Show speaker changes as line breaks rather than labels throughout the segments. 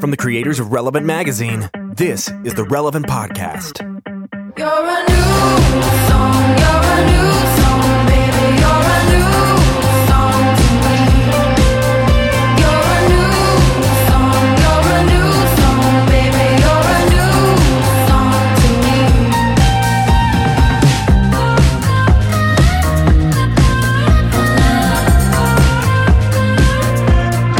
From the creators of Relevant Magazine, this is the Relevant Podcast.
You're a new song, you're a new song, baby, you're a new song to me. You're a new song, you're a new song, baby, you're a new song to me.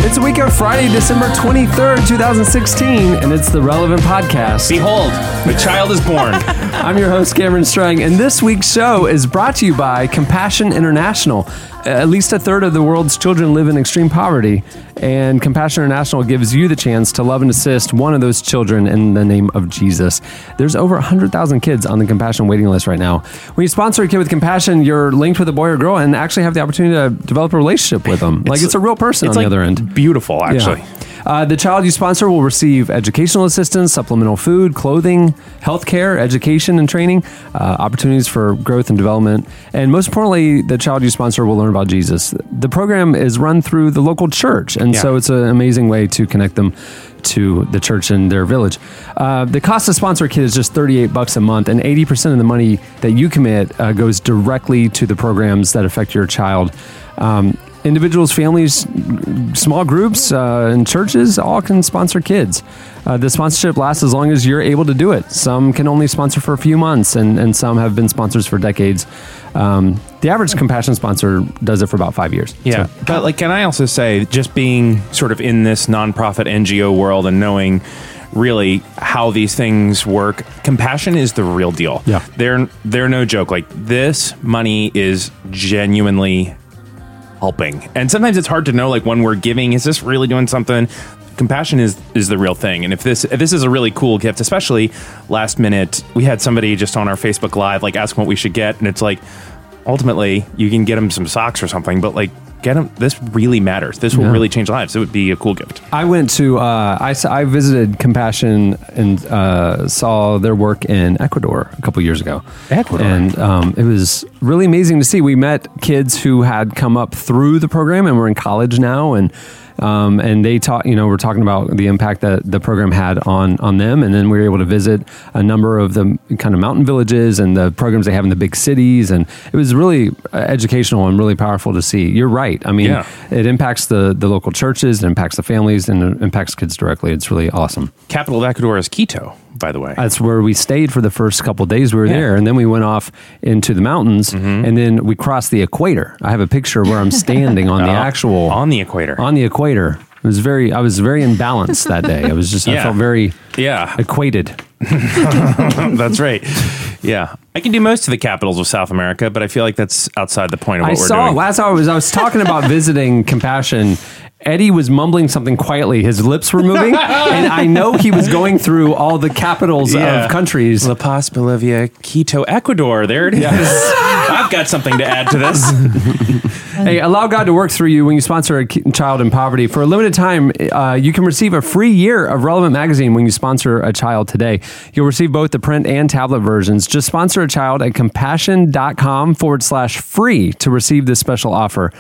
It's a week of Friday, December 23rd, 2016, and it's the Relevant Podcast.
Behold, the child is born.
I'm your host, Cameron Strang, and this week's show is brought to you by Compassion International. At least a third of the world's children live in extreme poverty, and Compassion International gives you the chance to love and assist one of those children in the name of Jesus. There's over 100,000 kids on the Compassion waiting list right now. When you sponsor a kid with Compassion, you're linked with a boy or girl and actually have the opportunity to develop a relationship with them. Like, it's, a real person on
like
the other end.
Beautiful, actually.
Yeah. Uh, the child you sponsor will receive educational assistance, supplemental food, clothing, health care, education and training, uh, opportunities for growth and development. And most importantly, the child you sponsor will learn about Jesus. The program is run through the local church. And
Yeah.
so it's an amazing way to connect them to the church in their village. Uh, the cost to sponsor a kid is just 38 bucks a month, and 80% of the money that you commit uh, goes directly to the programs that affect your child. Um, individuals, families, small groups, uh, and churches all can sponsor kids. Uh, the sponsorship lasts as long as you're able to do it. Some can only sponsor for a few months, and, and some have been sponsors for decades. Um, the average compassion sponsor does it for about five years.
Yeah,
So-
but like, can I also say, just being sort of in this nonprofit NGO world and knowing really how these things work, compassion is the real deal.
Yeah.
they're they're no joke. Like this money is genuinely helping, and sometimes it's hard to know like when we're giving, is this really doing something? Compassion is is the real thing, and if this if this is a really cool gift, especially last minute, we had somebody just on our Facebook Live like asking what we should get, and it's like ultimately you can get them some socks or something but like get them this really matters this will
Yeah.
really change lives it would be a cool gift
I went to uh, I, s- I visited Compassion and uh, saw their work in Ecuador a couple years ago.
Ecuador.
and um, it was really amazing to see. We met kids who had come up through the program and were in college now, and um, and they taught. You know, we're talking about the impact that the program had on on them, and then we were able to visit a number of the kind of mountain villages and the programs they have in the big cities, and it was really uh, educational and really powerful to see. You're right. I mean,
Yeah.
it impacts the the local churches, it impacts the families, and it impacts kids directly. It's really awesome.
capital of ecuador is quito by the way
That's where we stayed for the first couple days we were
Yeah. Mm-hmm.
there, and then we went off into the mountains, and then we crossed the equator. I have a picture where I'm standing on the
Uh,
actual
on the equator
on the equator. It was very I was very imbalanced that day. I was just I
Yeah.
felt very
yeah
equated.
that's right yeah i can do most of the capitals of south america but i feel like that's outside the point of
I
what we're
saw
doing
last hour was I was talking about visiting compassion. Eddie was mumbling something quietly. His lips were moving, and I know he was going through all the capitals
Yeah.
of countries.
La Paz, Bolivia, Quito, Ecuador. There it is. I've got something to add to this.
Hey, allow God to work through you when you sponsor a ki- child in poverty. For a limited time, uh, you can receive a free year of Relevant Magazine when you sponsor a child today. You'll receive both the print and tablet versions. Just sponsor a child at compassion.com forward slash free to receive this special offer.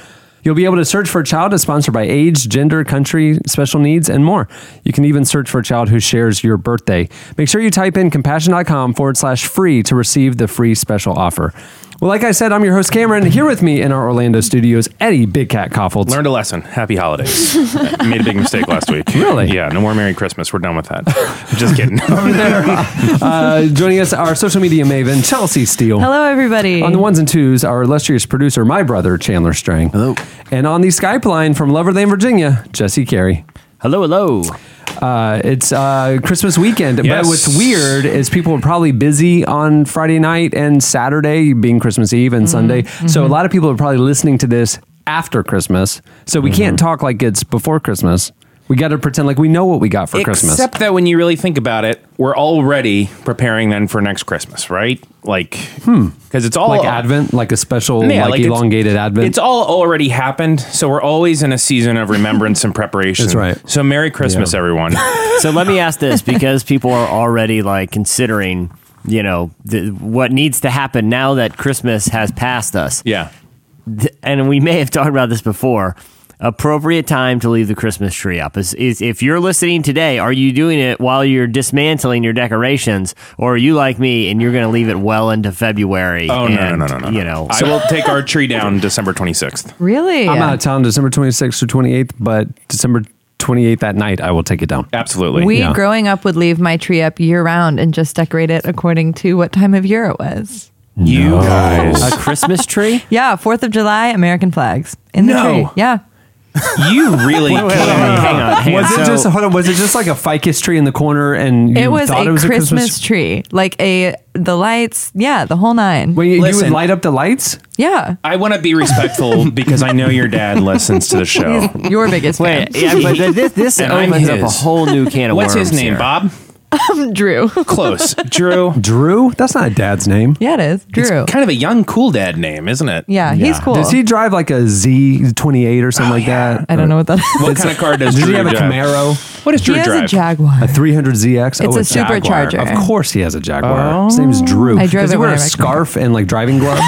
You'll be able to search for a child as sponsored by age, gender, country, special needs, and more. You can even search for a child who shares your birthday. Make sure you type in compassion.com forward slash free to receive the free special offer. Well, like I said, I'm your host, Cameron. Here with me in our Orlando studios, Eddie Big Cat Koffold.
Learned a lesson. Happy holidays. I made a big mistake last week.
Really?
Yeah. No more Merry Christmas. We're done with that. I'm just kidding.
Uh, joining us, our social media maven, Chelsea Steele.
Hello, everybody.
On the ones and twos, our illustrious producer, my brother, Chandler Strang. Hello. And on the Skype line from Loverland, Virginia, Jesse Carey.
Hello, hello.
Uh, it's uh, Christmas weekend,
Yes.
but what's weird is people are probably busy on Friday night and Saturday, being Christmas Eve
Mm-hmm.
and Sunday. So a lot of people are probably listening to this after Christmas. So we can't
Mm-hmm.
talk like it's before Christmas. We got to pretend like we know what we got for Christmas.
Except that when you really think about it, we're already preparing then for next Christmas, right? Like, hmm, because it's all
like Advent, like a special,
Yeah,
like,
like it's-
elongated Advent.
It's all already happened, so we're always in a season of remembrance and preparation.
That's right.
So Merry Christmas,
Yeah.
everyone.
So let me ask this because people are already like considering, you know, the, what needs to happen now that Christmas has passed us.
yeah.
Th- And we may have talked about this before. appropriate time to leave the Christmas tree up. Is, is if you're listening today, are you doing it while you're dismantling your decorations, or are you like me and you're going to leave it well into February?
Oh no, no,
and,
no, no, no!
You know,
I will take our tree down December 26th.
Really?
I'm out of town December 26th or 28th, but December 28th that night, I will take it down.
Absolutely.
we
yeah.
growing up would leave my tree up year round and just decorate it according to what time of year it was.
you guys,
a Christmas tree.
Yeah, Fourth of July, American flags in the
No.
tree. Yeah,
you really
Hang on, hang
Was
on.
it
So-
just hold on, was it just like a ficus tree in the corner and you
it was
thought
a
it was
Christmas,
a Christmas
tree, like a the lights. Yeah, the whole nine.
Wait, you
Listen.
would light up the lights?
yeah,
I want to be respectful because I know your dad listens to the show.
your biggest fan,
Wait, yeah, but th- this this
And I'm
opens up a
his.
whole new can of
What's his
worms
name?
here.
Bob?
Drew.
Close. Drew.
Drew? That's not a dad's name.
Yeah, it is
It's
Drew.
kind of a young, cool dad name, isn't it?
yeah, he's cool.
Does he drive like a Z28 or something like that?
I don't know what that is.
What kind of car does
Does
Drew
he have a
drive?
Camaro?
What does
He
Drew
has
drive?
a Jaguar.
A 300ZX?
It's
oh,
a
Jaguar.
supercharger.
Of course he has a Jaguar. His name's Drew.
Oh. I drove
Does he
it
wear a
whenever I could.
scarf and like driving gloves?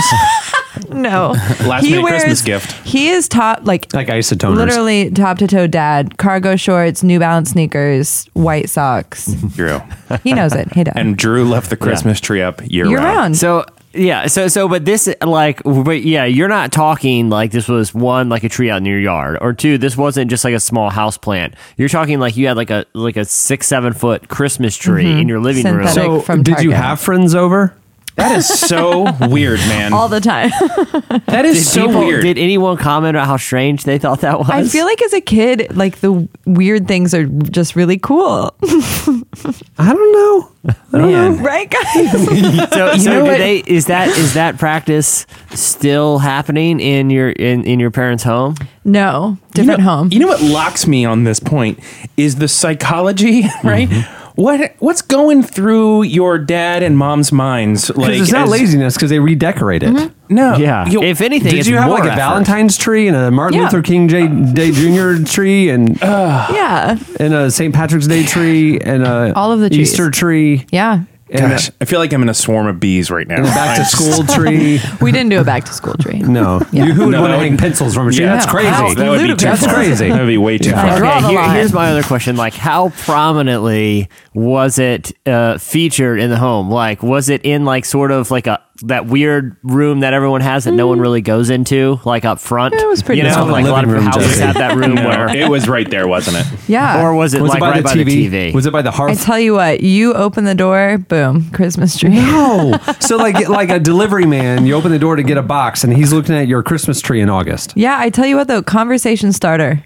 No,
Last minute Christmas gift.
He is top like
like isotoners.
literally top to toe dad. Cargo shorts, New Balance sneakers, white socks.
Drew.
he knows it. Hey, dad.
And Drew left the Christmas tree up year,
Year
round.
round.
So yeah, so so but this like but yeah, you're not talking like this was one like a tree out in your yard or two. This wasn't just like a small house plant. You're talking like you had like a like a six seven foot Christmas tree in your living room.
Mm-hmm. hmm, Synthetic.
So,
from
did you
Target.
have friends over?
That is so weird, man.
all the time.
that
Did
is so
people-
weird.
Did anyone comment on how strange they thought that was?
I feel like as a kid, like the weird things are just really cool,
I don't know.
Man.
right, guys?
So, so
know
do
what?
they is that is that practice still happening in your in, in your parents' home?
no, different
you know,
home.
You know what locks me on this point is the psychology,
Mm-hmm.
right? What what's going through your dad and mom's minds?
Because
Like
it's not
as-
laziness because they redecorate it.
Mm-hmm.
No, you-
if anything,
Did
it's
Oh, you have
more
like a
effort.
Valentine's tree and a Martin
Yeah.
Luther King J- Day Jr. tree and
yeah,
and a St. Patrick's Day tree and a
uh,
All of the trees.
Easter tree
yeah.
and
Gosh, I feel like I'm in a swarm of bees right now.
a back to
I'm-
school tree.
We didn't do a back to school tree.
No, you, who would want to hang pencils from a tree?
Yeah.
That's
No.
crazy.
How
That would be too
ludicrous.
That's
far.
crazy.
That would be way too
I
far.
draw the line.
here's my other question: Like, how prominently was it uh, featured in the home? Like, was it in like sort of like a that weird room that everyone has that no one really goes into, like up front?
It was pretty
You know,
much
like a lot of
living room,
houses
Jesse.
have that room
No,
where,
it was right there, wasn't it?
Yeah.
or was it
was
like
it by,
right
the,
by
TV?
the TV?
Was it by the hearth?
I tell you what, you open the door, boom, Christmas tree.
No. so like like a delivery man, you open the door to get a box, and he's looking at your Christmas tree in August.
Yeah, I tell you what though, conversation starter.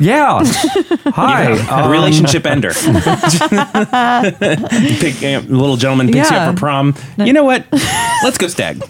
Yeah. Hi. um,
A relationship ender. Pick, uh, little gentleman picks you
Yeah.
up for prom. You know what? Let's go stag.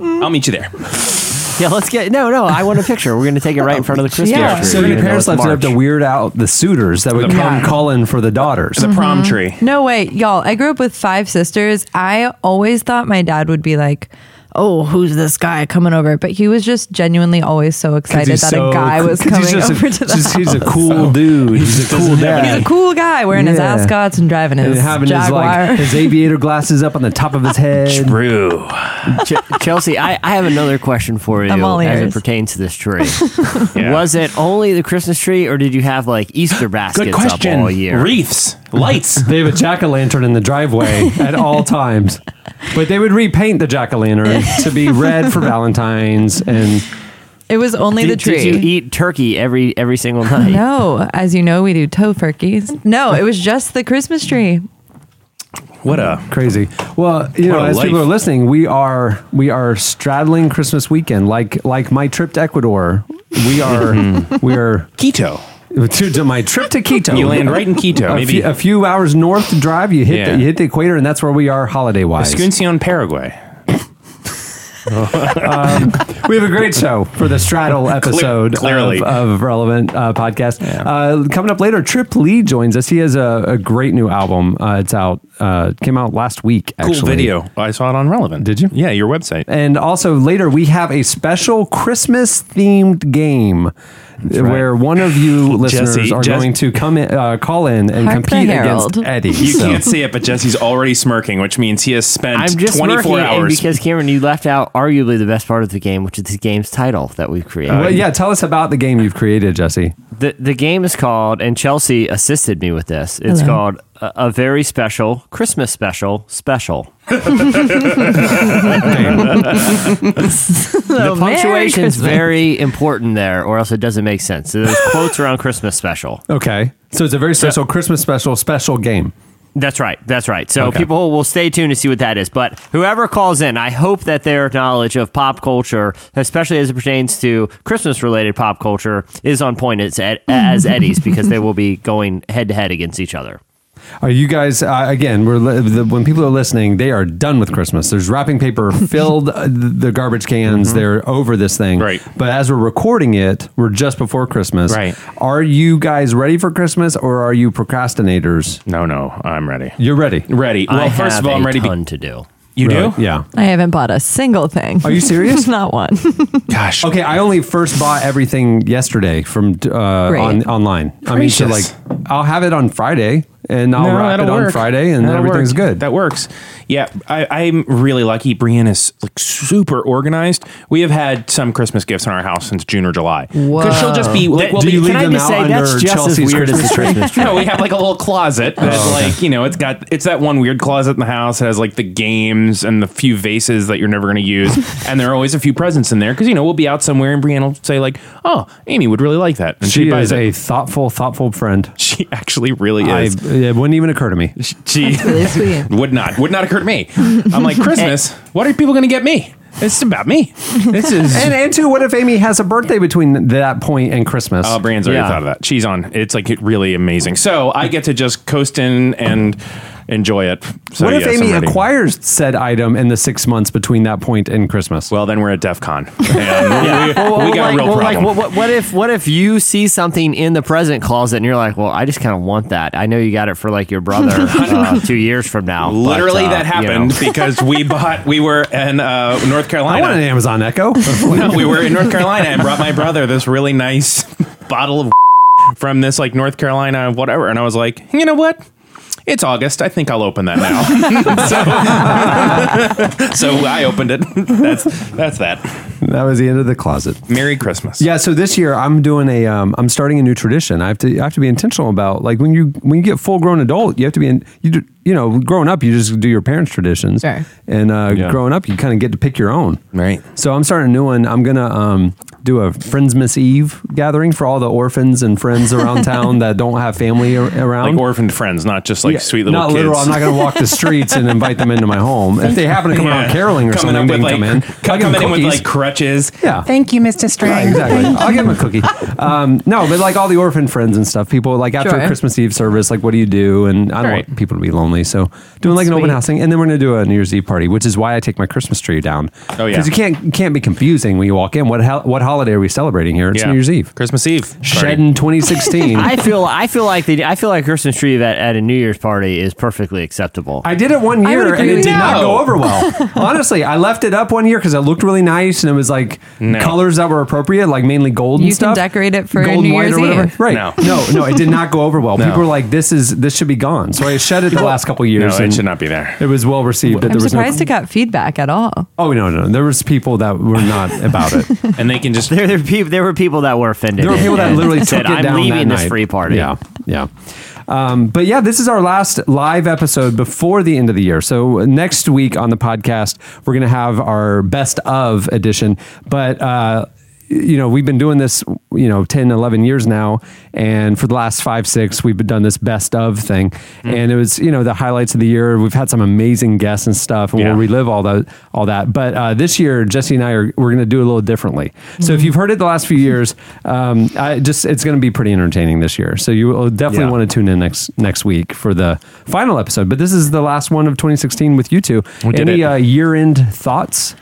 I'll meet you there.
yeah, let's get no, no. I want a picture. We're gonna take it right in front of the Christmas
Yeah.
tree.
So
even
your
though
parents
it's
left it up
March.
to weird out the suitors that would
The
come
prom-
calling for the daughters.
The prom tree.
Mm-hmm. No way, y'all. I grew up with five sisters. I always thought my dad would be like, "Oh, who's this guy coming over?" But he was just genuinely always so excited that a guy was coming over to the
just, He's a
house.
cool dude. He's a cool
He's a
dad.
cool guy wearing his
Yeah.
ascots and driving
And
his
having his
Jaguar.
like his aviator glasses up on the top of his head.
Brew.
Ch- Chelsea, I, I have another question for you
I'm all
as it
ears.
pertains to this tree.
Yeah.
Was it only the Christmas tree, or did you have like Easter
Good
baskets up
question.
all year?
Wreaths, lights.
They have a jack o' lantern in the driveway at all times, but they would repaint the jack o' lantern to be red for Valentine's and
It was only the
did,
tree.
did you eat turkey every every single night?
no, as you know, we do tofurkeys. No, it was just the Christmas tree.
What a
crazy. Well, you know,
What a
as people
life.
are listening, we are we are straddling Christmas weekend like like my trip to Ecuador. We are we are
Mm-hmm. Quito.
to, to my trip to Quito.
You land right in Quito.
a,
Maybe
few, a few hours north to drive. You hit
Yeah.
the, you hit the equator, and that's where we are holiday wise.
Escuncion, Paraguay.
Um, we have a great show for the straddle episode
clearly.
Of, of relevant uh, podcast uh, coming up later trip lee joins us he has a, a great new album uh, it's out uh, came out last week
Cool
actually.
video. I saw it on Relevant.
Did you?
Yeah, your website.
and also later we have a special christmas themed game where one of you listeners
Jesse,
are
Jess-
going to come in, uh, call in and
Hark the
compete against
Herald.
eddie
You
So-
can't see it, but Jesse's already smirking, which means he has spent
I'm just
24
smirking, and
hours.
because Cameron, you left out arguably the best part of the game, which is the game's title that we've created.
Well, yeah, tell us about the game you've created, Jesse.
The the game is called, and Chelsea assisted me with this. It's
Hello.
called a, a very special Christmas special special. the
Oh,
punctuation's
Christmas.
very important there, or else it doesn't make sense. So there's quotes around Christmas special.
Okay. So it's a very special Christmas special, special game.
That's right. That's right. So
Okay.
people will stay tuned to see what that is. But whoever calls in, I hope that their knowledge of pop culture, especially as it pertains to Christmas related pop culture, is on point as, Ed- as Eddie's because they will be going head to head against each other.
Are you guys uh, again? We're li- the, when people are listening, they are done with Christmas. There's wrapping paper filled uh, the garbage cans. They're over this thing.
Mm-hmm. Right.
But as we're recording it, we're just before Christmas.
Right.
Are you guys ready for Christmas, or are you procrastinators?
No, no, I'm ready.
You're ready.
Ready. Well,
I
first
have
of all,
a
I'm ready. be-
Ton to do.
you
Really?
do?
Yeah.
I haven't bought a single thing.
Are you serious?
Not one.
Gosh.
Okay, I only first bought everything yesterday from uh, on
Great.
online. I mean, so like,
Gracious.
I'll have it on Friday, and I'll wrap it
that'll
on
work.
Friday, and
That'll
everything's
work.
good.
That works. Yeah, I, I'm really lucky. Brian is like super organized. We have had some Christmas gifts in our house since June or July. Because she'll just be like, well,
Do you
can
leave
I
them
just
out
say
under
that's just
Chelsea's
as weird as
Christmas
the
tree? Oh,
Christmas
no, we have like a little closet that's like, you know, it's got it's that one weird closet in the house that has like the games and the few vases that you're never going to use, and there are always a few presents in there because you know we'll be out somewhere and Brianna will say like, "Oh, Amy would really like that," and she,
She
buys
is
it.
a thoughtful, thoughtful friend.
she actually really
I,
is.
it wouldn't even occur to me.
She
really sweet. Eh.
would not would not occur to me. I'm like Christmas. What are people going to get me? It's about me. This
And,
is.
and two, what if Amy has a birthday between that point and Christmas?
Oh, Brian's already
Yeah.
thought of that. She's on. It's like really amazing. So I get to just coast in and enjoy it. So
what if
yes, I'm
Amy
ready.
acquires said item in the six months between that point and Christmas?
Well, then we're at DEF CON. And we, we got a real
Like,
problem.
what, what, what if what if you see something in the present closet and you're like, well, I just kind of want that. I know you got it for like your brother uh, two years from now. but,
Literally,
uh,
that
you know.
happened because we bought. We were in uh, North
I
Carolina.
want an Amazon Echo.
no, we were in North Carolina and brought my brother this really nice bottle of from this like North Carolina whatever, and I was like, you know what? It's August. I think I'll open that now. so, so I opened it. That's that's that.
that was the end of the closet.
Merry Christmas.
Yeah, so this year I'm doing a um, I'm starting a new tradition. I have to I have to be intentional about like when you when you get full grown adult, you have to be in you do, you know growing up you just do your parents' traditions,
Sure.
and uh,
Yeah.
growing up you kind of get to pick your own.
Right.
So I'm starting a new one. I'm gonna um, do a Friendsmas Eve gathering for all the orphans and friends around town that don't have family ar- around.
Like orphaned friends, not just like
Yeah,
sweet little
not
kids.
literal. I'm not going to walk the streets and invite them into my home. If they happen to come around caroling or something,
Coming up
they
with
can
like,
come in. I'll give
Coming,
them
in with
cookies.
like crutches.
Yeah.
Thank you, Mr. String.
Yeah, exactly. I'll give him a cookie. Um, no, but like all the orphan friends and stuff, people like after a
Sure.
Christmas Eve service, like what do you do? And I don't
Right.
want people to be lonely, so doing like an open
Sweet.
house thing, and then we're gonna do a New Year's Eve party, which is why I take my Christmas tree down.
Oh, yeah.
because you can't can't be confusing when you walk in. What hol- what holiday are we celebrating here? It's
Yeah.
New Year's Eve.
Christmas Eve.
Shedding 2016.
I feel I feel like the I feel like Christmas tree at, at a New Year's party is perfectly acceptable.
I did it one
I would
year and
agree
it
with
did
you.
not
No.
go over well. Honestly, I left it up one year because it looked really nice and it was like
No.
colors that were appropriate, like mainly gold
You
and
can
stuff.
decorate it for
Gold and
New
white
Year's
or whatever.
Eve.
Right?
No.
no, no, it did not go over well. People were like, "This is this should be gone." So I shut it the last couple years.
No, it
and
should not be there.
It was well received, but
I'm
there was
surprised
no.
it got feedback at all.
oh no, no, there was people that were not about it.
And they can just
there, there, were people, there were people that were offended.
There were
and-
people that
and
literally
said,
took it
I'm
down
leaving
that
this
night."
free party.
Yeah, yeah. Um, but yeah, this is our last live episode before the end of the year. So next week on the podcast, we're going to have our best of edition. But uh, you know, we've been doing this, you know, 10, 11 years now. And for the last five, six, we've done this best of thing. And it was, you know, the highlights of the year. We've had some amazing guests and stuff, and
Yeah.
we'll relive all that, all that. But uh, this year, Jesse and I are, we're going to do it a little differently. So if you've heard it the last few years, um, I just, it's going to be pretty entertaining this year. So you will definitely
Yeah.
want to tune in next, next week for the final episode. But this is the last one of 2016 with you two.
did
Any
it.
uh, year end thoughts?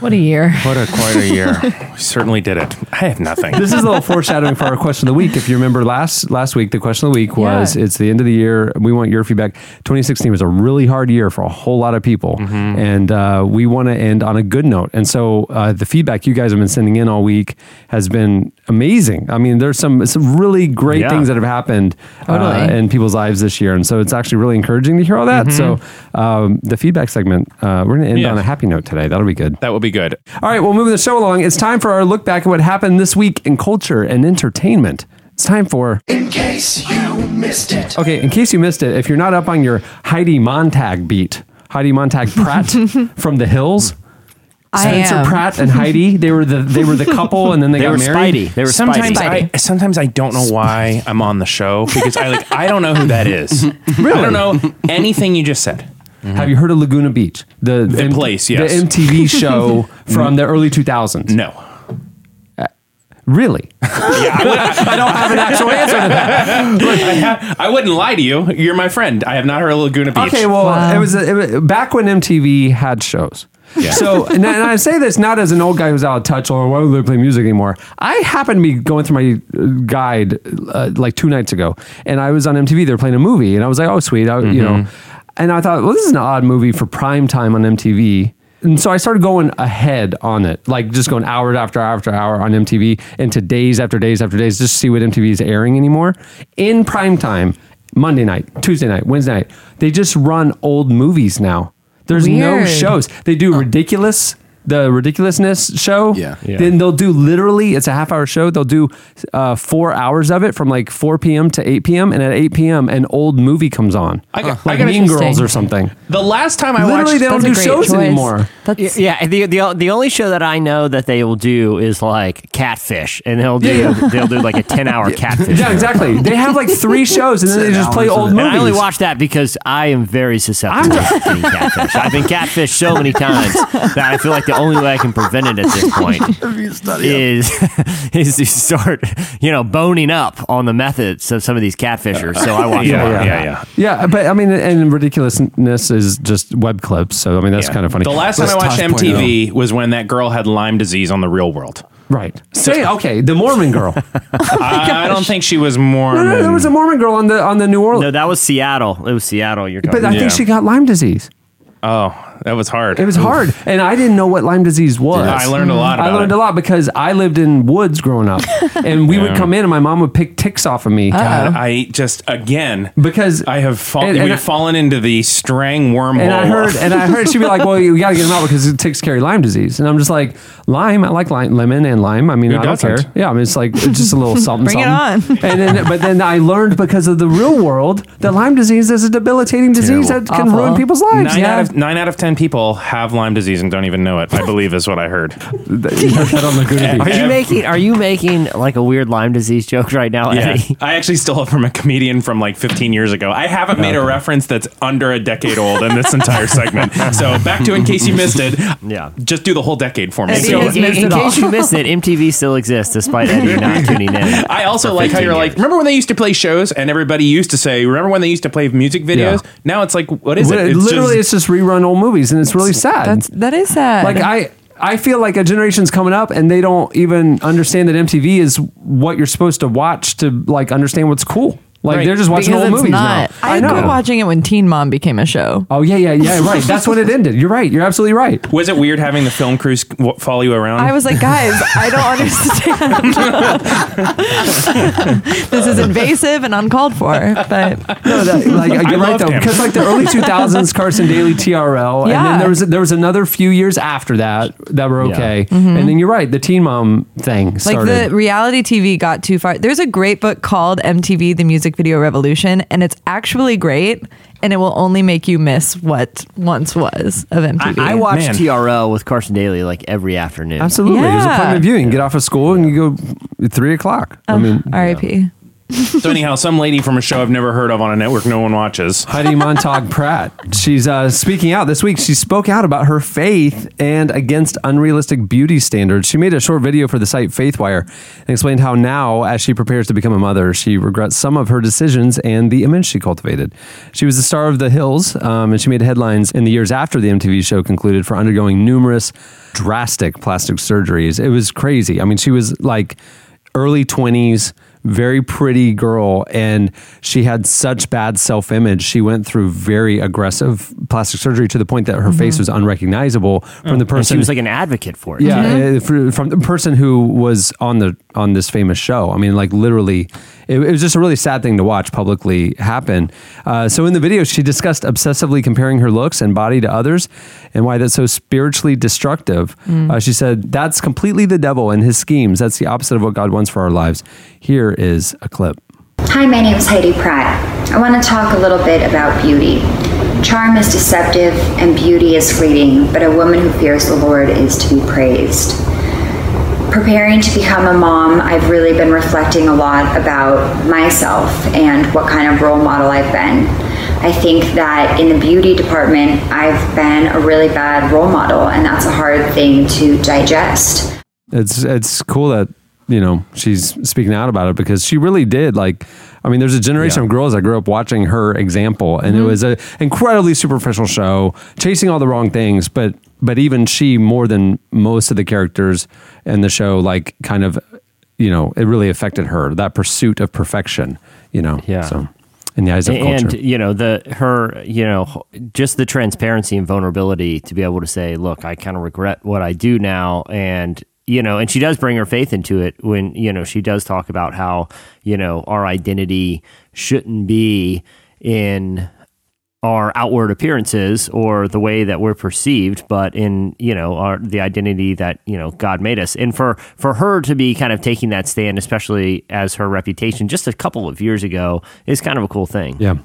What a year.
What a quite a year. we certainly did it. I have nothing.
this is a little foreshadowing for our question of the week. If you remember last last week, the question of the week was:
Yeah.
It's the end of the year. We want your feedback. 2016 was a really hard year for a whole lot of people, and uh, we want to end on a good note. And so, uh, the feedback you guys have been sending in all week has been amazing. I mean, there's some some really great
Yeah.
things that have happened uh,
Totally.
in people's lives this year, and so it's actually really encouraging to hear all that. So um, the feedback segment, uh, we're going to end
Yeah.
on a happy note today. That'll be good.
That would be good.
All right, well, moving the show along, it's time for our look back at what happened this week in culture and entertainment. It's time for.
In case you missed it.
Okay, in case you missed it, if you're not up on your Heidi Montag beat, Heidi Montag Pratt from The Hills, Spencer
I am.
Pratt and Heidi, they were the they were the couple, and then they,
They
got
were
married.
Spidey. They were
sometimes
Spidey.
I sometimes I don't know why I'm on the show because I like I don't know who that is. I don't know anything you just said.
Have you heard of Laguna Beach? The, the
place, yes.
The MTV show from the early 2000s.
No.
Really?
I don't have an actual answer to that. Look, I, ha- I wouldn't lie to you. You're my friend. I have not heard of Laguna Beach.
Okay, well,
Wow.
it, was, it was back when MTV had shows.
Yeah.
So, and, I- and I say this not as an old guy who's out of touch or why would they play music anymore. I happened to be going through my uh, guide uh, like two nights ago, and I was on MTV. They were playing a movie, and I was like, "Oh, sweet," I, you know. And I thought, well, this is an odd movie for prime time on MTV. And so I started going ahead on it, like just going hour after hour after hour on MTV into days after days after days, just to see what MTV is airing anymore in prime time. Monday night, Tuesday night, Wednesday night. They just run old movies now. There's no
Weird.
shows. They do
Oh.
ridiculous, the ridiculousness show.
Yeah. Yeah.
Then they'll do literally, it's a half hour show. They'll do uh, four hours of it from like 4 p.m. to 8 p.m. And at 8 p.m., an old movie comes on.
I got- I
like
got
Mean
interesting.
Girls or something.
the last time I
Literally,
watched
they don't
That's a
do
great
shows
choice.
anymore.
That's
Yeah, the, the the only show that I know that they will do is like Catfish, and they'll do
Yeah,
they'll do like a ten hour Catfish.
Yeah,
show.
exactly. They have like three shows and then they just play
hours of
old
it.
movies.
And I only watch that because I am very susceptible to being catfish. I've been catfished so many times that I feel like the only way I can prevent it at this point is is to start, you know, boning up on the methods of some of these catfishers. So I watch a lot
Yeah,
of that.
yeah, yeah.
Yeah, but I mean, and ridiculousness is just web clips. So I mean, that's
Yeah.
kind of funny.
The last time I
That's
watched
12.0.
MTV was when that girl had Lyme disease on the real world.
right? Say okay, the Mormon girl.
I, I don't think she was
no,
Mormon.
no, there was a Mormon girl on the on the New Orleans.
No, that was Seattle. It was Seattle you're talking
but I
about.
Yeah.
think she got Lyme disease.
oh, that was hard.
It was hard, and I didn't know what Lyme disease was.
I learned a lot
I
about
learned
it.
a lot because I lived in woods growing up, and we would
Yeah.
come in, and my mom would pick ticks off of me
God, I just again
because
I have fallen.
And-
We
and
have
I-
fallen into the strang wormhole.
And I heard, and I heard she'd be like, "Well, you got to get them out because it ticks carry Lyme disease." And I'm just like, "Lyme, I like lime, lemon and lime. I mean, I don't care.
doesn't?
Yeah, I mean, it's like it's just a little something.
Bring it
something. And then, but then I learned because of the real world that Lyme disease is a debilitating disease
Terrible.
that can
Awful.
ruin people's lives.
nine out of nine out of ten people have Lyme disease and don't even know it. I believe is what I heard.
You heard that on Laguna Beach.
Are you making are you making like a weird Lyme disease joke right now,
Yeah,
Eddie?
I actually stole it from a comedian from like 15 years ago. I haven't made a reference that's under a decade old in this entire segment. So back to in case you missed it.
Yeah.
just do the whole decade for me.
Eddie
So
has
in,
missed
in
it all.
case you missed it, MTV still exists despite Eddie not tuning in.
I also like how
15
you're like. Remember when they used to play shows and everybody used to say, "Remember when they used to play music videos?"
Yeah.
Now it's like, what is
Well,
it?
it-
It's
literally,
just-
it's just rerun old movies, and it's really sad.
that's that is sad.
like I. I feel like a generation's coming up and they don't even understand that MTV is what you're supposed to watch to like understand what's cool. Like
Right.
they're just watching
because
old
it's
movies
not.
now.
I, quit watching it when Teen Mom became a show.
Oh yeah, yeah, yeah. Right. That's when it ended. You're right. You're absolutely right.
Was it weird having the film crews w- follow you around?
I was like, guys, I don't understand. this is invasive and uncalled for. But
No, that, like you're
I
right
loved
though,
him.
because like the early 2000s, Carson Daly, TRL, and
Yeah.
then there was there was another few years after that that were
Yeah.
okay, and then you're right, the Teen Mom thing
Mm-hmm. like
started.
the reality TV got too far. There's a great book called MTV: The Music Video Revolution, and it's actually great. And it will only make you miss what once was of MTV.
I, I watch
Man.
TRL with Carson Daily like every afternoon.
Absolutely, there's
Yeah.
appointment viewing. Get off of school and you go at three o'clock. I mean,
R.I.P.
so anyhow, some lady from a show I've never heard of on a network no one watches.
Heidi Montag Pratt. She's uh, speaking out this week. She spoke out about her faith and against unrealistic beauty standards. She made a short video for the site Faithwire and explained how now, as she prepares to become a mother, she regrets some of her decisions and the image she cultivated. She was the star of The Hills, um, and she made headlines in the years after the MTV show concluded for undergoing numerous drastic plastic surgeries. It was crazy. I mean, she was like early 20s very pretty girl, and she had such bad self image. She went through very aggressive plastic surgery to the point that her face was unrecognizable from the
Mm-hmm. And she
person.
was like an advocate for it.
yeah, uh, fr- from the person who was on the on this famous show. I mean, like literally, it, it was just a really sad thing to watch publicly happen. Uh, so in the video, she discussed obsessively comparing her looks and body to others, and why that's so spiritually destructive. Uh, she said, "That's completely the devil and his schemes. That's the opposite of what God wants for our lives." Here is a clip.
Hi, my name is Heidi Pratt. I want to talk a little bit about beauty. Charm is deceptive and beauty is fleeting, but a woman who fears the Lord is to be praised. Preparing to become a mom, I've really been reflecting a lot about myself and what kind of role model I've been. I think that in the beauty department, I've been a really bad role model, and that's a hard thing to digest.
it's it's cool that you know she's speaking out about it because she really did like i mean there's a generation
Yeah.
of girls that grew up watching her example and it
Mm-hmm.
was an incredibly superficial show chasing all the wrong things but but even she more than most of the characters in the show like kind of you know it really affected her that pursuit of perfection you know
Yeah.
so in the eyes of
and
culture
you know the her you know just the transparency and vulnerability to be able to say look i kind of regret what i do now and you know and she does bring her faith into it when you know she does talk about how you know our identity shouldn't be in our outward appearances or the way that we're perceived but in you know our the identity that you know god made us and for for her to be kind of taking that stand especially as her reputation just a couple of years ago is kind of a cool thing
yeah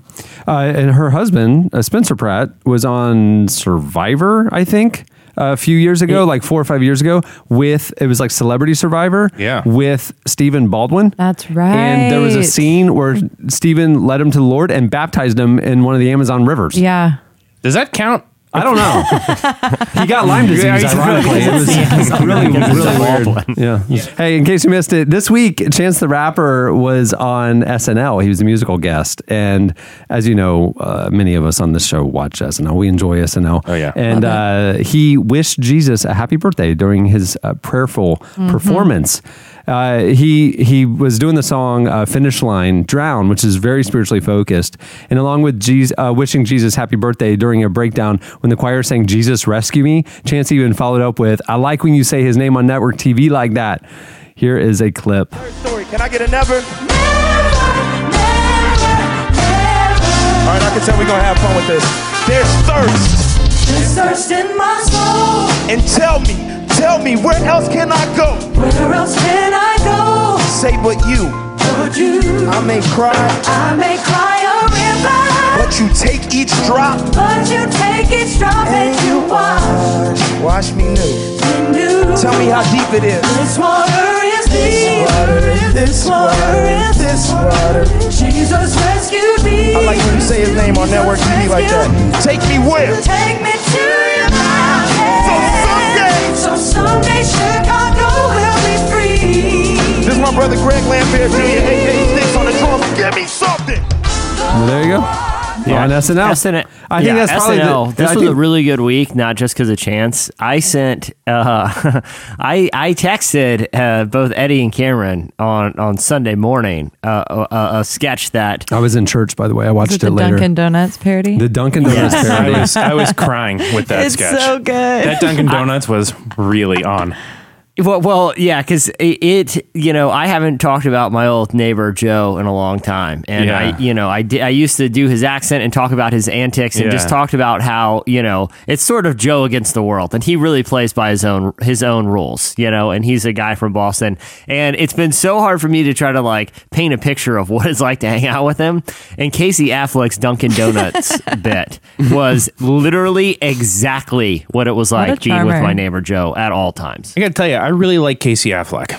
uh, and her husband uh, spencer pratt was on survivor i think a few years ago like four or five years ago with it was like celebrity survivor
Yeah.
with stephen baldwin
That's
and there was a
right.
scene where stephen led him to the lord and baptized him in one of the amazon rivers
Yeah.
Does that count?
i don't know he got lyme disease
Yeah, he's-
ironically it was really really weird yeah. Hey, in case you missed it, this week Chance the Rapper was on SNL. He was a musical guest, and as you know, uh, many of us on this show watch SNL. We enjoy SNL.
Oh, yeah.
And uh, he wished Jesus a happy birthday during his uh, prayerful
Mm-hmm.
performance. Uh, he he was doing the song uh, "Finish Line Drown," which is very spiritually focused, and along with Jesus, uh, wishing Jesus happy birthday during a breakdown when the choir sang "Jesus Rescue Me," Chance even followed up with "I like when you say His name on network TV like that." Here is a clip.
Story. Can I get a never? All right, I can tell we're gonna have fun with this. There's thirst,
Searched in my soul,
and tell me, tell me, where else can I go?
where else can I go?
Say what you,
Would you?
I may cry,
I may cry a river,
but you take each drop,
but you take each drop and you wash
wash me new.
me new.
Tell me how deep it is.
This water is deep. This water is
this water.
Jesus rescued me.
I like when you say his name on network TV like that. Take me where?
Take me to your mountain.
mountain.
So someday Chicago will be free.
This is my brother Greg Lambert Jr. 886 on the drums. Give me something.
Well, there you go. On SNL.
SNL.
I think
Yeah,
that's probably
SNL.
The,
this
I
was a
think-
really good week, not just because of chance. I sent, uh, I I texted uh, both Eddie and Cameron on on Sunday morning uh, a, a- a sketch that
I was in church, by the way. I
Is it
watched
the
it later.
Dunkin' Donuts parody?
the Dunkin' Donuts
I
parody.
was, I was crying with that
it's
sketch.
so good.
that Dunkin' Donuts was really on.
Well, well yeah, because it, you know, I haven't talked about my old neighbor Joe in a long time, and
Yeah.
I, you know, I did, I used to do his accent and talk about his antics, and
Yeah.
just talked about how you know it's sort of Joe against the world, and he really plays by his own his own rules, you know, and he's a guy from Boston, and it's been so hard for me to try to like paint a picture of what it's like to hang out with him, and Casey Affleck's Dunkin' Donuts bit was literally exactly what it was
a
like being with
charmer.
my neighbor Joe at all times.
I gotta tell you, I really like Casey Affleck.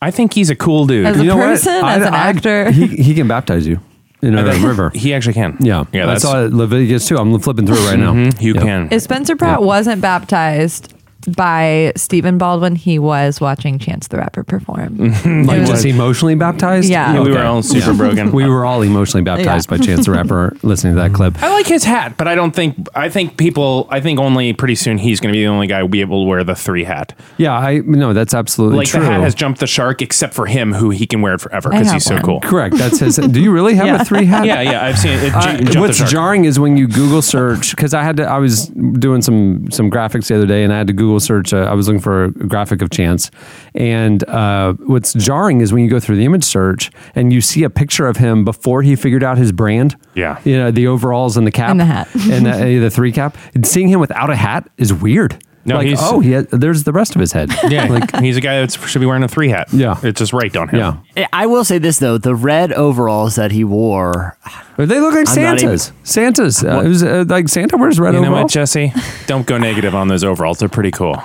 I think he's a cool dude.
As a
You know,
person, as an actor.
he, he can baptize you in a river.
he actually can.
Yeah,
yeah,
I
that's Mm-hmm.
saw Leviticus too. I'm flipping through it right now.
you
Yep.
can.
if Spencer Pratt wasn't baptized, by Stephen Baldwin, he was watching Chance the Rapper perform.
Like
was-
just emotionally baptized?
Yeah.
Yeah, we were
Okay.
all super broken.
We were all emotionally baptized by Chance the Rapper listening to that clip.
I like his hat, but I don't think I think people. I think only pretty soon he's going to be the only guy who'll be able to wear the three hat.
Yeah, I no, that's absolutely
Like
true.
the hat has jumped the shark, except for him, who he can wear it forever
I
because
have
he's so
one.
cool.
Correct. That's his. Do you really have a three hat?
Yeah, yeah, I've seen it. it
I-
ju- jumped
what's
the shark.
jarring is when you Google search because I had to. I was doing some some graphics the other day, and I had to Google search. Uh, I was looking for a graphic of Chance, and uh, what's jarring is when you go through the image search and you see a picture of him before he figured out his brand.
Yeah.
you know the overalls and the cap
And the hat.
and uh, the three cap. And seeing him without a hat is weird.
No,
like
he's-
oh, he had, there's the rest of his head.
Yeah, he's a guy that should be wearing a three hat.
Yeah.
it's just raked on him.
yeah.
I will say this though: the red overalls that he wore.
They look like
I'm not even-
Santas. Santas. Uh, it was uh, like Santa wears red
You know what,
overalls.
Jesse? Don't go negative on those overalls. They're pretty cool.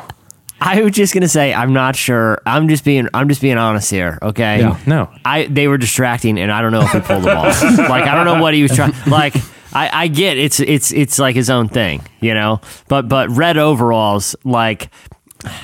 I was just gonna say I'm not sure. I'm just being I'm just being honest here. Okay.
Yeah.
No.
I they were distracting, and I don't know if we pulled them off. like I don't know what he was trying. Like I, I get it's it's it's like his own thing, you know. But but red overalls like.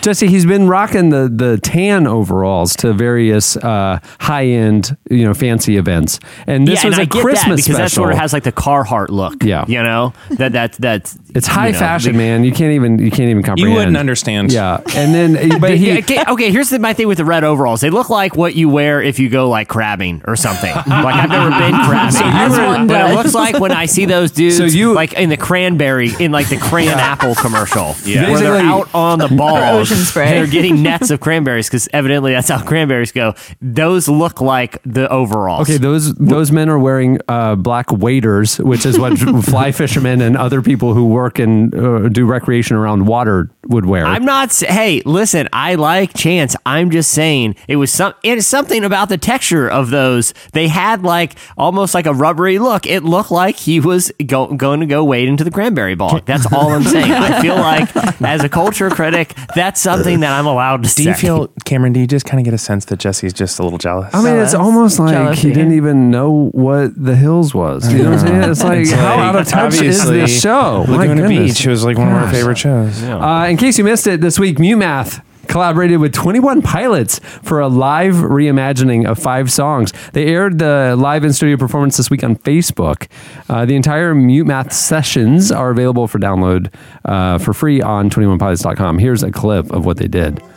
Jesse, he's been rocking the the tan overalls to various uh, high end, you know, fancy events, and this
yeah,
was
and
a
I get
Christmas
that because
special.
that sort of has like the Carhartt look.
Yeah.
you know that that that's
it's high
you know,
fashion,
the-
man. You can't even you can't even comprehend.
wouldn't understand.
Yeah, and then but
Yeah,
he
okay, okay, here's the, my thing with the red overalls. They look like what you wear if you go like crabbing or something. like I've never been crabbing,
As were- one
but
does.
it looks like when I see those dudes,
So you-
like in the cranberry, in like the crayon apple commercial,
Yeah.
where they're
Basically-
out on the balls,
Ocean spray.
and they're getting nets of cranberries because evidently that's how cranberries go. Those look like the overalls.
okay those those men are wearing uh, black waders, which is what fly fishermen and other people who work and uh, do recreation around water would wear.
I'm not. s- Hey, listen. I like Chance. I'm just saying it was some. It's something about the texture of those. They had like almost like a rubbery look. It looked like he was go, going to go wade into the cranberry bog. That's all I'm saying. I feel like as a culture critic, that's something that I'm allowed to
Do you
say.
feel, Cameron? Do you just kind of get a sense that Jesse's just a little jealous?
I mean,
Jealous.
it's almost like he
Jealousy.
didn't even know what the hills was. You know what I'm saying? It's like, how out of touch is
obviously,
this show? My
Laguna
goodness.
Beach was like one of our
Gosh.
favorite shows.
Uh, in case you missed it, this week, MuMath collaborated with 21 Pilots for a live reimagining of five songs. They aired the live in studio performance this week on Facebook. Uh, the entire MuteMath sessions are available for download uh, for free on 21pilots.com. Here's a clip of what they did.
Can you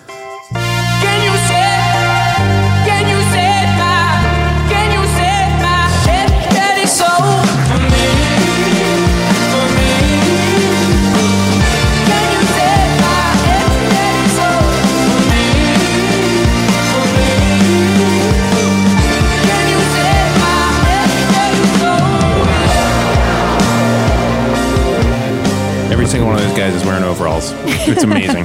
save? Can you save my? Can you save my head, daddy soul? For me, for me. Can you save my head, daddy soul? For me, for me. Can you save my head, daddy soul?
Every single one of those guys is wearing overalls. It's amazing.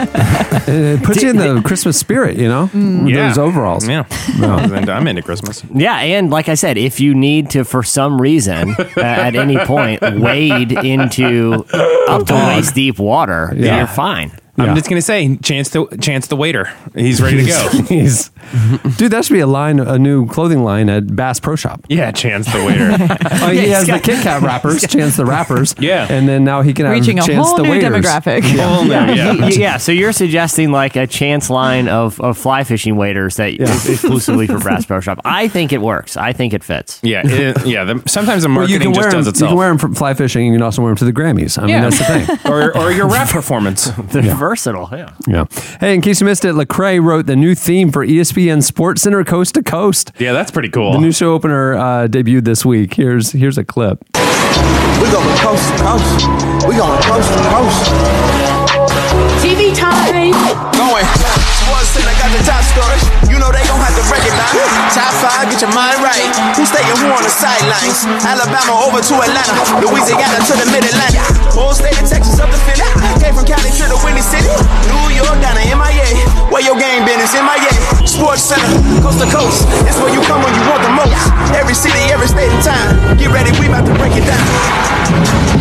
It puts you in the Christmas spirit, you know?
Mm.
Mm. Yeah.
Those overalls.
Yeah, And I'm into Christmas.
Yeah, and like I said, if you need to, for some reason, uh, at any point, wade into up to waist deep water,
Yeah.
you're fine.
Yeah.
I'm just gonna say, chance the chance the waiter. He's ready to go.
He's- dude, that should be a line, a new clothing line at Bass Pro Shop.
yeah, chance the waiter.
Oh, he has
got-
the Kit Kat wrappers, Chance the Rappers.
Yeah.
And then now he can have
Reaching a
Chance
whole
the
new
waiters.
demographic.
Oh, no, yeah.
Y- yeah, so you're suggesting like a chance line of, of fly fishing waiters that is exclusively for Brass Pro Shop. I think it works. I think it fits.
Yeah, it, yeah. The, sometimes the
Well, you
marketing
can, wear
just
them,
does
you
itself.
can wear them for fly fishing. You can also wear them to the Grammys. I mean, that's the thing.
or, or your rap performance.
They're versatile. Yeah.
Yeah. Hey, in case you missed it, Lecrae wrote the new theme for E ESPN Sports Center Coast to Coast.
Yeah, that's pretty cool.
The new show opener uh, debuted this week. Here's here's a clip.
We going coast to coast. We going coast to coast.
TV time.
Going. Sports Center got the top stories. You know they gon' have to recognize. Top five, get your mind right. Who staying who on the sidelines? Alabama over to Atlanta, Louisiana to the Mid Atlantic. Whole state of Texas up to Philly. Came from Cali to the Windy City. New York down to MIA. Where your game been is MIA. Sports Center, coast to coast. It's where you come when you want the most. Every city, every state and time. Get ready, we about to break it down.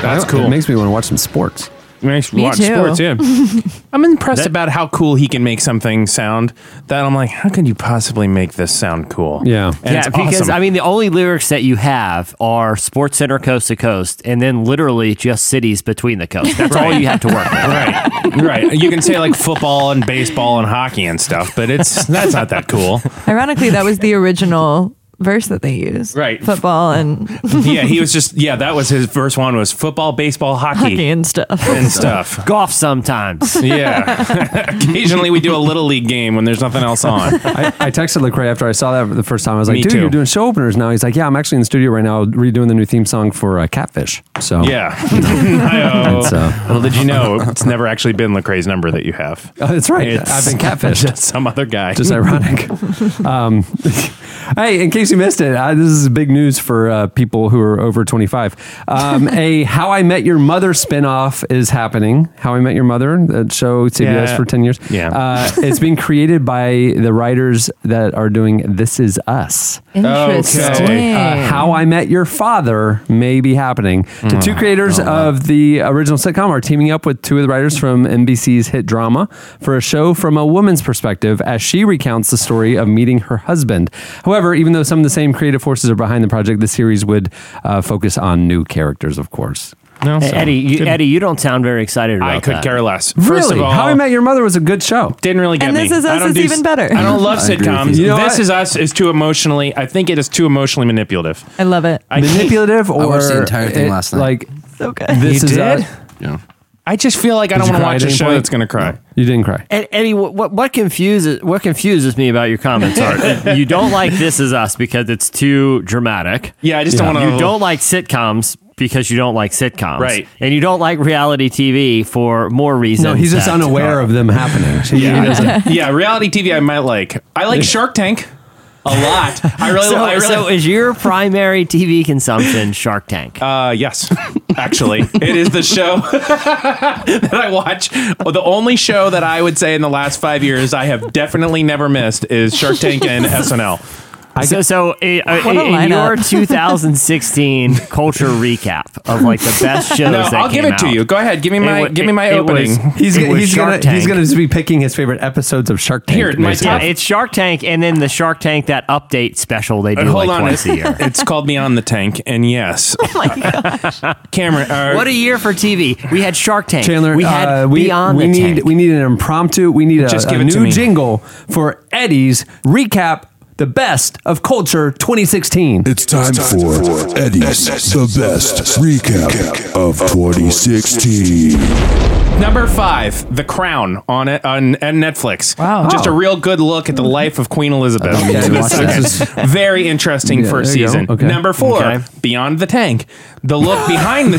that's
It makes me want to watch some sports.
makes me
Me
watch
too.
sports. Yeah, I'm impressed
That-
about how cool he can make something sound. That I'm like, how can you possibly make this sound cool?
Yeah.
and
yeah,
it's
because
awesome.
I mean, the only lyrics that you have are Sports Center coast to coast, and then literally just cities between the coasts. That's all you have to work with.
right, right. You can say like football and baseball and hockey and stuff, but it's that's not that cool.
Ironically, that was the original verse that they used.
Right.
Football and
Yeah, he was just yeah. That was his first one was football, baseball,
hockey
hockey,
and stuff.
and stuff.
Golf sometimes.
Yeah. Occasionally we do a little league game when there's nothing else on.
I, I texted Lecrae after I saw that for the first time. I was like,
Me
"Dude,
too.
you're doing show openers now." He's like, "Yeah, I'm actually in the studio right now, redoing the new theme song for uh, Catfish." So
Yeah. I-O.
That's, uh,
Little did you know, it's never actually been Lecrae's number that you have.
Oh, that's right. I've been catfished.
Just some other guy.
Just ironic. um, hey, in case you missed it, uh, this is big news for uh, people who are over 25. Um, a How I Met Your Mother spinoff is happening. How I Met Your Mother, that show CBS
Yeah.
for 10 years.
Yeah.
Uh, it's being created by the writers that are doing This Is Us.
Interesting.
Okay.
Uh, How I Met Your Father may be happening. The two creators of the original sitcom are teaming up with two of the writers from NBC's hit drama for a show from a woman's perspective as she recounts the story of meeting her husband. However, even though some of the same creative forces are behind the project, the series would uh, focus on new characters, of course.
no, so-
Eddie, you, Eddie, you don't sound very excited about
I could
that.
care less. First
really?
of all,
How I Met Your Mother was a good show.
didn't really get
And
me.
This Is
I
Us
don't
is
do
even
s-
better.
I don't love
I agree with
sitcoms.
you. You know
this
what?
is us is too emotionally. I think it is too emotionally manipulative.
I love it.
I hate-
Manipulative or
I watched the entire thing last night.
Like
so good.
this
You
is
did?
Us-
Yeah.
I just feel like I
Did
don't
you
want to
cry at
watch a
any
show
point?
that's going to cry.
You didn't cry.
And Eddie, what, what what confuses what confuses me about your comments are you don't like This Is Us because it's too dramatic.
Yeah, I just don't want to.
You don't like sitcoms because you don't like sitcoms.
Right.
And you don't like reality TV for more reasons.
No, he's just
that-
unaware of them happening. He doesn't-
Yeah, yeah, reality TV I might like. I like Shark Tank a lot. I really,
So,
I really
so is your primary TV consumption Shark Tank?
Uh, yes, actually, it is the show that I watch. The only show that I would say in the last five years I have definitely never missed is Shark Tank and SNL.
so, so i- uh,
What a
in in your
lineup.
2016 culture recap of like the best shows.
No,
that
I'll give
came
it to
out.
you. Go ahead, give me
It
my
wa-
give me my
it- it
opening.
was-
He's,
it
gonna,
was
he's,
Shark
gonna, he's
Tank.
gonna just be picking his favorite episodes of Shark Tank.
Here, my
basically.
top-
Yeah, it's Shark Tank, and then the Shark Tank that update special they do
Uh,
like twice a year.
it's called Beyond the Tank, and yes, oh my gosh, Cameron, uh,
What a year for TV! We had Shark Tank.
Chandler,
we had
uh, we,
Beyond
we
the
need
Tank.
we need an impromptu. We need a,
Just
a
give it to
new
me.
jingle for Eddie's recap. The best of culture 2016.
It's time for Eddie's The Best Recap of 2016.
Number five, The Crown on on, on Netflix.
Wow.
just a real good look at the life of Queen Elizabeth.
Oh. I don't need to
The
watch
second.
this.
Very interesting
Yeah,
first
there you go.
season.
Okay.
Number four,
Okay.
Beyond the Tank, the look behind the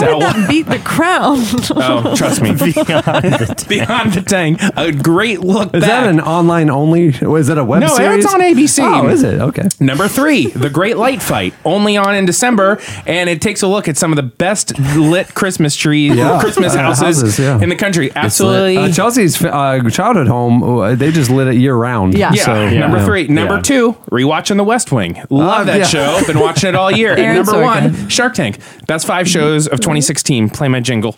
How
at
did that beat the crown?
Oh, trust me. Beyond the Tank, a great look
is
back.
that an online only? Is that a web
No, it's
series?
on ABC.
Oh, is it? Okay.
Number three, The Great Light Fight, only on in December, and it takes a look at some of the best lit Christmas trees,
Yeah.
Christmas
Uh,
houses,
houses, yeah.
in the country. Absolutely.
Uh, Chelsea's uh, childhood home. uh, They just lit it year round.
Yeah.
Yeah.
So,
number
yeah.
three. Number
Yeah.
two, rewatching The West Wing. Love
Oh,
that
yeah.
show. Been watching it all year. and
Aaron
number
Sorkin.
one, Shark Tank. Best five shows of 2016. Play my jingle.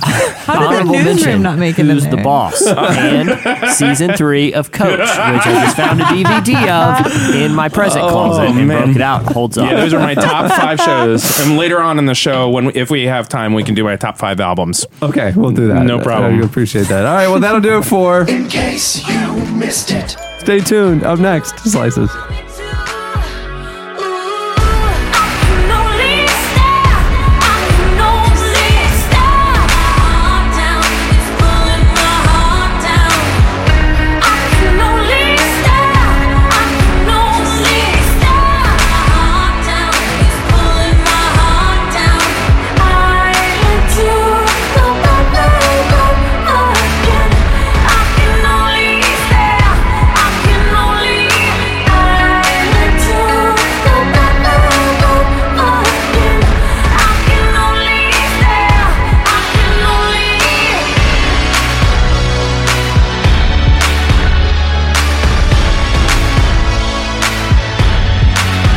How did the newsroom not make it in
Who's
there?
the boss? and season three of Coach, which I just found a DVD of in my present closet and
Oh, man.
broke it out. Holds up.
Yeah, those are my top five shows. And later on in the show, when we, if we have time, we can do my top five albums.
Okay, we'll do that.
No problem.
I appreciate that. All right. Well, that'll do it for.
In case you missed it.
Stay tuned. Up next, slices.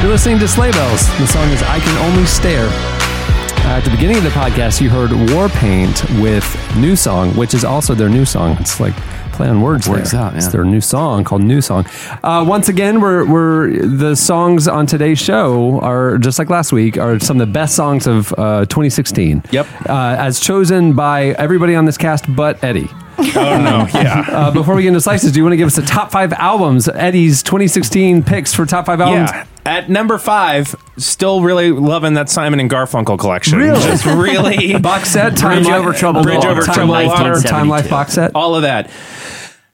You're listening to Sleigh Bells. The song is I Can Only Stare. Uh, At the beginning of the podcast, you heard War Paint with New Song, which is also their new song. It's like play on words.
Works
there.
out,
It's
yeah.
their new song called New Song. Uh, once again, we're, we're the songs on today's show are just like last week are some of the best songs of uh, 2016.
Yep.
uh, as chosen by everybody on this cast but Eddie.
Oh no, yeah.
Uh, before we get into slices, do you want to give us the top five albums, Eddie's 2016 picks for top five albums?
Yeah. At number five, still really loving that Simon and Garfunkel collection. Really? Just really
Box set, time
Bridge
Li-
Over Troubled
Bridge
Water.
over
Time
troubled
Life
water, time
1972.
life box set.
all of that.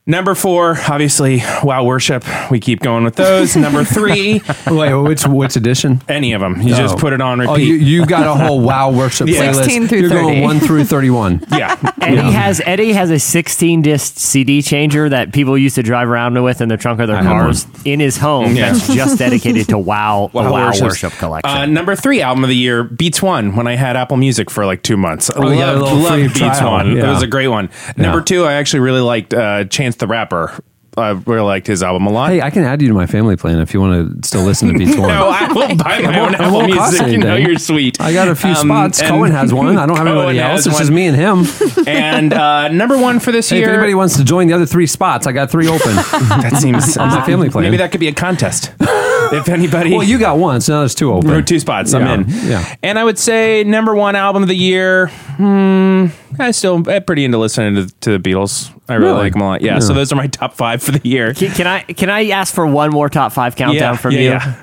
Number four, obviously, wow worship. We keep going with those. Number three,
Wait, which which edition?
any of them. You just
Oh.
put it on repeat.
Oh, you, you got a whole wow worship
Yeah.
playlist.
16 through
You're
30.
going one through thirty-one.
yeah.
Eddie has Eddie has a 16 disc CD changer that people used to drive around with in the trunk of their
have
cars in his home.
Mm, Yeah.
Oh, That's just dedicated to Wow, the Wow
worships.
worship, collection.
Uh, number three album of the year, Beats One. When I had Apple Music for like two months, I
Oh, yeah, a
loved,
little free
loved Beats
trial.
One. It
Yeah.
was a great one. Number two, I actually really liked uh, Chance the Rapper. I really liked his album a lot.
Hey, I can add you to my family plan if you want to still listen to Beats One.
no, I will buy my own Apple
won't cost
Music. You know
anything.
you're sweet.
I got a few
Um,
spots.
and-
Cohen has one. I don't have anybody
Cohen
else.
has
It's just
one.
me and him. Hey,
And uh, number one for this
if
year.
anybody wants to join the other three spots, I got three open.
that seems
on my family plan.
Maybe that could be a contest. if anybody,
well, you got one, so now there's two open.
Row two spots.
Yeah,
I'm in.
yeah.
And I would say number one album of the year. Hmm, I still I'm pretty into listening to, to the Beatles. I really,
Really?
like them a lot. Yeah, So
Yeah.
those are my top five for the year.
can, can I can I ask for one more top five countdown
yeah,
from
yeah,
you?
yeah.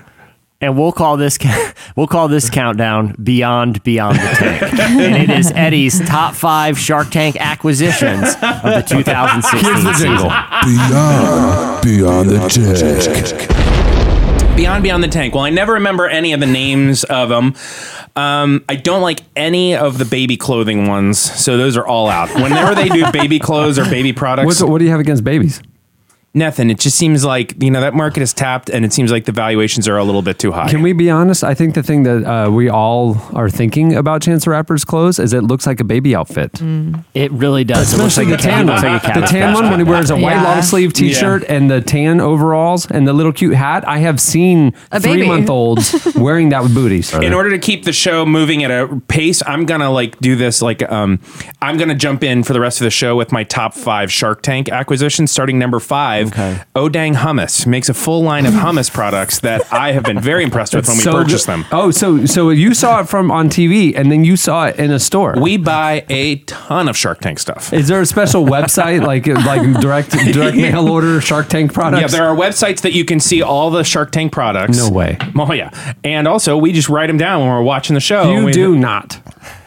And we'll call this we'll call this countdown beyond beyond the tank, and it is Eddie's top five Shark Tank acquisitions of the 2016 season.
Beyond, beyond the deck.
Beyond Beyond the Tank. Well, I never remember any of the names of them. Um, I don't like any of the baby clothing ones, so those are all out. Whenever they do baby clothes or baby products,
What's, what do you have against babies?
nothing. It just seems like you know that market is tapped, and it seems like the valuations are a little bit too high.
Can we be honest? I think the thing that uh, we all are thinking about Chance the Rapper's clothes is it looks like a baby outfit.
Mm. It really does. It looks like
Especially
a
the
tan.
tan one.
Looks like a
the
cabbage
tan
patch
one when he
kid.
wears a white
Yeah.
long sleeve T-shirt and the tan overalls and the little cute hat. I have seen
A baby.
three month olds wearing that with booties.
in order to keep the show moving at a pace, I'm gonna like do this like um I'm gonna jump in for the rest of the show with my top five Shark Tank acquisitions, starting number five. Odang Hummus makes a full line of hummus products that I have been very impressed with when we
So
purchased
good.
them.
Oh, so so you saw it from on TV and then you saw it in a store.
We buy a ton of Shark Tank stuff.
is there a special website like like direct direct mail order Shark Tank
Yeah,
products?
there are websites that you can see all the Shark Tank products.
No way.
Oh yeah, and also we just write them down when we're watching the show.
you
We-
do not.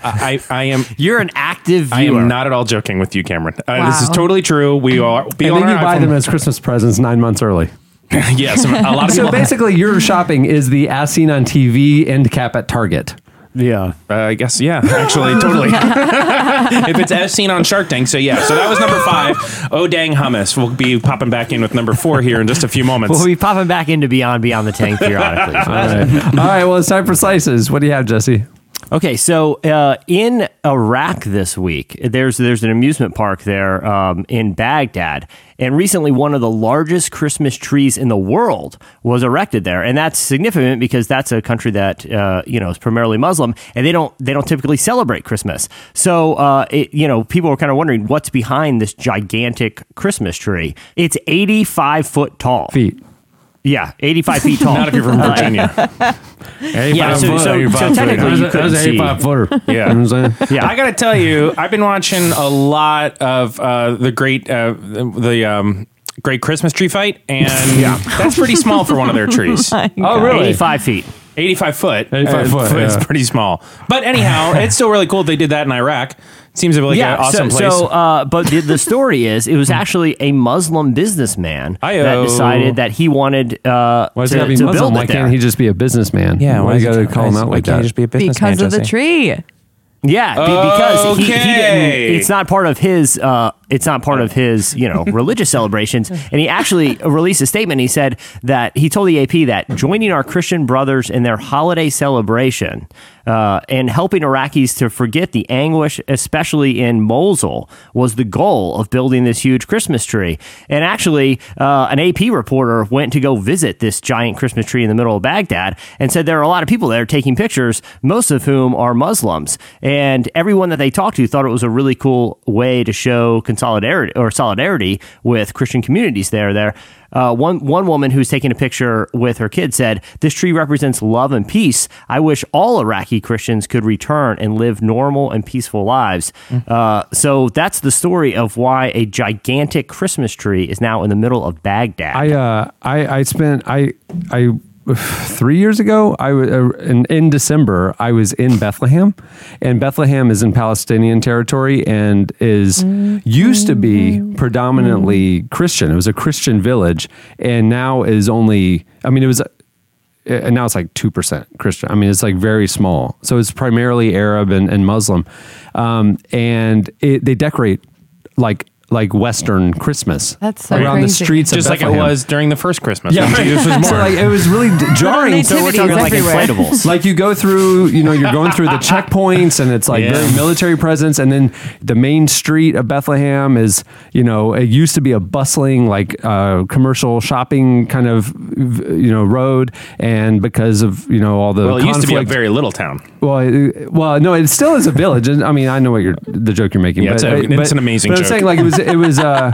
I, I I am.
You're an active viewer.
I am not at all joking with you, Cameron. Uh, This is
Wow.
totally true. We are. Be
And
on
then you
our
buy
iPhone.
them as Christmas presents nine months early.
Yes, a lot of
So
people.
basically, your shopping is the as seen on TV end cap at Target.
Yeah.
Uh, I guess yeah, actually, totally. if it's as seen on Shark Tank, so yeah. So that was number five. Oh dang hummus. We'll be popping back in with number four here in just a few moments.
We'll be popping back into Beyond Beyond the Tank periodically.
All right. All right. Well, it's time for slices. What do you have, Jesse?
okay, so uh, in Iraq this week, there's there's an amusement park there um, in Baghdad, and recently one of the largest Christmas trees in the world was erected there, and that's significant because that's a country that uh, you know is primarily Muslim, and they don't they don't typically celebrate Christmas. So uh, it, you know people were kind of wondering what's behind this gigantic Christmas tree. It's 85 foot tall.
Feet.
Yeah, 85 feet tall. Uh,
Not if you're from Virginia.
Yeah, so, so, so technically you couldn't see.
footer.
Yeah.
You know what I'm saying?
Yeah.
I gotta tell you, I've been watching a lot of uh, the great uh, the um, great Christmas tree fight, and that's pretty small for one of their trees. Uh,
Oh, really?
85 feet.
85 foot.
85 foot,
It's
yeah.
pretty small. But anyhow, it's still really cool they did that in Iraq. Seems like an awesome
so,
place.
So, uh, but the, the story is,
Hmm.
it was actually a Muslim businessman that
Ayo.
decided that he wanted uh,
Why does
to,
it gotta be
to
Muslim?
build
Why
it there.
can't he just be a businessman? Why, you gotta call him out like that?
because of the tree.
yeah, be- because he, he
Okay.
didn't. It's not part of his uh, it's not part of his you know religious celebrations. And he actually released a statement. He said that he told the AP that joining our Christian brothers in their holiday celebration uh, and helping Iraqis to forget the anguish, especially in Mosul, was the goal of building this huge Christmas tree. And actually, uh, an AP reporter went to go visit this giant Christmas tree in the middle of Baghdad and said there are a lot of people there taking pictures, most of whom are Muslims. And everyone that they talked to thought it was a really cool way to show consolidarity or solidarity with Christian communities there. There. Uh, one one woman who's taking a picture with her kid said, "This tree represents love and peace. I wish all Iraqi Christians could return and live normal and peaceful lives." Uh, so that's the story of why a gigantic Christmas tree is now in the middle of Baghdad.
I uh, I I spent I I three years ago I was uh, in, in December I was in Bethlehem, and Bethlehem is in Palestinian territory and is used to be predominantly Christian. It was a Christian village, and now is only I mean it was. uh, And now it's like 2% Christian. I mean, it's like very small. So it's primarily Arab and, and Muslim. Um, and it, they decorate like like Western Christmas
That's so
around
crazy.
the streets of
Just like it
Bethlehem.
was during the first Christmas.
Yeah,
when Jesus was
so
born.
like it was really d- jarring.
So we're talking like everywhere.
inflatables.
Like you go through, you know, you're going through the checkpoints, and it's like
Yeah.
very military presence, and then the main street of Bethlehem is, you know, it used to be a bustling like uh, commercial shopping kind of, you know, road, and because of you know all the
well, it used to be a
conflict-
very little town.
well, it, well, no, it still is a village. And I mean, I know what you're the joke you're making.
Yeah,
but,
it's a-
but-
it's an amazing
But I'm
joke.
saying like it was it was uh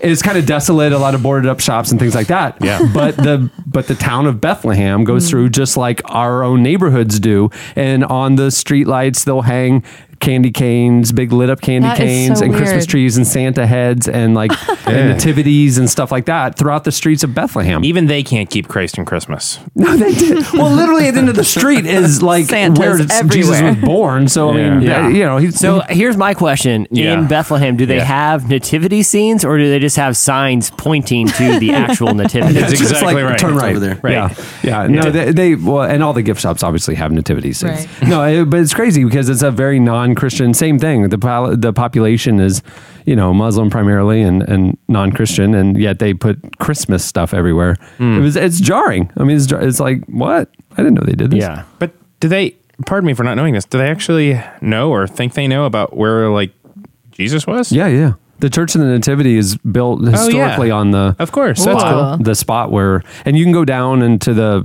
it was kind of desolate, a lot of boarded up shops and things like that.
Yeah.
But the but the town of Bethlehem goes
Mm.
through just like our own neighborhoods do, and on the streetlights they'll hang candy canes, big lit up candy
That is
canes,
so
and Christmas
weird.
trees and Santa heads and like and nativities and stuff like that throughout the streets of Bethlehem.
Even they can't keep Christ in Christmas.
No, they did. Well, literally at the end of the street is like
Santas
where Jesus
everywhere.
was born. So I mean,
Yeah.
that- you know, he's
So here's my question:
Yeah.
In Bethlehem, do they
Yeah.
have nativity scenes, or do they just have signs pointing to the actual nativity?
That's
It's
exactly right.
Turn
It's
right
over there.
Yeah,
Right.
yeah. No, they, they well, and all the gift shops obviously have nativity scenes.
Right.
No, it, but it's crazy because it's a very non-Christian. Same thing. The pol- the population is, you know, Muslim primarily and and non-Christian, and yet they put Christmas stuff everywhere.
Hmm.
It was it's jarring. I mean, it's, jar- it's like what I didn't know they did this.
Yeah.
But do they? Pardon me for not knowing this. Do they actually know or think they know about where like Jesus was?
yeah, yeah. The Church of the Nativity is built
Oh, yeah.
historically on the
Of course, that's
Wow.
cool.
the spot where and you can go down into the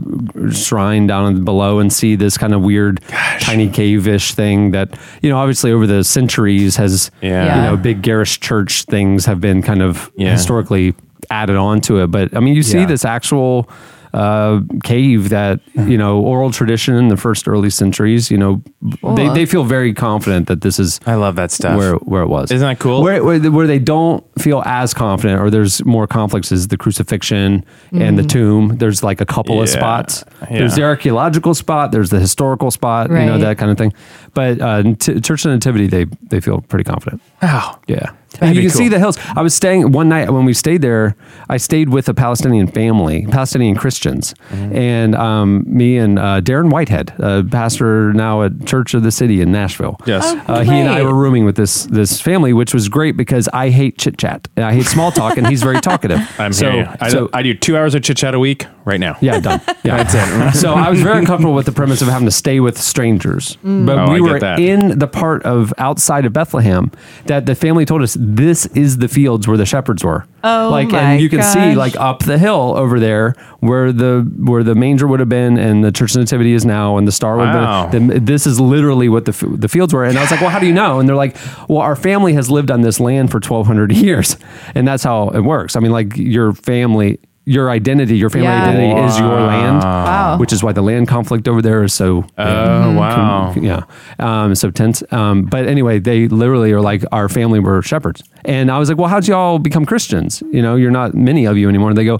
shrine down below and see this kind of weird tiny cave-ish thing that you know obviously over the centuries has
Yeah.
you know
Yeah.
big garish church things have been kind of
Yeah.
historically added on to it but i mean you see
Yeah.
this actual uh, cave that
Hmm.
you know oral tradition in the first early centuries you know
Oh,
they, they feel very confident that this is
I love that stuff.
where where it was.
Isn't that cool?
Where, where, where they don't feel as confident, or there's more conflicts, is the crucifixion and the tomb. There's like a couple of
Yeah.
spots.
Yeah.
There's the archaeological spot. There's the historical spot. You know
Right.
that kind of thing. But uh, t- Church of the Nativity, they they feel pretty confident.
Wow.
Yeah. And you
be
can see
cool.
the hills. I was staying one night when we stayed there. I stayed with a Palestinian family, Palestinian Christians,
Mm-hmm.
and um, me and uh, Darren Whitehead, a pastor now at Church of the City in Nashville.
Yes. Oh,
Uh, he and I
great.
were rooming with this this family, which was great because I hate chit chat. I hate small talk, and he's very talkative.
I'm
so,
here. I,
so-
I do two hours of chit chat a week right now.
yeah, done. Yeah, that's it. so I was very uncomfortable with the premise of having to stay with strangers, but
Oh, I
we
get
were
that.
in the part of outside of Bethlehem that the family told us this is the fields where the shepherds were.
Oh
like
my
and you can see
gosh.
like up the hill over there where the where the manger would have been and the church of nativity is now and the star would
Wow.
have been. The, this is literally what the f- the fields were, and I was like, well, how do you know? And they're like, well, our family has lived on this land for twelve hundred years, and that's how it works. I mean, like your family. Your identity, your family
Yeah.
identity is your land,
Wow.
which is why the land conflict over there is so.
Oh wow.
yeah, um, so tense. Um, but anyway, they literally are like our family were shepherds, and I was like, "Well, how'd y'all become Christians? You know, you're not many of you anymore." And they go,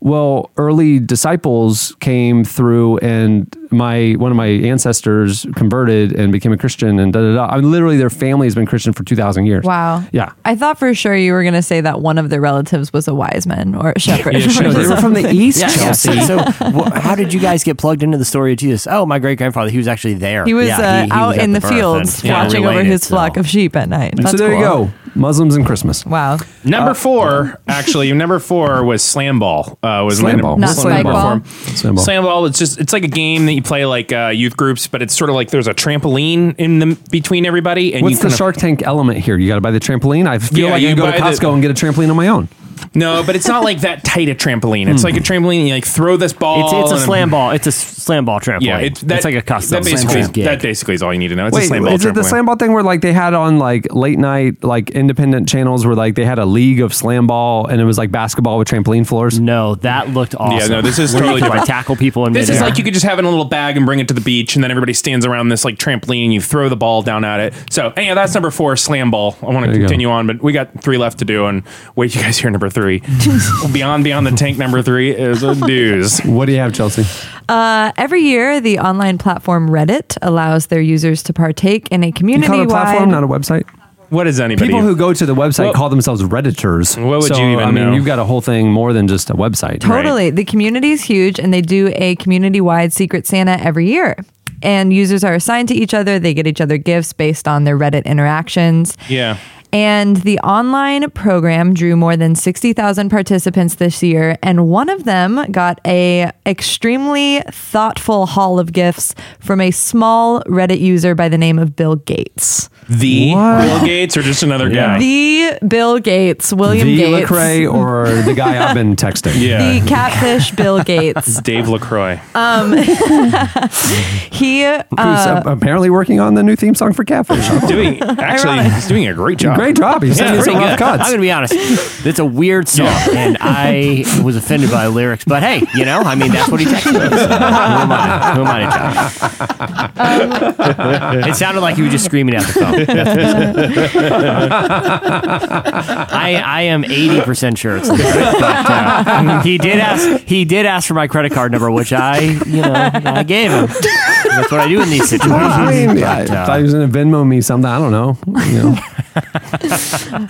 "Well, early disciples came through and my one of my ancestors converted and became a Christian and da da da. I mean, literally, their family has been Christian for two thousand years.
Wow.
Yeah.
I thought for sure you were going to say that one of their relatives was a wise man or a shepherd.
Yeah, sure. They were from the East,
Yeah, yeah.
Chelsea.
So, so wh- how did you guys get plugged into the story of Jesus? Oh, my great grandfather, he was actually there.
He was
Yeah,
uh,
he- he
out
was at
in the,
birth
fields
and, yeah,
watching over
related,
his
so.
flock of sheep at night.
so
That's
there you
cool.
go, Uh, Muslims and Christmas.
Wow.
Number four, actually, number four was slam ball. Uh, was
Slam
another-
ball.
Not spike ball.
Slam ball.
Slam ball. It's just it's like a game that you play like uh, youth groups, but it's sort of like there's a trampoline in the between everybody, and
What's
you
the
kind of-
Shark Tank element here? You got to buy the trampoline. I feel
Yeah,
like I
you
can go to
buy the-
Costco and get a trampoline on my own.
No, but it's not like that tight a trampoline. It's like a
Hmm.
trampoline. You like throw this ball.
It's, it's a
and-
slam ball. It's a s- slam ball trampoline.
Yeah,
it's, like a custom
That
slam
basically,
ball gig.
that basically is all you need to know. It's a
Wait,
slam ball.
is it the
trampoline.
slam ball thing where like they had on like late night like independent channels where like they had a league of slam ball and it was like basketball with trampoline floors?
no, that looked awesome.
no, this is
Where you
totally
could, like,
different.
tackle people in
This is
midair.
like you could just have it in a little bag and bring it to the beach, and then everybody stands around this like trampoline, and you throw the ball down at it. So, anyhow, that's number four, slam ball. I want to
you go.
continue on, but we got three left to do, and wait, you guys hear number three? beyond, beyond the tank, number three is a news.
What do you have, Chelsea?
Uh, every year, the online platform Reddit allows their users to partake in a
You call
community
it a platform, not
wide.
a website.
What is anybody?
People who go to the website
Well-
call themselves redditors.
What would
so,
you even
I mean,
know?
you've got a whole thing more than just a website.
Totally. The community is huge, and they do a community wide Secret Santa every year. And users are assigned to each other. They get each other gifts based on their Reddit interactions.
yeah.
And the online program drew more than 60,000 participants this year and one of them got a extremely thoughtful haul of gifts from a small Reddit user by the name of Bill Gates.
The Bill Gates or just another guy?
The Bill Gates, William
The
Gates.
Lecrae or the guy I've been texting.
yeah.
The catfish Bill Gates. Um,
Dave LaCroix.
He uh,
Who's uh, apparently working on the new theme song for Catfish.
doing actually he's doing a great job.
Great job. He's sending some
pretty
rough
good. I'm
cuts.
gonna be honest. It's a weird song, and I was offended by the lyrics. But hey, you know, I mean, that's what he texted. us, so Who am I? Who am I to judge? it sounded like he was just screaming at the phone. That's what it sounded. I I am eighty percent sure it's. Lyrics, but, uh, he did ask. He did ask for my credit card number, which I you know I gave him. That's what I do in these
I
situations.
mean, I
But, uh,
thought he was going to Venmo me something. I don't know. You know.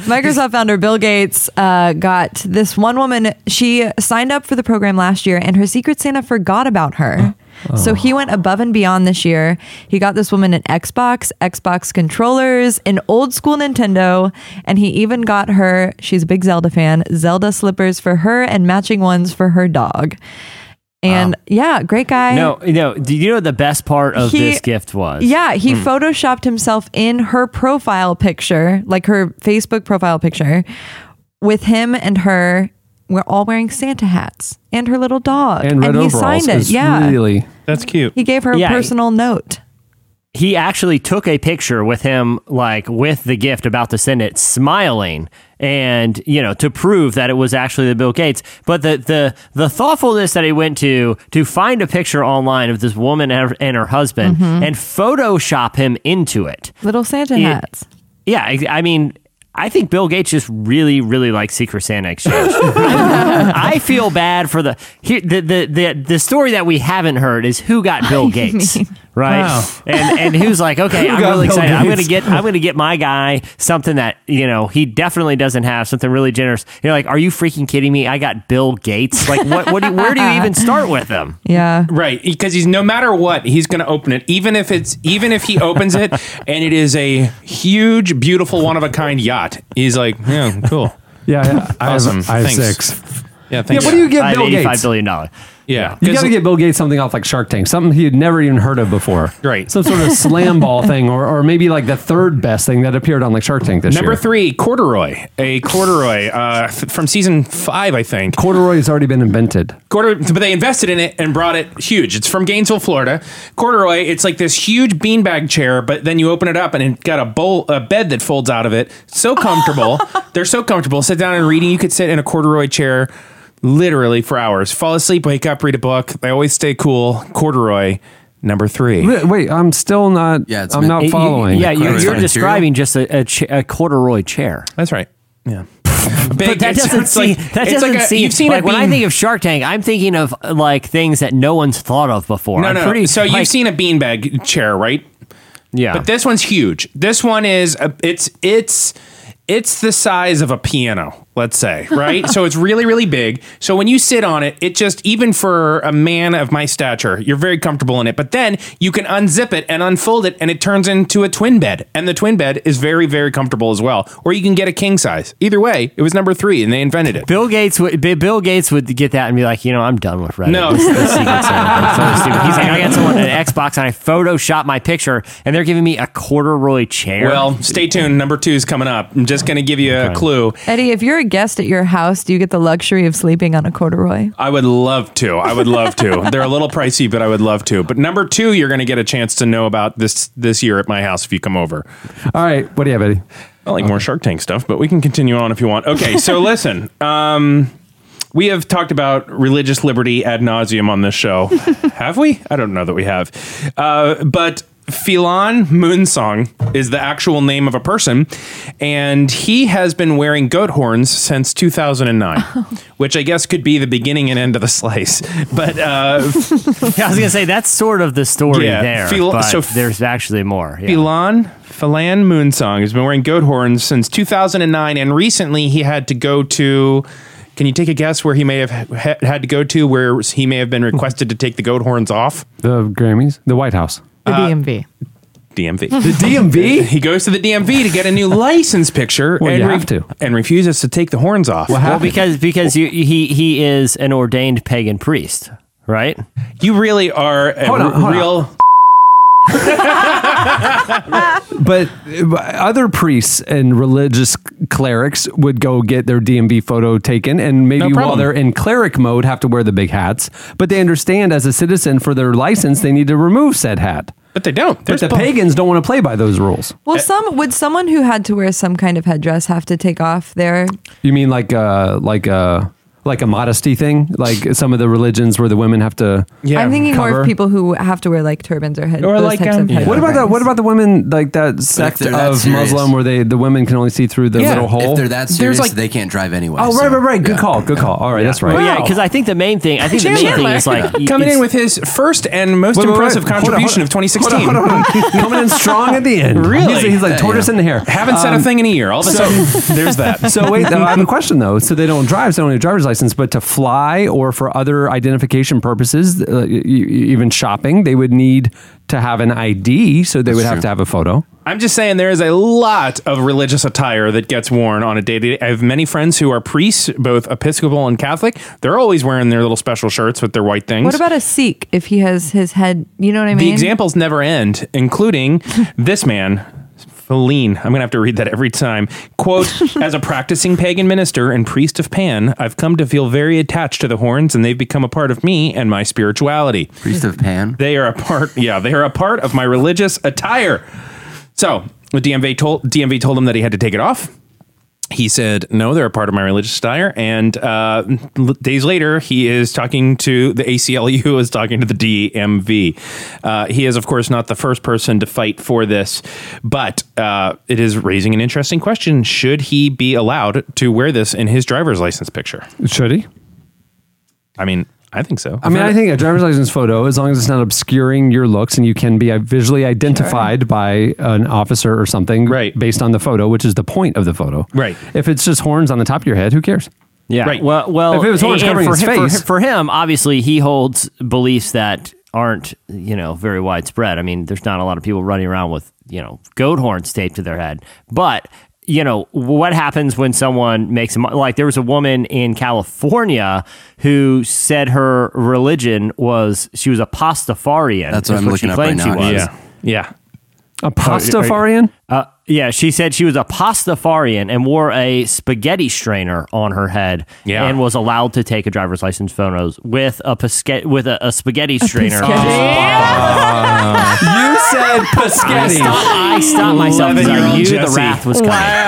Microsoft founder Bill Gates uh, got this one woman. She signed up for the program last year, and her Secret Santa forgot about her. So he went above and beyond this year. He got this woman an Xbox, Xbox controllers, an old school Nintendo, and he even got her, she's a big Zelda fan, Zelda slippers for her and matching ones for her dog. And yeah, great guy.
No, no. Do you know what the best part of
He-
this gift was? Hmm.
Yeah, he photoshopped himself in her profile picture, like her Facebook profile picture, with him and her. We're all wearing Santa hats and her little dog.
And red
he
overalls.
signed it.
It's
Yeah.
Really.
That's cute.
he gave her
Yeah,
a
he-
personal note.
He actually took a picture with him, like with the gift about to send it, smiling, and you know to prove that it was actually the Bill Gates. But the the the thoughtfulness that he went to to find a picture online of this woman and her, and her husband
Mm-hmm.
and Photoshop him into it.
Little Santa
It-
hats.
Yeah, I, I mean, I think Bill Gates just really, really likes Secret Santa Exchange. I feel bad for the, here, the the the the story that we haven't heard is who got Bill Gates, right? And and who's like, okay, I'm
got
really
Bill
excited. I'm gonna
Gates?
get I'm gonna get my guy something that you know he definitely doesn't have something really generous. You're like, are you freaking kidding me? I got Bill Gates. Like, what? What? Do you, where do you even start with them?
Yeah.
Right, because he's no matter what, he's going to open it, even if it's even if he opens it and it is a huge, beautiful, one of a kind yacht. He's like, yeah, cool,
Yeah. yeah. I have,
Awesome.
I have
Thanks.
six.
yeah,
Yeah.
thanks.
What do you give
I have
Bill Gates?
$85 billion dollar.
Yeah,
You got to get Bill Gates something off like Shark Tank, something he had never even heard of before.
Right.
Some sort of slam ball thing, or, or maybe like the third best thing that appeared on like Shark Tank this
number
year.
three, corduroy, a corduroy uh, f- from season five, I think.
Corduroy has already been invented.
Corduroy, but they invested in it and brought it huge. It's from Gainesville, Florida. Corduroy, it's like this huge beanbag chair, but then you open it up and it got a bowl, a bed that folds out of it. So comfortable. They're so comfortable. Sit down and reading. You could sit in a corduroy chair literally for hours. Fall asleep, wake up, read a book. They always stay cool. Corduroy number three.
Wait, wait, I'm still not.
Yeah, it's
I'm
been-
not
You- you-
following.
Yeah,
Corduroy
you're, you're
material?
describing just a, a, cha- a corduroy chair.
That's right. Yeah.
But that doesn't seem. that doesn't seem.
You've seen
like
it
when I
being-
think of Shark Tank, I'm thinking of uh, like things that no one's thought of before.
No,
I'm
no.
pretty-
so
like-
you've seen a beanbag chair, right?
yeah.
But this one's huge. This one is a, it's it's it's the size of a piano, let's say, right? so it's really really big. So when you sit on it, it just even for a man of my stature, you're very comfortable in it. But then you can unzip it and unfold it and it turns into a twin bed. And the twin bed is very very comfortable as well. Or you can get a king size. Either way, it was number 3 and they invented it.
Bill Gates would Bi- Bill Gates would get that and be like, you know, I'm done with Reddit.
No.
It's the secret service. It's so stupid. He's like, I got someone at Xbox and I Photoshop my picture and they're giving me a corduroy chair.
Well, stay tuned. Number 2 is coming up. I'm just going to give you a clue.
Eddie, if you're a guest at your house, do you get the luxury of sleeping on a corduroy?
I would love to. I would love to. They're a little pricey, but I would love to. But number two, you're going to get a chance to know about this this year at my house if you come over.
All right, what do you have, Eddie?
I like more Shark Tank stuff, but we can continue on if you want. Okay, so listen, um, we have talked about religious liberty ad nauseum on this show, have we? I don't know that we have, uh, but. Philan Moonsong is the actual name of a person, and he has been wearing goat horns since 2009, which I guess could be the beginning and end of the slice. But uh,
Yeah, I was gonna say that's sort of the story
Yeah,
there.
feel-
but
so f-
there's actually more. Yeah.
Philan Philan Moonsong has been wearing goat horns since 2009, and recently he had to go to. Can you take a guess where he may have ha- had to go to where he may have been requested to take the goat horns off? Uh,
The Grammys, the White House.
The DMV.
DMV.
DMV?
he goes to the DMV to get a new license picture
Well,
and,
you have to.
and refuses to take the horns off.
Well, because because you, he he is an ordained pagan priest, right?
You really are a
Hold on,
r-
hold on.
real.
But uh, other priests and religious clerics would go get their DMV photo taken, and maybe while
problem.
they're in cleric mode, have to wear the big hats. But they understand as a citizen for their license, they need to remove said hat.
But they don't.
But
There's
the
pl-
pagans don't want to play by those rules.
Well, some would someone who had to wear some kind of headdress have to take off their
You mean like uh like a like a modesty thing? Like some of the religions where the women have to.
Yeah.
I'm thinking more
cover.
of people who have to wear like turbans or head
Or
those
like,
types
um,
of head
What about the
coverings.
what about the women like that sect
they're that
of
serious-
Muslim where they the women can only see through the
Yeah,
little
if
hole?
If they're that
There's
serious,
like-
they can't drive anyway.
oh
so-
right right right. Good
yeah.
call. Good call. All right, that's right.
Well, yeah, because I think the main thing I think the main thing is like y-
coming in
it's-
with his first and most
Wait, wait, wait.
impressive
Hold on, hold
contribution
on.
of 2016.
Hold on, hold on. Coming in strong at the end.
Really?
He's, he's like
Yeah,
tortoise
yeah.
in the hair. Um,
Haven't said a thing in a year. All of a sudden, there's that.
So wait, though, I have a question though. So they don't drive, so they don't have a driver's license, but to fly or for other identification purposes, uh, e- e- even shopping, they would need to have an ID. So they would have to have a photo.
I'm just saying there is a lot of religious attire that gets worn on a day to day. I have many friends who are priests, both Episcopal and Catholic. They're always wearing their little special shirts with their white things.
What about a Sikh if he has his head? You know what I
the
mean.
examples never end, including this man. Feline, I'm gonna have to read that every time. Quote, as a practicing pagan minister and priest of Pan, I've come to feel very attached to the horns and they've become a part of me and my spirituality.
Priest of Pan.
They are a part. Yeah, they are a part of my religious attire. So the DMV told DMV told him that he had to take it off. He said, "No, they're a part of my religious attire." And uh, l- days later, he is talking to the ACLU is talking to the DMV. Uh, he is, of course, not the first person to fight for this, but uh, it is raising an interesting question: Should he be allowed to wear this in his driver's license picture?
Should he?
I mean, I think so.
I mean, I think a driver's license photo, as long as it's not obscuring your looks and you can be uh, visually identified by an officer or something
Right.
based on the photo, which is the point of the photo.
Right.
If it's just horns on the top of your head, who cares?
Yeah.
Right.
Well, well,
If it was orange
and
covering
for
his
him, for-
face-
For, him, obviously, he holds beliefs that aren't, you know, very widespread. I mean, there's not a lot of people running around with, you know, goat horns taped to their head. But, you know, what happens when someone makes a, mo- like, there was a woman in California who said her religion was, she was a Pastafarian.
That's what
is
I'm
she
looking up right
claimed
now,
She was.
actually.
yeah, yeah.
A pastafarian?
Uh, yeah, she said she was a pastafarian and wore a spaghetti strainer on her head
Yeah.
and was allowed to take a driver's license photos with a pasque- with a, a spaghetti strainer. Oh.
you said
I
Paschetti.
stopped, I stopped myself because I
11-year-old
knew the
Jesse.
wrath was coming.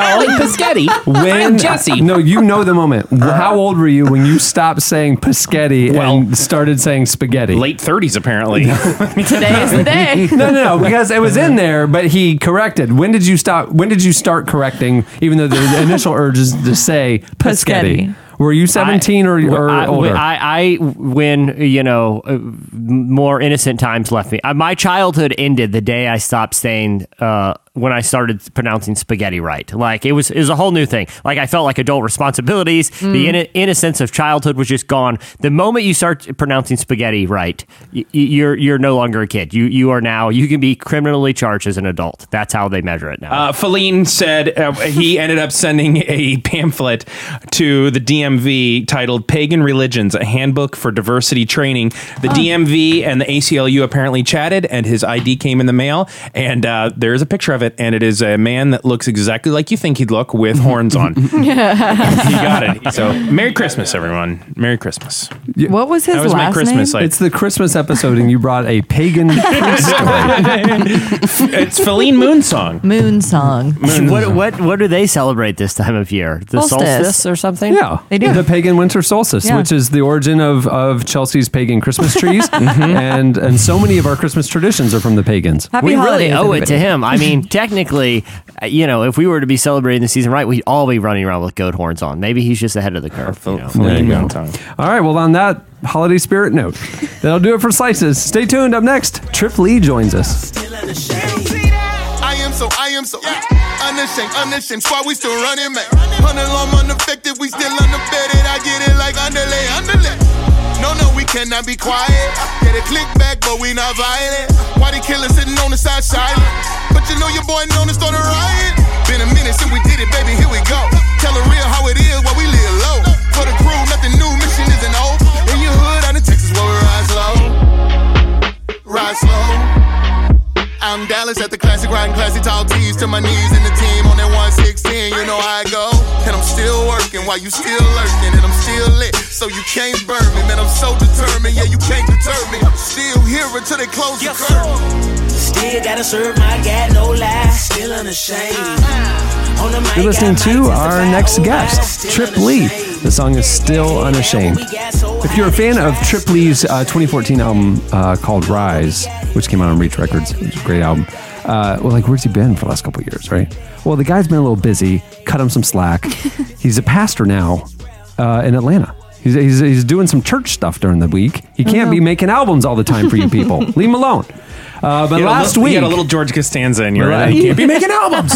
When Jesse. No, you know the moment.
Uh,
How old were you when you stopped saying Paschetti and started saying spaghetti?
Late 30s, apparently.
no, no, no, because it was in there, but he corrected. When did you stop? When did you start correcting? Even though the initial urge is to say Pescetti.
Pescetti.
Were you seventeen or, or
I,
older?
I, I when you know uh, more innocent times left me. Uh, my childhood ended the day I stopped saying uh, when I started pronouncing spaghetti right. Like it was it was a whole new thing. Like I felt like adult responsibilities. The in, innocence of childhood was just gone. The moment you start pronouncing spaghetti right, y- y- you're you're no longer a kid. You you are now you can be criminally charged as an adult. That's how they measure it now.
Uh, Feline said uh, he ended up sending a pamphlet to the DMV titled Pagan Religions, a handbook for diversity training. The
Oh.
DMV and the ACLU apparently chatted, and his ID came in the mail. And uh, there is a picture of it, and it is a man that looks exactly like you think he'd look with horns on. he got it. So, Merry Christmas, everyone. Merry Christmas.
What was his
That was
last
my Christmas.
name?
Like,
it's the Christmas episode, and you brought a pagan priest.
it's Feline Moonsong.
Moon Song.
what what what do they celebrate this time of year? The
Solstice.
solstice or something?
Yeah,
They do.
the pagan winter solstice,
Yeah.
which is the origin of, of Chelsea's pagan Christmas trees,
Mm-hmm.
and and so many of our Christmas traditions are from the pagans.
Happy
we really
holidays,
owe it
everybody.
to him. I mean, technically, uh, you know, if we were to be celebrating the season right, we'd all be running around with goat horns on. Maybe he's just ahead of the curve. you know.
Feline Moonsong.
All right, well, on that holiday spirit note, that'll do it for slices. Stay tuned. Up next, Trip Lee joins us.
I am so, I am so unashamed, unashamed. Why we still running back? Hundred long unaffected, we still unabated. I get it like underlay, underlay. No, no, we cannot be quiet. Get a click back, but we not violent. Why the killer sitting on the side silent? But you know your boy known to start a riot. Been a minute since we did it, baby. Here we go. Tell the real how it is while we live low. For the crew, nothing new. Mission isn't old. In your hood, out in Texas, where we rise low, rise slow. I'm Dallas at the classic, riding classic tall tees to my knees in the team on that 116. You know how I go, and I'm still working while you still lurking, and I'm still lit, so you can't burn me. Man, I'm so determined, yeah, you can't deter me. I'm still here until they close the curtain.
Still gotta serve my God, no lie. Still unashamed. On the mic,
You're listening
I might
to our
testify,
next
oh, I
guest,
still
Trip Lee.
unashamed.
The song is Still Unashamed. If you're a fan of Trip Lee's uh, 2014 album uh, called Rise, which came out on Reach Records, which is a great album, uh, well, like, where's he been for the last couple of years, right? Well, the guy's been a little busy, cut him some slack. he's a pastor now uh, in Atlanta. He's, he's, he's doing some church stuff during the week. He can't be making albums all the time for you people. Leave him alone. Uh, but
You had a
last
little-
week,
you had a little George Costanza in your
Right.
You can't be making albums.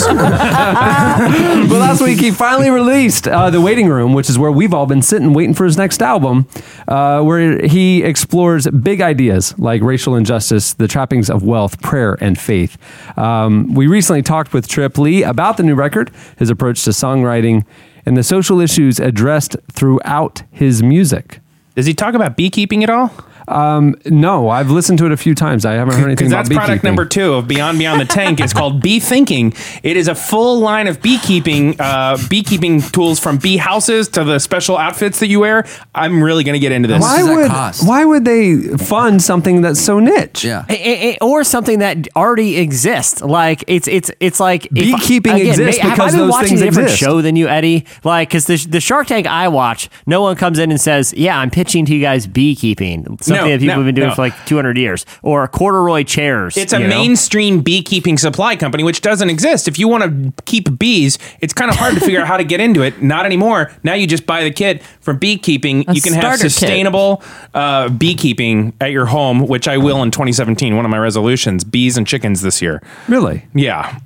But last week he finally released uh, The Waiting Room, which is where we've all been sitting waiting for his next album, uh, where he explores big ideas like racial injustice, the trappings of wealth, prayer, and faith. Um, we recently talked with Trip Lee about the new record, his approach to songwriting, and the social issues addressed throughout his music. Um,
Does he talk about beekeeping at all?
No, I've listened to it a few times. I haven't heard anything
Because
about
that's product
beekeeping.
number two of Beyond Beyond the Tank. It's called Bee Thinking. It is a full line of beekeeping, uh, beekeeping tools from bee houses to the special outfits that you wear. I'm really going to get into this.
Why
does that
would
cost?
why would they fund something that's so niche?
Yeah.
Eh, eh, eh, or something that already exists. Like it's it's it's like if-
Beekeeping exists
may- have
because
I been
those
watching
things
a different
exist.
show than you, Eddie. Like because the, the Shark Tank I watch, no one comes in and says, "Yeah, I'm pitching to you guys beekeeping," something
No,
that people
no,
have been doing
no.
for like 200 years, or corduroy chairs.
It's a
you know?
mainstream beekeeping supply company, which doesn't exist. If you want to keep bees, it's kind of hard to figure out how to get into it. Not anymore. Now you just buy the kit from beekeeping.
A
you can have
starter kit.
sustainable uh, beekeeping at your home, which I will in 2017. One of my resolutions: bees and chickens this year.
Really?
Yeah,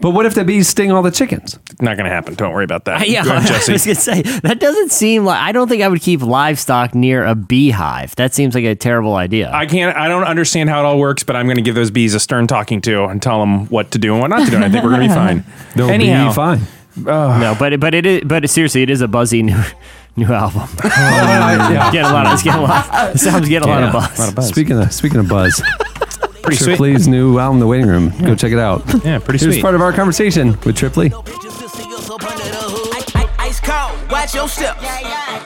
But what if the bees sting all the chickens?
not going to happen. Don't worry about that.
Yeah,
Go ahead,
I was
Jesse.
gonna say that doesn't seem like. I don't think I would keep livestock near a beehive. That seems like a terrible idea.
I can't. I don't understand how it all works, but I'm going to give those bees a stern talking to and tell them what to do and what not to do. And I think we're going to be fine.
They'll
Anyhow,
be E fine.
no, but it- but it is. But it, seriously, it is a buzzy new new album. Get a lot of it's getting a lot. This album's getting a lot of buzz.
Speaking of speaking of buzz,
Pretty
Trip
sweet.
Lee's new album, The Waiting Room. Go check it out.
Yeah, pretty
Here's
sweet.
part of our conversation with E. Trip Lee.
Bitches just see us up under the hood. I- I- Ice cold, watch your steps.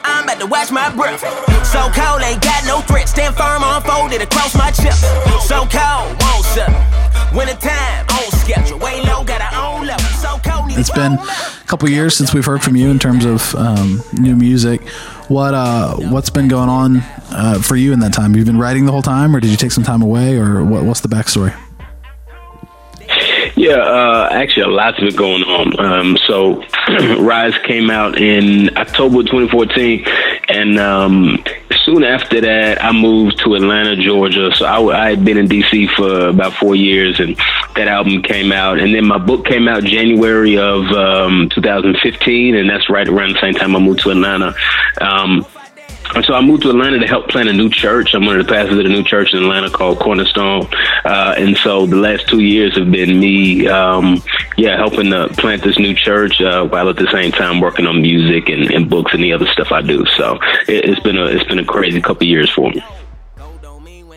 I'm about to watch my breath. So cold, ain't got no threat. Stand firm, unfolded across my chest. So cold, won't settle. Winter time, on schedule. Way low, got our own level. So cold, need
It's been a couple years since we've heard from you in terms of um, new music. What uh, what's been going on uh, for you in that time? You've been writing the whole time, or did you take some time away, or what, what's the backstory?
Yeah, uh, actually, a lot's been going on. Um, so, Rise came out in October 2014, and um, soon after that, I moved to Atlanta, Georgia. So, I, I had been in DC for about four years, and that album came out. And then my book came out January of um, 2015, and that's right around the same time I moved to Atlanta. Um, and so I moved to Atlanta to help plant a new church. I'm one of the pastors at a new church in Atlanta called Cornerstone. Uh, and so the last two years have been me, um, yeah, helping to plant this new church uh, while at the same time working on music and, and books and the other stuff I do. So it, it's been a it's been a crazy couple of years for me.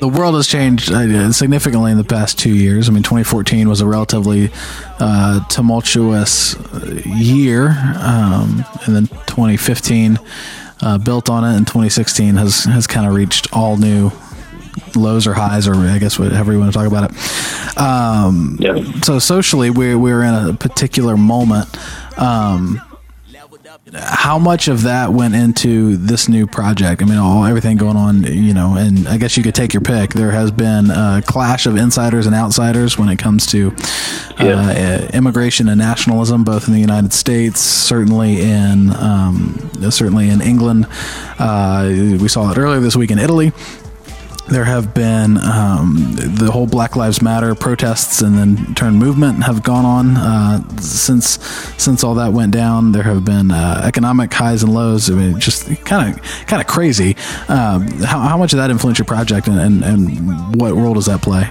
the world has changed uh, significantly in the past two years. I mean, 2014 was a relatively uh, tumultuous uh, year, um, and then 2015 uh, built on it, and 2016 has has kind of reached all new lows or highs, or I guess whatever you want to talk about it. Um, So socially, we're we're in a particular moment. Um, how much of that went into this new project? I mean, all everything going on, you know, and I guess you could take your pick. There has been a clash of insiders and outsiders when it comes to uh, immigration and nationalism, both in the United States, certainly in um, certainly in England. Uh, we saw it earlier this week in Italy there have been um, the whole Black Lives Matter protests and then turn movement have gone on uh, since since all that went down. There have been uh, economic highs and lows. I mean, just kind of kind of crazy. Um, how, how much of that influenced your project, and, and, and what role does that play?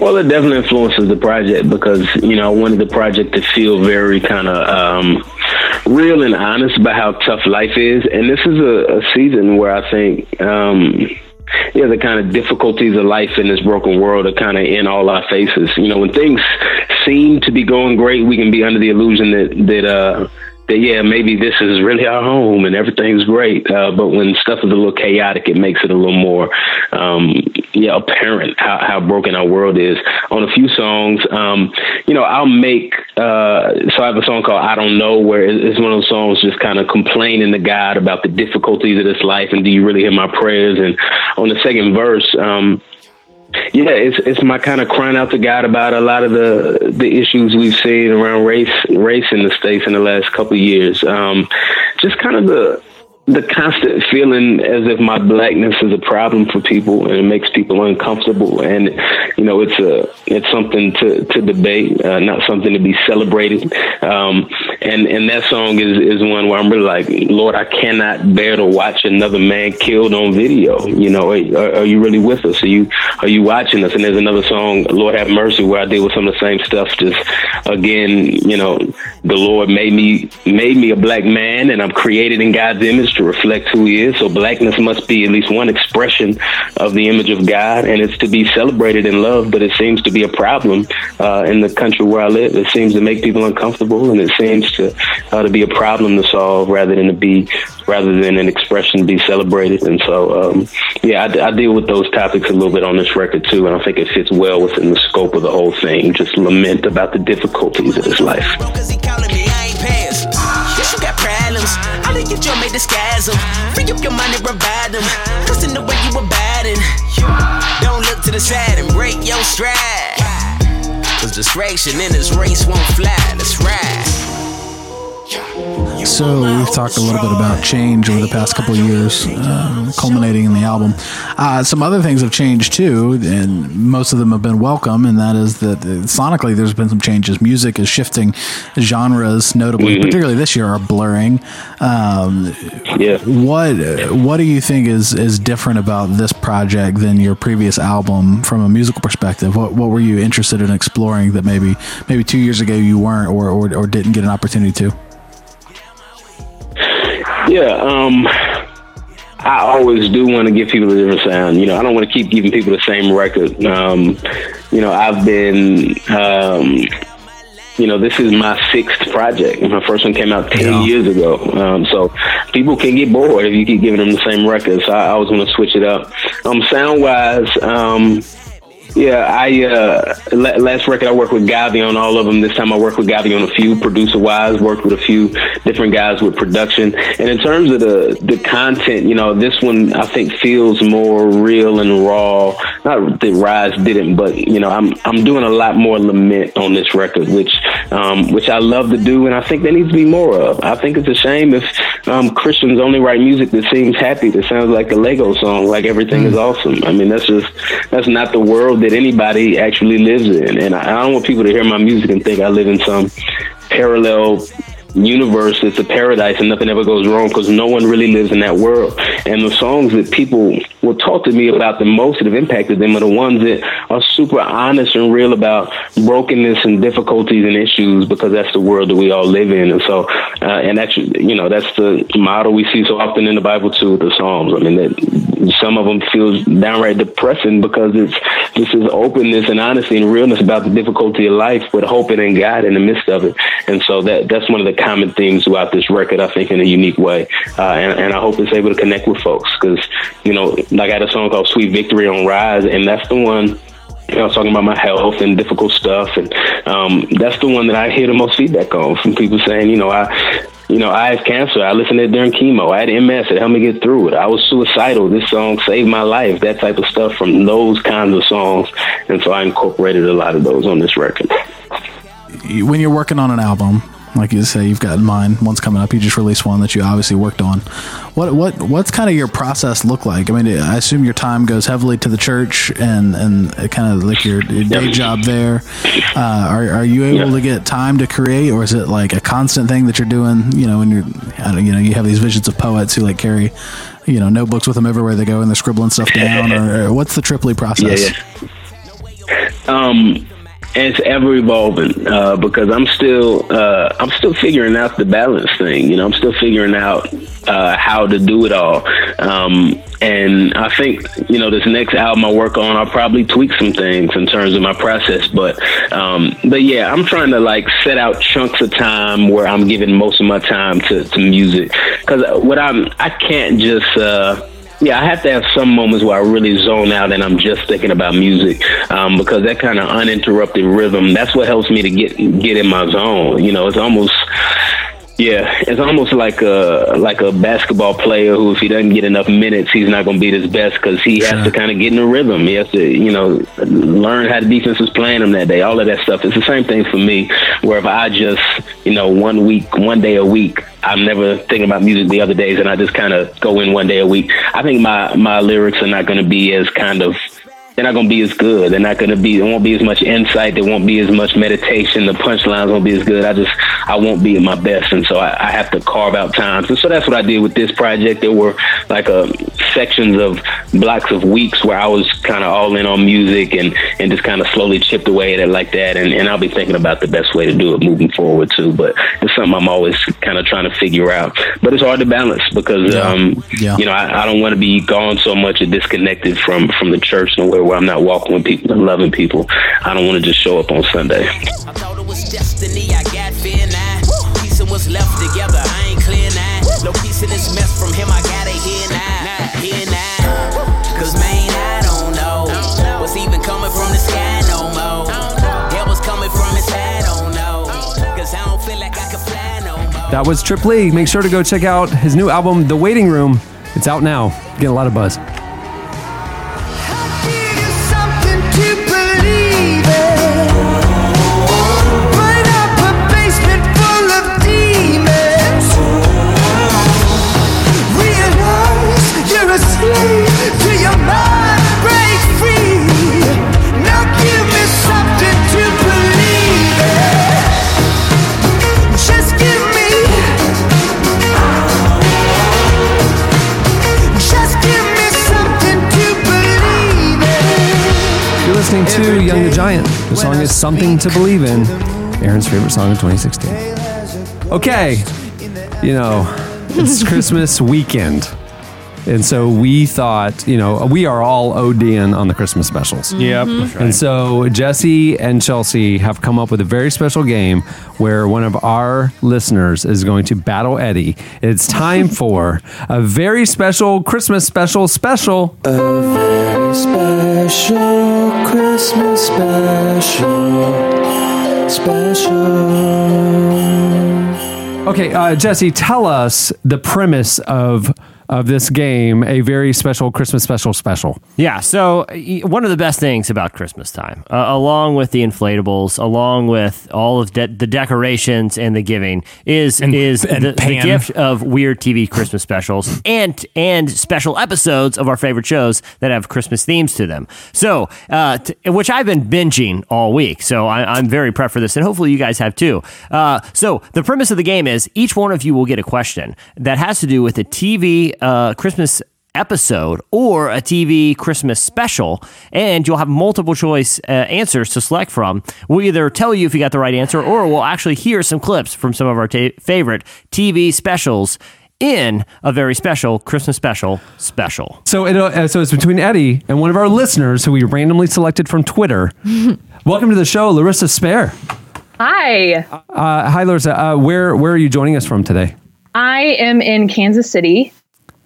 Well, it definitely influences the project because you know I wanted the project to feel very kind of um, real and honest about how tough life is, and this is a, a season where I think. Um, yeah, the kind of difficulties of life in this broken world are kind of in all our faces. You know, when things seem to be going great, we can be under the illusion that that uh, that yeah, maybe this is really our home and everything's great. Uh, but when stuff is a little chaotic, it makes it a little more um, yeah apparent how, how broken our world is. On a few songs, um, you know, I'll make uh, so I have a song called "I Don't Know," where it- it's one of those songs just kind of complaining to God about the difficulties of this life and do you really hear my prayers? And on the second verse. Um, yeah, it's it's my kind of crying out to God about a lot of the the issues we've seen around race race in the states in the last couple of years. Um, just kind of the the constant feeling as if my blackness is a problem for people and it makes people uncomfortable and you know it's a it's something to to debate uh, not something to be celebrated um and and that song is is one where i'm really like lord i cannot bear to watch another man killed on video you know are, are you really with us are you are you watching us and there's another song lord have mercy where i deal with some of the same stuff just again you know the lord made me made me a black man and i'm created in god's image to reflect who he is so blackness must be at least one expression of the image of god and it's to be celebrated and loved but it seems to be a problem uh, in the country where i live it seems to make people uncomfortable and it seems to uh, to be a problem to solve rather than to be rather than an expression to be celebrated and so um, yeah I, I deal with those topics a little bit on this record too and i think it fits well within the scope of the whole thing just lament about the difficulties of this life
past. Yes, you got problems. I think you just made the skies up. Free up your mind and revive them. Cause in the way you abiding. Don't look to the side and break your stride. Cause distraction in this race won't fly. That's right.
So we've talked a little bit about change over the past couple of years, um, culminating in the album. Uh, some other things have changed too, and most of them have been welcome. And that is that uh, sonically, there's been some changes. Music is shifting, genres, notably,
Mhm.
particularly this year, are blurring. Um,
yeah.
What What do you think is is different about this project than your previous album from a musical perspective? What What were you interested in exploring that maybe maybe two years ago you weren't or or, or didn't get an opportunity to?
Yeah, um, I always do want to give people a different sound. You know, I don't want to keep giving people the same record. Um, you know, I've been, um, you know, this is my sixth project. My first one came out 10 years ago. Um, so people can get bored if you keep giving them the same record. So I always want to switch it up. Um, sound wise, um, Yeah, I uh, la- last record I worked with Gavi on all of them. This time I worked with Gavi on a few producer wise. Worked with a few different guys with production. And in terms of the the content, you know, this one I think feels more real and raw. Not that Rise didn't, but you know, I'm I'm doing a lot more lament on this record, which um, which I love to do, and I think there needs to be more of. I think it's a shame if um, Christians only write music that seems happy, that sounds like a Lego song, like everything is awesome. I mean, that's just that's not the world that anybody actually lives in, and I, I don't want people to hear my music and think I live in some parallel universe it's a paradise and nothing ever goes wrong because no one really lives in that world and the songs that people will talk to me about the most that have impacted them are the ones that are super honest and real about brokenness and difficulties and issues because that's the world that we all live in and so uh, and that's you know that's the model we see so often in the bible too with the psalms i mean that some of them feels downright depressing because it's this is openness and honesty and realness about the difficulty of life but hoping in god in the midst of it and so that that's one of the common themes throughout this record, I think, in a unique way. Uh, and, and I hope it's able to connect with folks because, you know, like I got a song called Sweet Victory on Rise, and that's the one. You know, I was talking about my health and difficult stuff, and um, that's the one that I hear the most feedback on from people saying, you know, I, you know, I had cancer. I listened to it during chemo. I had MS. It helped me get through it. I was suicidal. This song saved my life. That type of stuff from those kinds of songs, and so I incorporated a lot of those on this record.
you- when you're working on an album, like you say, you've got in mind one's coming up. You just released one that you obviously worked on. What what what's kind of your process look like? I mean, I assume your time goes heavily to the church and and kind of like your, your day job there. Uh, are are you able to get time to create, or is it like a constant thing that you're doing? You know, when you're I don't, you know you have these visions of poets who like carry you know notebooks with them everywhere they go and they're scribbling stuff down. or, or what's the Tripoli process?
Yeah, um, and it's ever evolving uh, because I'm still uh, I'm still figuring out the balance thing. You know, I'm still figuring out uh, how to do it all. Um, and I think you know this next album I work on, I'll probably tweak some things in terms of my process. But um, but yeah, I'm trying to like set out chunks of time where I'm giving most of my time to, to music because what I'm I can't just. Uh, yeah, I have to have some moments where I really zone out and I'm just thinking about music um, because that kind of uninterrupted rhythm. That's what helps me to get get in my zone. You know, it's almost yeah, it's almost like a like a basketball player who, if he doesn't get enough minutes, he's not going to be at his best because he has to kind of get in a rhythm. He has to, you know, learn how the defense is playing him that day. All of that stuff. It's the same thing for me. Where if I just, you know, one week, one day a week, I'm never thinking about music the other days, and I just kind of go in one day a week. I think my my lyrics are not going to be as kind of they're not going to be as good. They're not going to be. There won't be as much insight. There won't be as much meditation. The punchlines won't be as good. I just, I won't be at my best, and so I, I have to carve out times. And so that's what I did with this project. There were like a sections of blocks of weeks where I was kind of all in on music and and just kind of slowly chipped away at it like that. And and I'll be thinking about the best way to do it moving forward too. But it's something I'm always kind of trying to figure out. But it's hard to balance because um,
Yeah.
you know I, I don't want to be gone so much and disconnected from from the church nowhere where I'm not walking with people and loving people. I don't want to just show up on Sunday.
destiny, I got fear now. Piecing what's left together, I ain't clear now. No piece in this mess from him, I gotta hear now. Hear now. Cause man, I don't know. What's even coming from the sky no more. Hell was coming from his head, I don't know. Cause I don't feel like I can fly no more.
That was Trip Lee. Make sure to go check out his new album, The Waiting Room. It's out now. Get a lot of buzz.
Just give me something to believe in.
You're listening to Young the Giant. The song is Something to Believe in, Aaron's favorite song of 2016. Okay, you know, it's Christmas weekend. And so we thought, you know, we are all ODing on the Christmas specials.
Yep. Mhm. That's right.
And so Jesse and Chelsea have come up with a very special game where one of our listeners is going to battle Eddie. It's time for a very special Christmas special special.
Very special Christmas special. Special.
Okay, uh, Jesse, tell us the premise of of this game, a very special Christmas special special.
Yeah. So y- one of the best things about Christmas time, uh, along with the inflatables, along with all of de- the decorations and the giving, is is
and
the, the
pan.
gift of weird TV Christmas specials and and special episodes of our favorite shows that have Christmas themes to them. So, uh, t- which I've been binging all week. So I, I'm very prepped for this, and hopefully you guys have too. Uh, so the premise of the game is each one of you will get a question that has to do with a TV uh, Christmas episode or a TV Christmas special, and you'll have multiple choice uh, answers to select from. We'll either tell you if you got the right answer, or we'll actually hear some clips from some of our ta favorite TV specials in a very special Christmas special special.
So it, uh, so it's between Eddie and one of our listeners who we randomly selected from Twitter. Welcome to the show, Larissa Spare.
Hi,
Uh, hi, Larissa. Uh, where where are you joining us from today?
I am in Kansas City.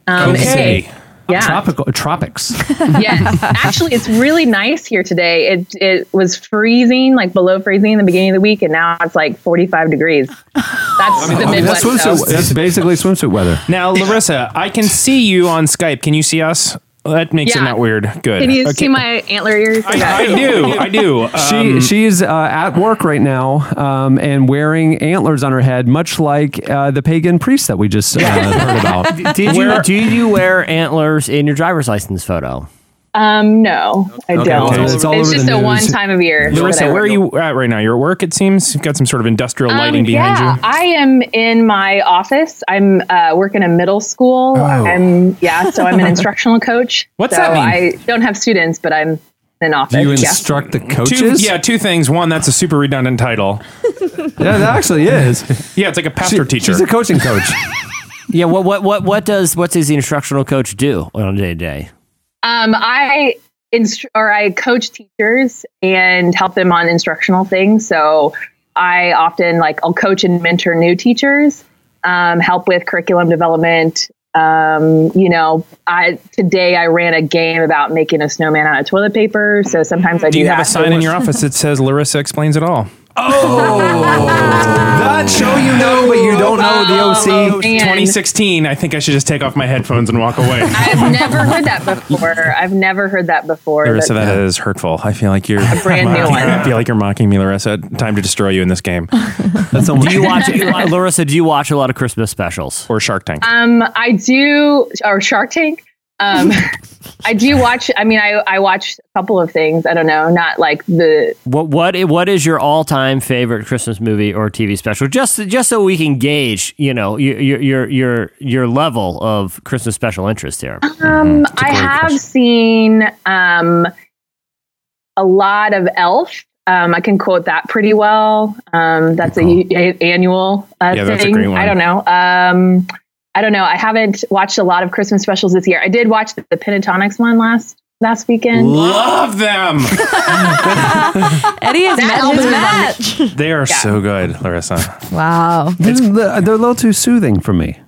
Um,
City.
and- yeah,
Tropical tropics.
yes. Actually, it's really nice here today. It it was freezing, like below freezing in the beginning of the week, and now it's like 45 degrees. That's the Midwest.
that's swimsuit.
though.
That's basically swimsuit weather.
Now, Larissa, I can see you on Skype. Can you see us? That makes it
Yeah.
not weird. Good.
Can you
Okay.
see my antler ears?
I do. I do.
She
Um,
she's uh, at work right now um, and wearing antlers on her head, much like uh, the pagan priest that we just uh, heard about.
Did you
Where-
do you wear antlers in your driver's license photo?
Um, no, I
Okay,
don't.
it's all
It's,
over the
just a
news.
one time of year. that
Larissa,
I
where are you at right now? You're at work, it seems. You've got some sort of industrial
Um,
lighting behind
yeah,
you.
I am in my office. I'm uh, working a middle school.
Oh.
I'm yeah, so I'm an instructional coach.
What's
so
that mean?
I don't have students, but I'm in office. Uh, yeah.
the
Two, yeah, two things. One, that's a super redundant title.
yeah, that actually is.
Yeah, it's like a pastor teacher.
She's a coaching coach.
yeah. What what what what does what does the instructional coach do on a day to day?
Um, I instru- or I coach teachers and help them on instructional things. So I often like I'll coach and mentor new teachers, um, help with curriculum development. Um, you know, I today I ran a game about making a snowman out of toilet paper. So sometimes I do.
Do you have a
that.
sign in your office that says Larissa explains it all?
Oh, That show you know, but you don't know the
Oh,
OC.
2016. I think I should just take off my headphones and walk away.
I've never heard that before. I've never heard that before.
Larissa,
but-
that is hurtful. I feel like you're
brand new
mocking-
one.
I feel like you're mocking me, Larissa. Time to destroy you in this game. That's
Do you watch Larissa? Do you watch a lot of Christmas specials
or Shark Tank?
Um, I do, or Shark Tank. Um, I do watch. I mean, I I watch a couple of things. I don't know, not like the.
What what what is your all time favorite Christmas movie or TV special? Just just so we can gauge, you know, your your your your, your level of Christmas special interest here.
Mm,
Um, I have seen um, a lot of Elf. Um, I can quote that pretty well. Um, that's a, a- annual
Yeah,
uh, thing.
that's a great one.
I don't know. Um, I don't know. I haven't watched a lot of Christmas specials this year. I did watch the, the Pentatonics one last last weekend.
Love them.
Eddie is
That
match
album
is
is
match.
They are so good, Larissa.
Wow.
It's, they're a little too soothing for me.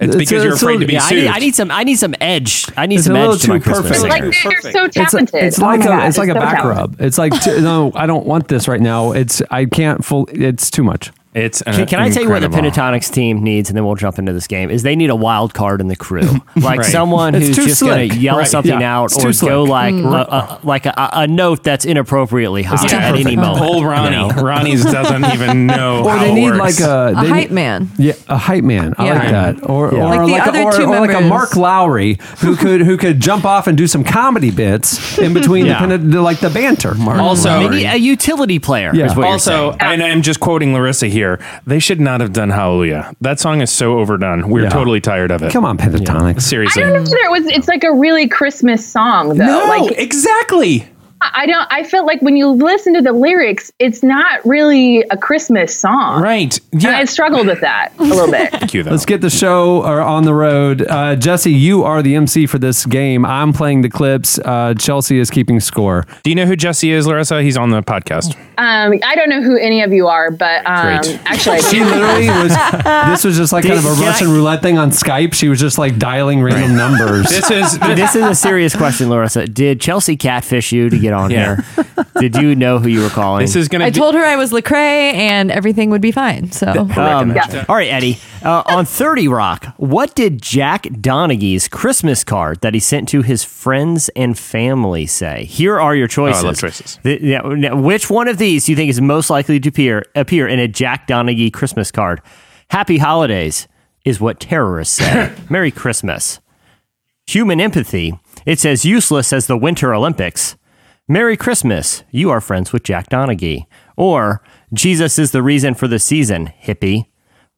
It's because you're afraid to be
I, need,
sued.
I need some I need some edge. I need
It's
some
a little
edge to my
too
Christmas.
perfect.
singer.
Like they're, they're so
It's, a-
talented.
it's
Oh
like
my
a
God,
it's like a
so
back
talented.
rub. It's like t- no, I don't want this right now. It's I can't full. It's too much.
It's
Can, can I tell you what the Pentatonics team needs, and then we'll jump into this game? Is they need a wild card in the crew, like
Right.
someone
It's
who's
too
just going
slick.
to yell
Right.
something
Yeah.
out
It's
or
too
go
slick.
like
Mm-hmm.
Mm.
a, a, like a, a note that's inappropriately high
too
at any
perfect.
moment.
Old
you
Ronnie.
know?
Ronnie's doesn't even know.
Or
how
they
it
need
works.
like a,
A
they
hype
need-
man.
Yeah, a hype man. I
Yeah.
like that. Or
Yeah.
or
Like
like,
the
a,
other
or,
two
or like a
members.
Mark Lowry who could who could jump off and do some comedy bits in between
Yeah.
the pen, the, like the banter. Mark
Also-
Maybe a utility player
Yeah.
is what you're saying.
also, and I'm just quoting Larissa here. They should not have done Hallelujah. That song is so overdone. We're
Yeah.
totally tired of it.
come on, Pentatonics.
I
Seriously.
don't know. There was. It's like a really Christmas song, though.
No,
like
exactly.
I don't. I feel like when you listen to the lyrics, it's not really a Christmas song,
right?
Yeah, I struggled with that a little bit.
Let's get the show uh, on the road. Uh, Jesse, you are the MC for this game. I'm playing the clips. Uh, Chelsea is keeping score.
Do you know who Jesse is, Larissa? He's on the podcast.
Um, I don't know who any of you are, but um,
Great.
actually, I
She
do.
literally was. This was just like kind of a
Did-
Russian roulette thing on Skype. She was just like dialing random numbers.
this is a serious question, Larissa. Did Chelsea catfish you to get on here? Did you know who you were calling?
This is
I told her I was Lecrae and everything would be fine. So
Um, All right, Eddie. Uh, on 30 Rock, what did Jack Donaghy's Christmas card that he sent to his friends and family say? Here are your choices.
Oh, love choices.
The- yeah, now, which one of these do you think is most likely to appear, appear in a Jack Donaghy Christmas card? Happy Holidays is what terrorists say. Merry Christmas. Human empathy. It's as useless as the Winter Olympics. Merry Christmas. You are friends with Jack Donaghy. Or Jesus is the reason for the season, hippie.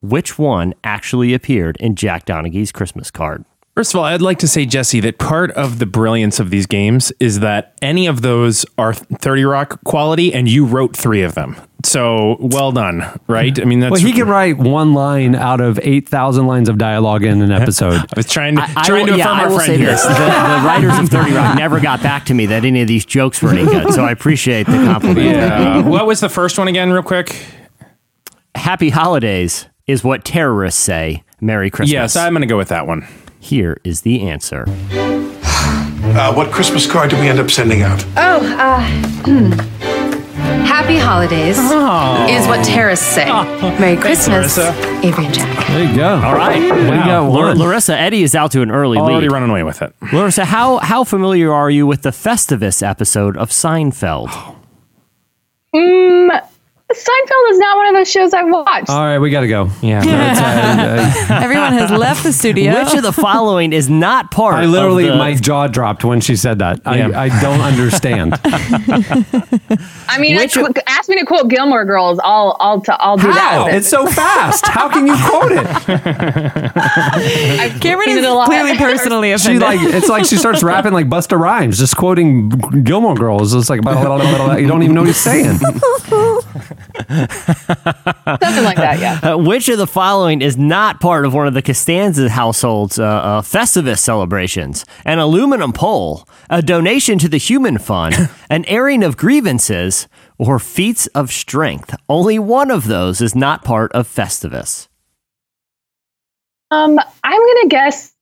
Which one actually appeared in Jack Donaghy's Christmas card?
First of all, I'd like to say, Jesse, that part of the brilliance of these games is that any of those are 30 Rock quality, and you wrote three of them. So well done, right? I mean, that's
well, he can write one line out of eight thousand lines of dialogue in an episode. I
was trying
I- I will- yeah, I will say this. The, the writers of 30 Rock never got back to me that any of these jokes were any good, so I appreciate the compliment.
Yeah. Uh, what was the first one again, real quick?
Happy Holidays is what terrorists say. Merry Christmas.
Yes, I'm going to go with that one.
Here is the answer.
Uh, what Christmas card did we end up sending out?
Oh, uh, happy holidays
Oh.
is what terrorists say. Merry Christmas, Avery and Jack.
There you go.
All right.
We got
Wow. Lar-
one.
Larissa Eddie is out to an early lead.
Already running away with it.
Larissa, how how familiar are you with the Festivus episode of Seinfeld?
Mm, Seinfeld is not one of those shows I've watched.
All right, we got to go. uh,
Yeah.
Everyone has left the studio.
Which of the following is not part?
I literally,
of the-
my jaw dropped when she said that. I, I don't understand.
I mean, I, qu- ask me to quote Gilmore Girls. I'll, I'll, t- I'll do
How?
that.
It's so fast. How can you quote it?
I've
Cameron
seen
is
it a lot.
clearly personally
She
offended.
like it's like she starts rapping like Busta Rhymes, just quoting Gilmore Girls. It's like blah, blah, blah, blah, blah. you don't even know what he's saying.
Something like that, yeah.
Uh, which of the following is not part of one of the Costanza household's uh, uh, Festivus celebrations? An aluminum pole, a donation to the Human Fund, an airing of grievances, or feats of strength? Only one of those is not part of Festivus.
Um, I'm gonna guess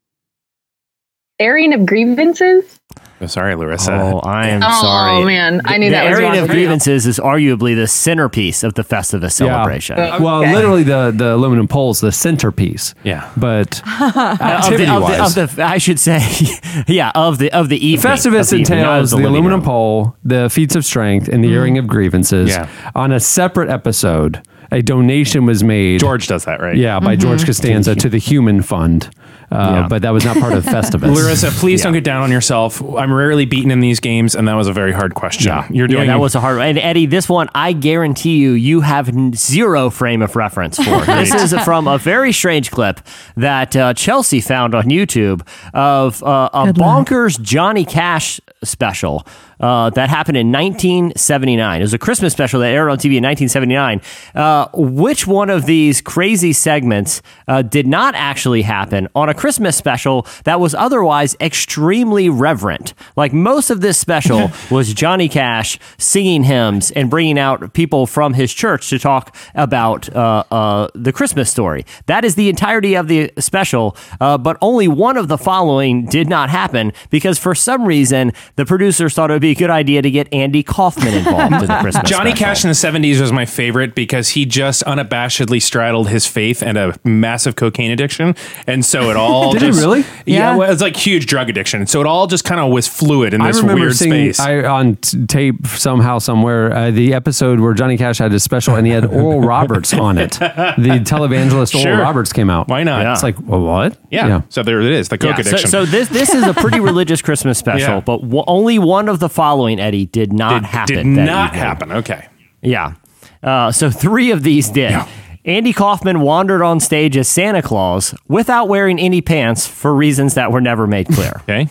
airing of grievances.
Oh, sorry, Larissa.
Oh, I am
Oh,
sorry.
man. I knew
the
that was
airing
wrong.
of grievances is arguably the centerpiece of the Festivus celebration.
Yeah. Uh, Well, literally the the aluminum pole's the centerpiece. Yeah, but
Of the- of the-
activity-wise.
of the- I should say, yeah, of the of the evening.
Festivus
of the evening, not of
entails the,
living room.
aluminum pole, the feats of strength, and the
Mm-hmm.
airing of grievances.
Yeah.
On a separate episode, a donation was made.
George does that, right?
Yeah, by George
Mhm.
Costanza to the Human Fund, uh, but that was not part of Festivus.
Larissa, please don't get down on yourself. I'm rarely beaten in these games, and that was a very hard question. You're
Yeah,
doing
that was a hard one. And Eddie, this one, I guarantee you, you have n- zero frame of reference for. this
Right.
is from a very strange clip that uh, Chelsea found on YouTube of uh, a bonkers Johnny Cash special uh, that happened in 1979. It was a Christmas special that aired on TV in 1979. Uh, which one of these crazy segments uh, did not actually happen on a Christmas special that was otherwise extremely reverent? Like most of this special was Johnny Cash singing hymns and bringing out people from his church to talk about uh, uh, the Christmas story. That is the entirety of the special, uh, but only one of the following did not happen because for some reason the producers thought it would be a good idea to get Andy Kaufman involved in the Christmas
Johnny
special.
Cash in the 70s was my favorite because he just unabashedly straddled his faith and a massive cocaine addiction. And so it all
Did he
just,
really?
Yeah,
Yeah.
well, it was like huge drug addiction. So it all just kind of was fluid in this
I remember
weird
seeing
space.
I, on t- tape somehow somewhere uh, the episode where Johnny Cash had his special and he had Oral Roberts on it. The televangelist
Sure.
Oral Roberts came out. Why
not?
It's like well, what?
yeah. So there it is, the coke
Yeah, so-
addiction.
So, this this is a pretty religious Christmas special,
Yeah.
but w- only one of the following Eddie did not
Did-
happen.
did
that
not
evening.
happen. Okay.
Yeah. Uh, so three of these did. Andy Kaufman wandered on stage as Santa Claus without wearing any pants for reasons that were never made clear.
okay.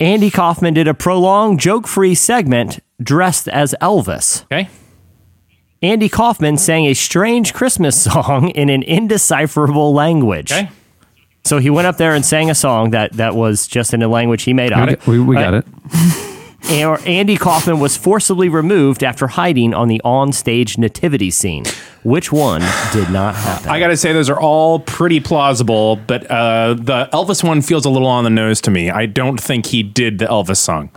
Andy Kaufman did a prolonged joke free segment dressed as Elvis.
Okay.
Andy Kaufman sang a strange Christmas song in an indecipherable language. Okay. So he went up there and sang a song that, that was just in a language he made up.
We, we got it.
Or Andy Kaufman was forcibly removed after hiding on the on-stage nativity scene. Which one did not happen?
I gotta say, those are all pretty plausible, but uh, the Elvis one feels a little on the nose to me. I don't think he did the Elvis song.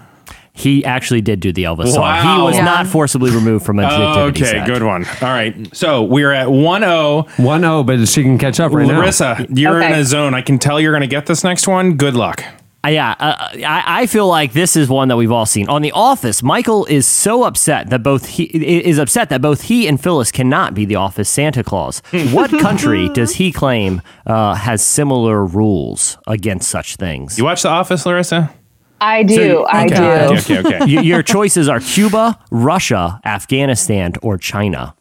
He actually did do the Elvis
Wow.
song. He was not forcibly removed from a nativity
Okay,
set.
good one. All right, so we're at one zero.
One zero, but she can catch up right now.
Larissa, you're in
Okay.
a zone. I can tell you're gonna get this next one. Good luck.
Uh, yeah, uh, I, I feel like this is one that we've all seen. On The Office, Michael is so upset that both he is upset that both he and Phyllis cannot be the Office Santa Claus. what country does he claim uh, has similar rules against such things? You
watch The Office, Larissa?
I do. I do.
Okay, okay, okay.
Y- your choices are Cuba, Russia, Afghanistan, or China.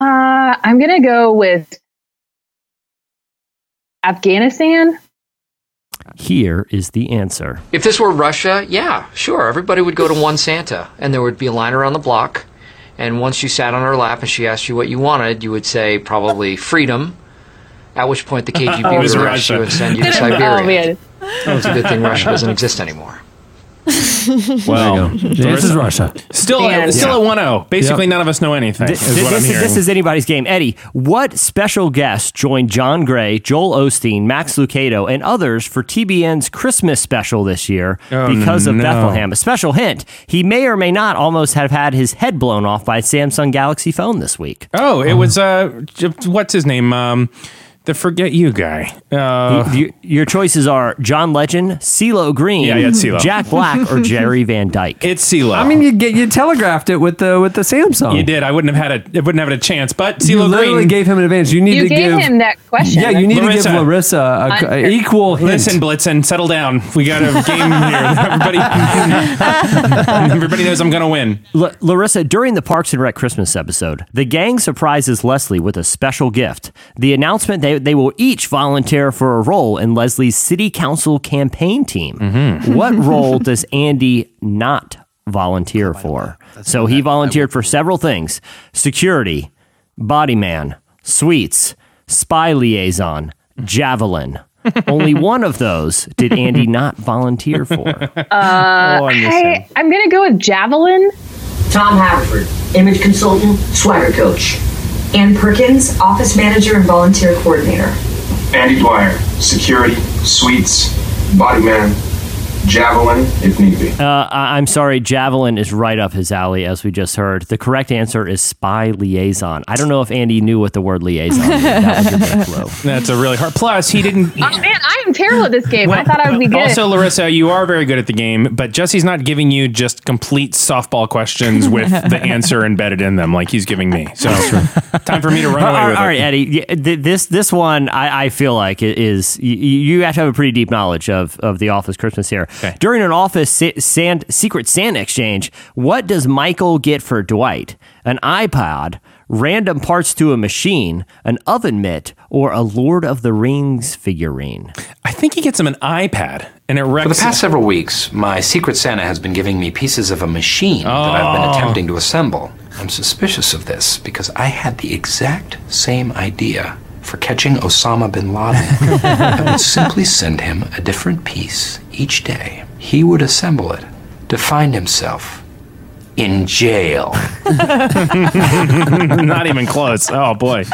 Uh, I'm gonna go with Afghanistan.
Here is the answer.
If this were Russia, yeah, sure. Everybody would go to one Santa, and there would be a line around the block. And once you sat on her lap and she asked you what you wanted, you would say probably freedom. At which point the
Oh,
KGB
it was
would arrest
Russia.
you and send you to
oh
Siberia.
man.
Oh, it's a good thing Russia doesn't exist anymore.
Well,
This is Russia.
Still,
Man.
still at
Yeah.
one zero. Basically,
Yep.
none of us know anything.
Th-
is
th-
what I'm
this, is,
hearing.
this is anybody's game. Eddie, what special guest joined John Gray, Joel Osteen, Max Lucado, and others for TBN's Christmas special this year
Oh,
because of
no.
Bethlehem? A special hint he may or may not almost have had his head blown off by a Samsung Galaxy phone this week.
Oh, it was uh, j- what's his name? Um, the forget you guy.
Y-
Uh,
y- your choices are John Legend, CeeLo Green,
Yeah, yeah, it's CeeLo.
Jack Black, or Jerry Van Dyke.
It's CeeLo.
I mean, you get you telegraphed it with the with the Samsung.
you did. I wouldn't have had a. I wouldn't have had a chance. But
You
CeeLo
literally
Green.
gave him an advantage. You need
You
to
gave
give
him that question.
Yeah, you need to
Larissa.
give Larissa a, a
I'm-
equal hint.
Listen, Blitzen, settle down. We got a game here. Everybody, everybody knows I'm going to win.
La- Larissa, during the Parks and Rec Christmas episode, the gang surprises Leslie with a special gift. The announcement they, they will each volunteer for a role in Leslie's city council campaign team.
Mm-hmm.
What role does Andy not volunteer for? So he volunteered for several things security, body man, sweets, spy liaison, javelin. Only one of those did Andy not volunteer for.
Uh, I, I'm gonna go with javelin.
Tom Haverford, image consultant, swagger coach. Ann Perkins, office manager and volunteer coordinator.
Andy Dwyer, security, suites, body man, javelin, if need be.
Uh, I- I'm sorry, Javelin is right up his alley, as we just heard. The correct answer is spy liaison. I don't know if Andy knew what the word liaison meant. That was your best blow.
That's a really hard. Plus, he didn't.
Oh man, I am terrible at this game. I thought I would be good.
Also, Larissa, you are very good at the game, but Jesse's not giving you just complete softball questions with the answer embedded in them like he's giving me. So, time for me to run
All
away
right,
with
all
it.
right, Eddie. y- th- This this one I, I feel like it is you, you have to have a pretty deep knowledge of of the Office Christmas here. During an Office sa- sand, secret sand exchange, what does Michael get for Dwight? An iPod, random parts to a machine, an oven mitt, or a Lord of the Rings figurine?
I think he gets him an iPad. And it
For
wrecks
the past several weeks, my Secret Santa has been giving me pieces of a machine that I've been
Oh.
attempting to assemble. I'm suspicious of this because I had the exact same idea for catching Osama bin Laden. I would simply send him a different piece each day. He would assemble it to find himself in jail.
Not even close. Oh, boy.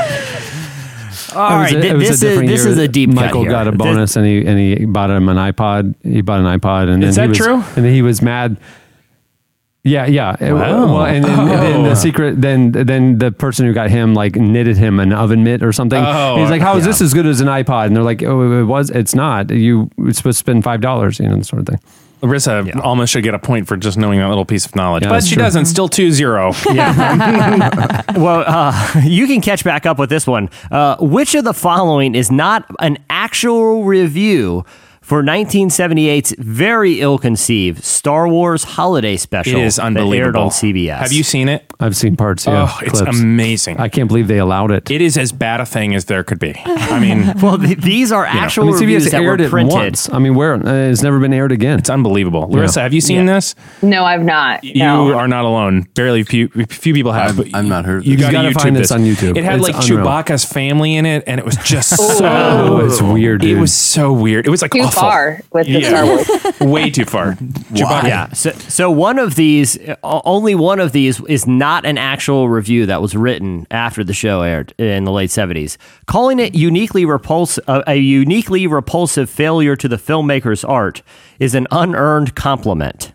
All right, th- this is this is a deep cut
Michael
here.
got a
This-
bonus, and he and he bought him an iPod. He bought an iPod, and
Is
then
that
he was,
true?
And then he was mad. Yeah, yeah. It-
Wow.
Well, and then, and then
Oh.
the secret, then then the person who got him like knitted him an oven mitt or something.
Oh,
And he's like, "How is
yeah.
this as good as an iPod?" And they're like, "Oh, it was. It's not. You it's supposed to spend five dollars, you know, that sort of thing."
Larissa almost should get a point for just knowing that little piece of knowledge, but
that's
she
true.
doesn't. Still 2 0.
well, uh, you can catch back up with this one. Uh, which of the following is not an actual review for 1978's very ill-conceived Star Wars Holiday Special.
It is
that aired
unbelievable.
on CBS.
Have you seen it?
I've seen parts. Yeah,
Oh, it's amazing.
I can't believe they allowed it.
It is as bad a thing as there could be. I mean,
well, th- these are actual
I mean,
reviews
CBS
that
aired
were printed.
it once. I mean, where uh, it's never been aired again. It's
unbelievable. Larissa, have you seen this?
No, I've not.
You are not alone. Barely a few, a few people have. but I'm not heard.
You gotta find this on YouTube.
It had
It's
like
unreal.
Chewbacca's family in it, and it was just
Oh.
so.
Oh,
it's weird,
It
dude.
was so weird. It was like
Too
awful.
far with the Star Wars.
Way too far. Chewbacca.
Yeah. So, so one of these, o- only one of these, is not an actual review that was written after the show aired in the late seventies, calling it uniquely repulse uh, a uniquely repulsive failure to the filmmaker's art is an unearned compliment.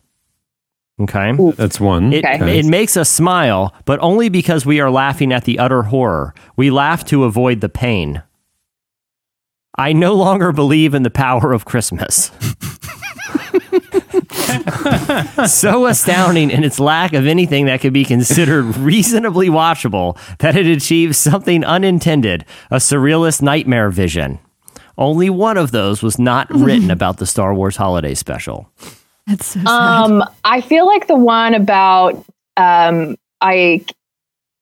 Okay.
That's one.
It,
Okay.
it makes us smile, but only because we are laughing at the utter horror. We laugh to avoid the pain. I no longer believe in the power of Christmas. so astounding in its lack of anything that could be considered reasonably watchable that it achieves something unintended, a surrealist nightmare vision. Only one of those was not written about the Star Wars holiday special.
That's so Um, I feel like the one about um, I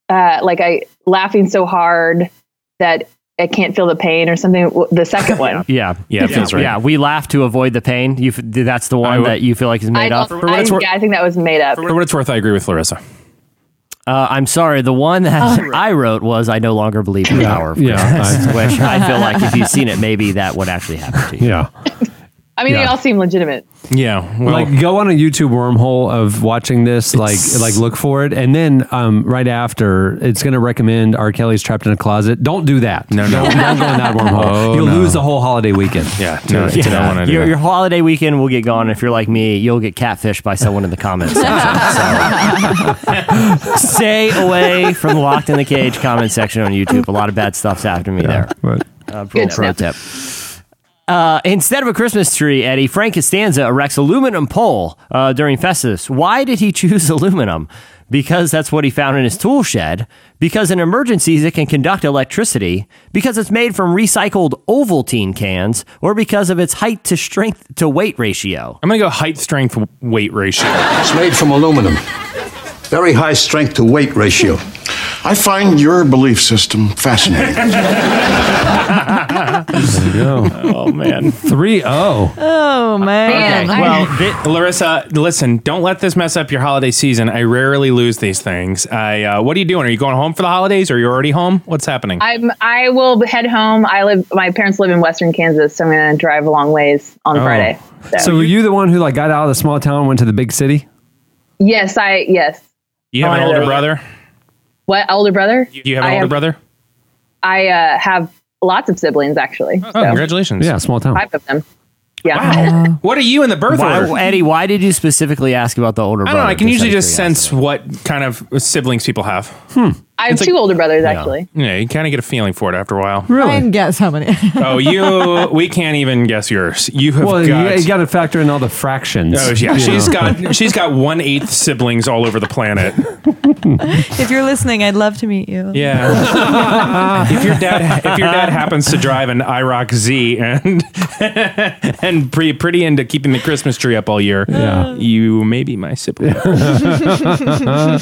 uh, like I laughing so hard that I can't feel the pain or something. w- The second one.
Yeah,
Yeah, it feels right.
Yeah, we laugh to avoid the pain. You f- that's the one
w-
that you feel like is
I
made
don't-
up.
I, yeah, I think that was made up.
For what it's worth, I agree with Larissa.
Uh, I'm sorry. The one that I wrote was "I no longer believe in the power of
yeah,
Christmas,"
I-
which I feel like if you've seen it, maybe that would actually happen to you.
Yeah.
I mean, they
Yeah.
all seem legitimate.
Yeah,
like go on a YouTube wormhole of watching this, like like look for it, and then um, right after it's going to recommend R. Kelly's Trapped in a Closet. Don't do that. No,
no.
don't, don't go in that wormhole.
Oh,
You'll
no.
lose the whole holiday weekend.
Yeah, no,
to it.
I don't want to do
your,
that.
your holiday weekend will get gone. If you're like me, you'll get catfished by someone in the comments. section. So, Stay away from locked in the cage comment section on YouTube. A lot of bad stuff's after me there. Uh, pro,
Good
pro
snap.
tip. Uh, instead of a Christmas tree, Eddie, Frank Costanza erects aluminum pole uh, during Festivus. Why did he choose aluminum? Because that's what he found in his tool shed. Because in emergencies, it can conduct electricity. Because it's made from recycled Ovaltine cans, or because of its height to strength to weight ratio.
I'm gonna go height strength w- weight ratio.
It's made from aluminum. Very high strength to weight ratio.
I find your belief system fascinating.
There you go.
Oh man,
three zero.
Oh man.
Okay.
I-
Well, thi- Larissa, listen, don't let this mess up your holiday season. I rarely lose these things. I, uh, what are you doing? Are you going home for the holidays? Are you already home? What's happening?
I'm. I will head home. I live. My parents live in Western Kansas, so I'm going to drive a long ways on
Oh.
Friday. So.
So were you the one who like got out of the small town, and went to the big city?
yes, I yes.
you have an older brother?
What older brother?
You have an
I
older brother?
I uh, have lots of siblings actually.
Oh, congratulations.
Yeah, small town.
Five of them. Yeah.
What are you in the birth
Why-
order?
Eddie, why did you specifically ask about the older
I
brother?
don't know. I can usually
out of
just sense what kind of siblings people have.
I have
It's like-
two older brothers actually.
Yeah, you kind of get a feeling for it after a while.
I can guess how many.
oh, you, we can't even guess yours. You have
Well,
got.
you, got to factor in all the fractions.
Oh yeah,
you
she's
know?
got she's got one eighth siblings all over the planet.
if you're listening, I'd love to meet you.
Yeah. if your dad if your dad happens to drive an IROC Z and and pretty pretty into keeping the Christmas tree up all year, yeah. you may be my sibling.
well,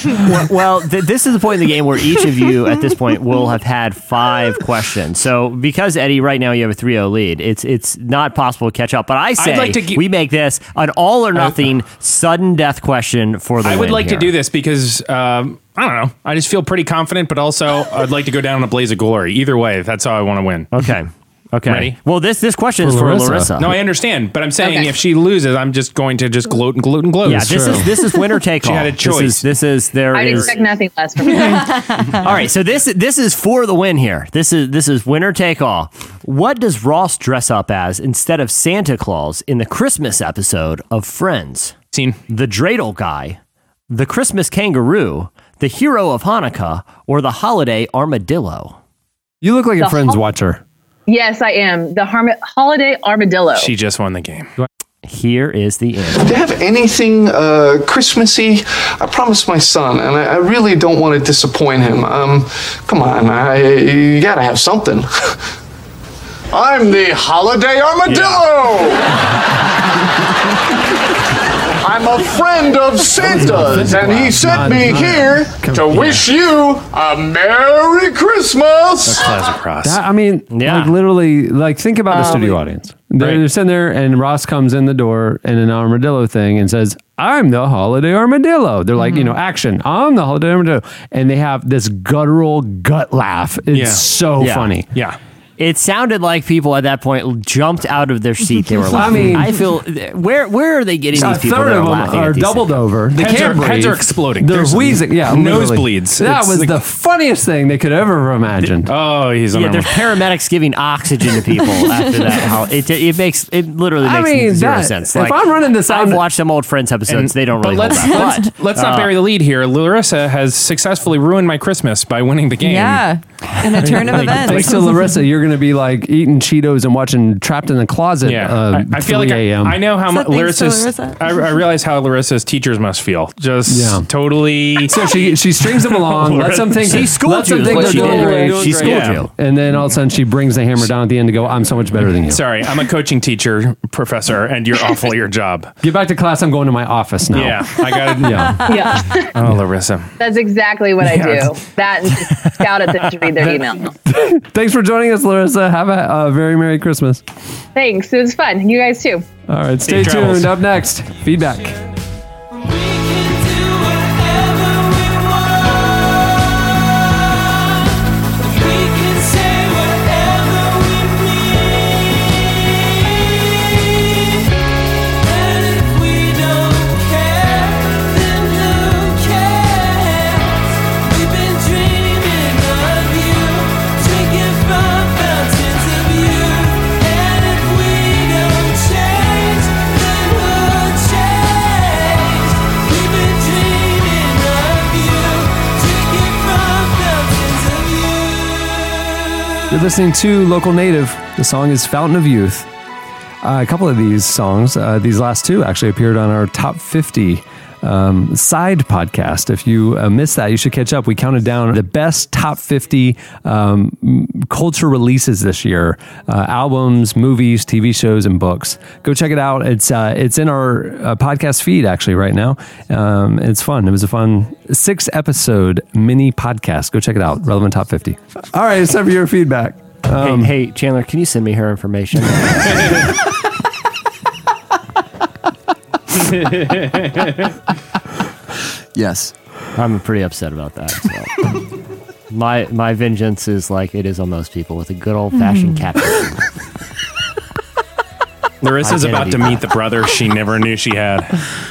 well, th- this is the point in the game where each of you at this point will have had five questions. So because Eddie, right now you have a 3-0 lead, it's it's not possible to catch up. But I say
like to ge-
we make this an all or nothing sudden death question for the.
I would
win
like
here.
to do this because um, I don't know. I just feel pretty confident, but also I'd like to go down in a blaze of glory. Either way, that's how I want to win.
Okay. Okay.
Ready?
Well, this this question is for Larissa.
No, I understand, but I'm saying
Okay.
if she loses, I'm just going to just gloat and gloat and gloat.
yeah, this is this is winner take all.
She had a choice.
This is, this is there
I'd
is-
expect nothing less from you.
All right, so this this is for the win here. This is this is winner take all. What does Ross dress up as instead of Santa Claus in the Christmas episode of Friends?
Seen
the dreidel guy, the Christmas kangaroo, the hero of Hanukkah, or the holiday armadillo?
You look like
a The Friends hol-
watcher.
yes, I am the harm- holiday armadillo.
She just won the game.
Here is the answer.
Do you have anything uh, Christmassy? I promised my son, and I, I really don't want to disappoint him. Um, come on, I, you gotta have something. I'm the holiday armadillo. I'm a friend of Santa's, and he sent me here to wish you a Merry Christmas.
That, I mean, like literally, like think about the
Um,
studio audience. They're, they're sitting there, and Ross comes in the door in an armadillo thing and says, "I'm the holiday armadillo." They're like,
Mm-hmm.
you know, action. I'm the holiday armadillo, and they have this guttural gut laugh. It's so
Yeah.
funny.
Yeah.
It sounded like people at that point jumped out of their seat. They were
I
laughing.
mean-
I feel where where are they getting
A
these people
third
that are
of them
laughing
are
at these
doubled
things?
over. They
Heads
can't
are- heads
breathe.
are exploding.
They're
There's
wheezing. Yeah, literally.
nosebleeds.
That
It's
was
like-
the funniest thing they could ever have imagined.
Oh, he's
Yeah, there's paramedics giving oxygen to people after that. How it it makes it literally
I
makes
mean,
zero
that-
sense.
if I'm running this,
I've watched some old Friends episodes. they don't really.
But let's
hold up.
let's,
But,
let's not
uh,
bury the lead here. Larissa has successfully ruined my Christmas by winning the game.
Yeah. In a turn of events.
Thanks to Larissa, you're going to be like eating Cheetos and watching Trapped in the Closet.
Yeah,
uh,
I, I feel like
3
I,
a.m.
I know how
Is
much
that thanks to
Larissa's.
Larissa?
I, I realize how Larissa's teachers must feel. Just
Yeah.
totally.
So she she strings them along, lets them think
She schooled
lets them
you is
think
what
they're
she
doing
did.
great.
She schooled Yeah. you.
and then all of a sudden she brings the hammer down at the end to go, "I'm so much better than you."
Sorry, I'm a coaching teacher, professor, and you're awful at your job.
Get back to class. I'm going to my office now.
Yeah, I got it.
Yeah.
yeah.
Oh, Larissa.
That's exactly what I
Yeah.
do. That and just scout at them to read their email.
Thanks for joining us, Larissa. Have a, a very merry Christmas.
Thanks. It was fun. You guys too.
All right, stay
Safe travels.
tuned. Up next, feedback. You're listening to Local Native. The song is Fountain of Youth. Uh, a couple of these songs, uh, these last two actually appeared on our top 50 um, side podcast. If you uh, missed that, you should catch up. We counted down the best top 50 um, m- culture releases this year uh, albums, movies, TV shows, and books. Go check it out. It's, uh, it's in our uh, podcast feed actually right now. Um, it's fun. It was a fun six episode mini podcast. Go check it out. Relevant Top 50. All right, it's time for your feedback. Um,
hey, hey, Chandler, can you send me her information?
yes,
I'm pretty upset about that. so. my my vengeance is like it is on most people with a good old fashioned
Mm.
Mm-hmm.
captain.
Larissa's about to
Identity.
meet the brother she never knew she had.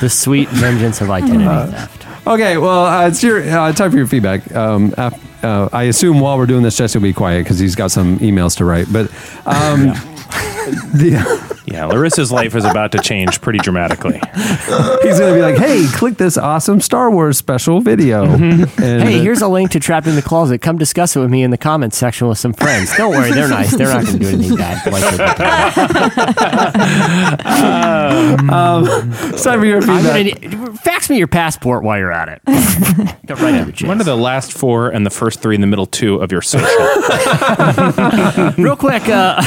The sweet vengeance of identity
Uh,
theft.
Okay, well, uh, it's your uh, time for your feedback. Um, af- uh, I assume while we're doing this, Jesse will be quiet because he's got some emails to write. But um, the,
Yeah, Larissa's life is about to change pretty dramatically.
he's going to be like, "Hey, click this awesome Star Wars special video." And-
Mm-hmm. hey, here's a link to Trapped in the Closet. Come discuss it with me in the comments section with some friends. Don't worry, they're nice. They're not going to do anything bad. Like they did.
um, it's time for your
I'm gonna
feedback.
need- fax me your passport while you're at it. Don't write it.
One of the last four and the first three and the middle two of your social.
Real quick, uh,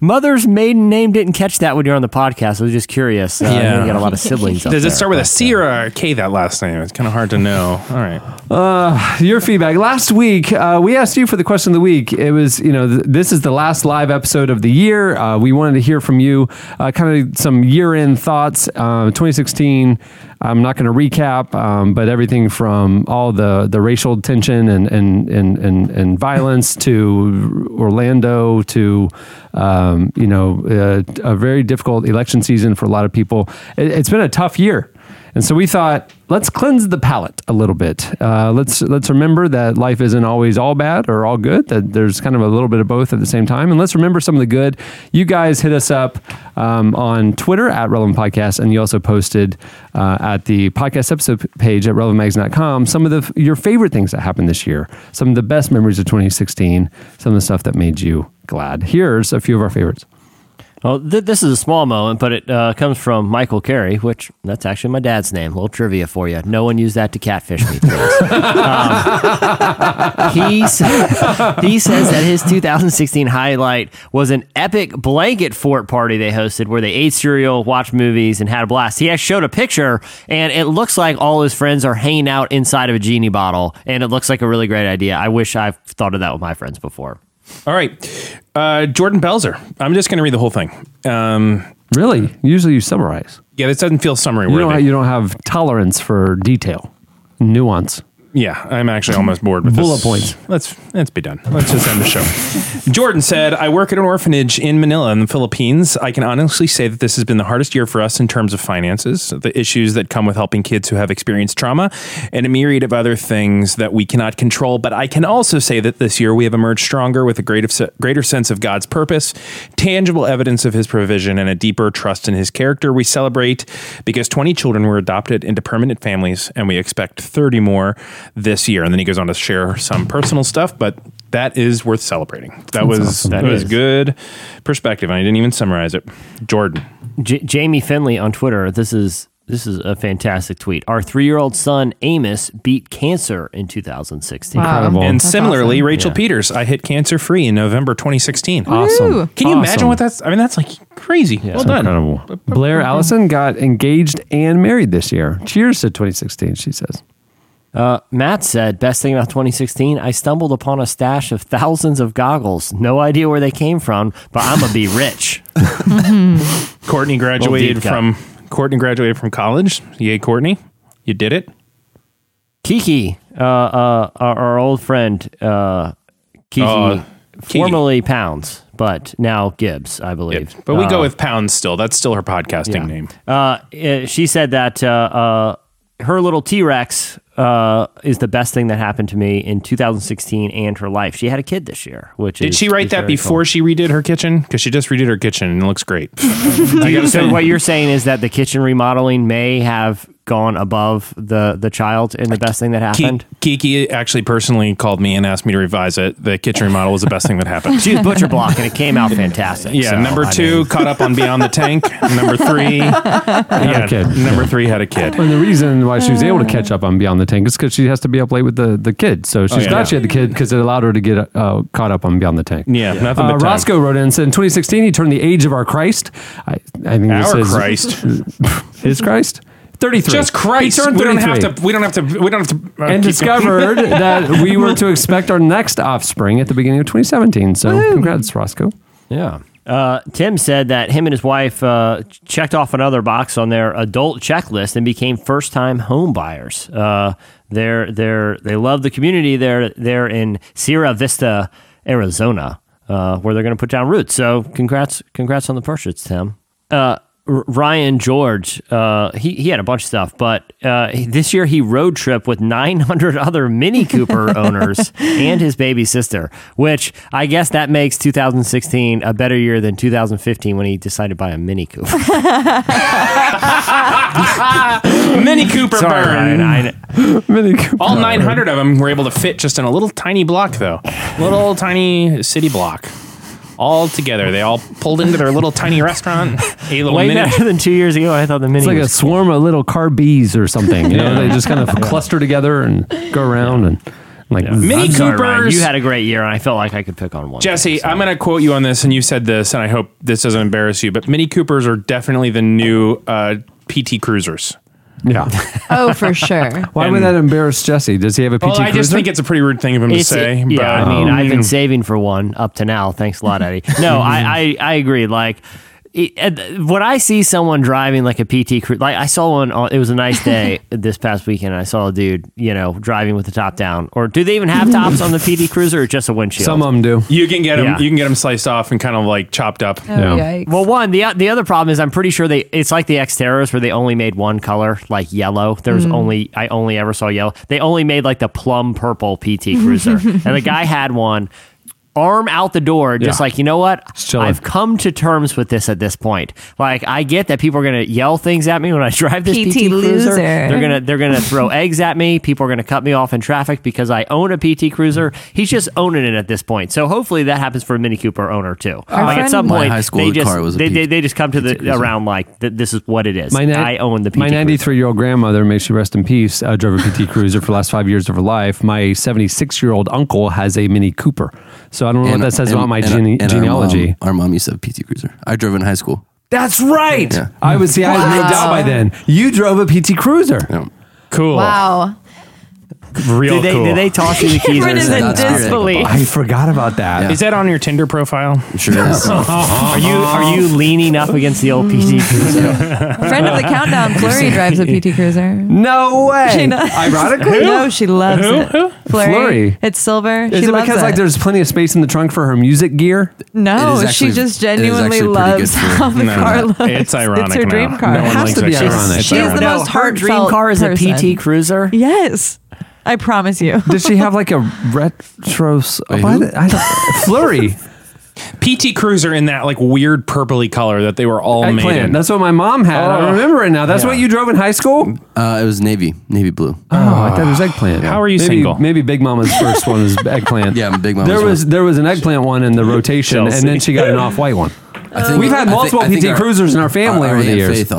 mother's maiden name didn't catch that when you're on the podcast. I was just curious. Uh, yeah, you got a lot of siblings. up
Does it
there.
start with a C or a K? That last name. It's kind of hard to know. All right.
Uh, your feedback. Last week, uh, we asked you for the question of the week. It was, you know, th- this is the last live episode of the year. Uh, we wanted to hear from you, uh, kind of some year-end thoughts. Uh, 2016. I'm not going to recap, um, but everything from all the the racial tension and and and and, and violence to Orlando to um, you know uh, a very difficult election season for a lot of people. It, it's been a tough year. And so we thought, let's cleanse the palate a little bit. Uh, let's let's remember that life isn't always all bad or all good. That there's kind of a little bit of both at the same time. And let's remember some of the good. You guys hit us up um, on Twitter at Relevant Podcast, and you also posted uh, at the podcast episode page at relevantmags.com some of the f- your favorite things that happened this year, some of the best memories of 2016, some of the stuff that made you glad. Here's a few of our favorites.
Well, th- this is a small moment, but it uh, comes from Michael Carey, which that's actually my dad's name. A little trivia for you. No one used that to catfish me. please. um, he, sa- he says that his 2016 highlight was an epic blanket fort party they hosted where they ate cereal, watched movies, and had a blast. He actually showed a picture, and it looks like all his friends are hanging out inside of a genie bottle, and it looks like a really great idea. I wish I've thought of that with my friends before.
All right. Uh, Jordan Belzer. I'm just going to read the whole thing. Um,
really? Usually you summarize.
Yeah, this doesn't feel summary
You don't,
worthy.
you don't have tolerance for detail, nuance.
Yeah, I'm actually almost bored with
Bullet
this.
points.
Let's eh, let's be done. Let's just end the show. Jordan said, "I work at an orphanage in Manila, in the Philippines. I can honestly say that this has been the hardest year for us in terms of finances, the issues that come with helping kids who have experienced trauma, and a myriad of other things that we cannot control. But I can also say that this year we have emerged stronger with a greater se- greater sense of God's purpose, tangible evidence of His provision, and a deeper trust in His character. We celebrate because 20 children were adopted into permanent families, and we expect 30 more this year." And then he goes on to share some personal stuff, but that is worth celebrating. That
That's
was
awesome.
that,
That
was
is.
good perspective. and I didn't even summarize it. Jordan.
J- Jamie Finley on Twitter. This is this is a fantastic tweet. Our three-year-old son Amos beat cancer in 2016.
And similarly, Rachel Peters, I hit cancer free in November 2016.
Awesome. Woo!
Can you imagine
Awesome.
what that's? I mean, that's like crazy. well done.
Incredible. Blair Allison got engaged and married this year. Cheers to 2016, she says.
Uh, Matt said, "Best thing about 2016, I stumbled upon a stash of thousands of goggles. No idea where they came from, but I'm gonna be rich."
Courtney graduated
deep cut.
from Courtney graduated from college. Yay, Courtney! You did it.
Kiki, uh, uh, our, our old friend uh, Kiki,
Uh, Kiki.
formerly Pounds, but now Gibbs, I believe.
But we
Uh,
go with pounds still. That's still her podcasting
Yeah.
name.
Uh, eh, she said that uh, uh, her little T Rex uh, is the best thing that happened to me in 2016 and her life. She had a kid this year, which
Did
is-
she
is
write that
very
before she redid her kitchen? Because she just redid her kitchen and it looks great.
cool.
I gotta
so
say-
what you're saying is that the kitchen remodeling may have gone above the the child in the best thing that
Ki-
happened.
Kiki actually personally called me and asked me to revise it. The kitchen remodel was the best thing that happened.
She was butcher block and it came out fantastic.
Yeah,
so,
number
I
two
mean-
caught up on Beyond the Tank. Number three, yeah, number three had a kid.
And the reason why she was able to catch up on Beyond the Tank is because she has to be up late with the, the kid. So she's
Oh, yeah.
glad she had the kid because it allowed her to get uh, caught up on Beyond the Tank.
Yeah, nothing
Uh,
but time.
Roscoe wrote in and said, in 2016, he turned the age of our Christ. I, I think this
Our
is-
Christ.
his Christ? 33.
Just Christ.
He turned
we
33.
don't have to. We don't have to. We don't have to. uh,
and
keep going.
discovered that we were to expect our next offspring at the beginning of 2017. So congrats, Roscoe.
Yeah. Uh, Tim said that him and his wife uh, ch- checked off another box on their adult checklist and became first-time home buyers. Uh, they're they're they love the community. They're they're in Sierra Vista, Arizona, uh, where they're going to put down roots. So congrats congrats on the purchase, Tim. Uh, R- Ryan George, uh, he he had a bunch of stuff, but uh, he- this year he road trip with 900 other Mini Cooper owners and his baby sister, which I guess that makes 2016 a better year than 2015 when he decided to buy a Mini Cooper.
Mini Cooper
Sorry,
burn.
Ryan, I kn-
Mini Cooper.
All 900 of them were able to fit just in a little tiny block, though. Little tiny city block. All together, they all pulled into their little tiny restaurant. A little
way
mini.
better than two years ago. I thought the Mini.
It's like a
was-
swarm of little car bees or something. You know,
Yeah.
they just kind of cluster together and go around and like
Mini
I'm sorry, Ryan,
Coopers.
you had a great year, and I felt like I could pick on one.
Jesse, I'm going to quote you on this, and you said this, and I hope this doesn't embarrass you, but Mini Coopers are definitely the new uh, PT Cruisers.
Yeah.
Oh, for sure.
Why would
And-
that embarrass Jesse? Does he have a PT
Well, I just
Cruiser?
think it's a pretty rude thing of him
It's-
to say.
yeah,
but,
I mean, I've been
Mm.
saving for one up to now. Thanks a lot, Eddie. No, I, I, I agree. Like, it, at the- when I see someone driving like a PT crew, like I saw one, on, it was a nice day this past weekend. I saw a dude, you know, driving with the top down. Or do they even have tops on the PT Cruiser or just a windshield?
Some of them do.
You can get them.
Yeah.
You can get them sliced off and kind of like chopped up.
Oh,
Well, one the the other problem is I'm pretty sure they it's like the Xterras where they only made one color, like yellow. There's
Mm.
only I only ever saw yellow. They only made like the plum purple PT Cruiser, and the guy had one arm out the door, just
Yeah.
like, you know what? I've come to terms with this at this point. Like, I get that people are going to yell things at me when I drive this
PT
PT, Cruiser.
loser.
They're going to they're going to throw eggs at me. People are going to cut me off in traffic because I own a PT Cruiser. He's just owning it at this point. So hopefully that happens for a Mini Cooper owner too.
Our
like
friend-
Uh, at some
My
point
high school
they just
car was a
they,
PT
they, they just come to the around like th- this is what it is.
My ni-
I own the PT
My
Cruiser.
93 year old grandmother, may she rest in peace, uh, drove a PT Cruiser for the last five years of her life. My 76 year old uncle has a Mini Cooper. So I don't know what that says about my
and-
gene-
and our
genealogy.
mom- Our mom, used to have a PT Cruiser. I drove in high school.
That's right.
Yeah.
I would see. I was
Wow.
moved out by then. You drove a PT Cruiser. Cool.
Wow.
Real
Did they-
cool.
did they toss you the keys or Cameron is something? in disbelief. I forgot about that.
Is
Yeah.
that on your Tinder profile?
Sure
is.
are you are you leaning up against the old PT
Mm.
Cruiser?
Friend of the countdown, Flurry drives a PT Cruiser.
No way.
She does.
Ironically?
no, she loves
Who?
it. Flurry.
Flurry.
It's silver.
Is
she
it
loves
because
it.
like there's plenty of space in the trunk for her music gear?
No, It is she actually- just it is genuinely actually pretty loves good for- how the car looks. It's
It's
her
ironic.
ironic dream now. car.
It has to be ironic.
She is the most
her dream
heartfelt
car is a
person.
PT Cruiser.
Yes, I promise you.
Does she have like a retro? s- why the- I don't- Flurry.
PT Cruiser in that like weird purpley color that they were all made
Eggplant.
in.
That's what my mom had. I remember it now. That's what you drove in high school?
Uh, it was navy, navy blue.
Oh, I thought it was eggplant.
How are you
maybe,
single?
Maybe Big Mama's first one was eggplant. Yeah,
Big Mama's
There was there was an eggplant one in the rotation,
Chelsea.
and then she got an off white one. We've had multiple PT Cruisers in our family over the years.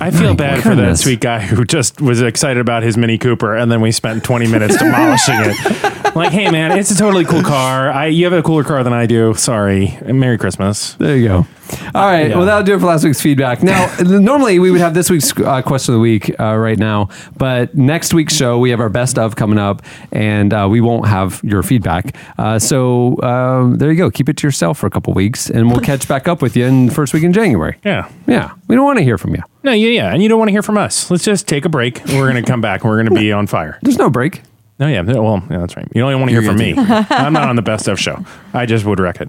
I feel bad for that
Goodness.
sweet guy who just was excited about his Mini Cooper, and then we spent 20 minutes demolishing it. Like, hey man, it's a totally cool car. I you have a cooler car than I do. Sorry. And Merry Christmas.
There you go. All right. Well, that'll do it for last week's feedback. Now, normally we would have this week's uh, question of the week uh, right now, but next week's show we have our best of coming up, and uh, we won't have your feedback. Uh, so um, there you go. Keep it to yourself for a couple weeks, and we'll catch back up with you in the first week in January.
Yeah.
Yeah. We don't want to hear from you.
No, yeah, yeah. And you don't want to hear from us. Let's just take a break. We're going to come back. We're going to be on fire.
There's no break.
No, yeah. no, Well, yeah, that's right. You don't want to hear
You're
from me.
gonna take a break.
I'm not on the best of show. I just would wreck it.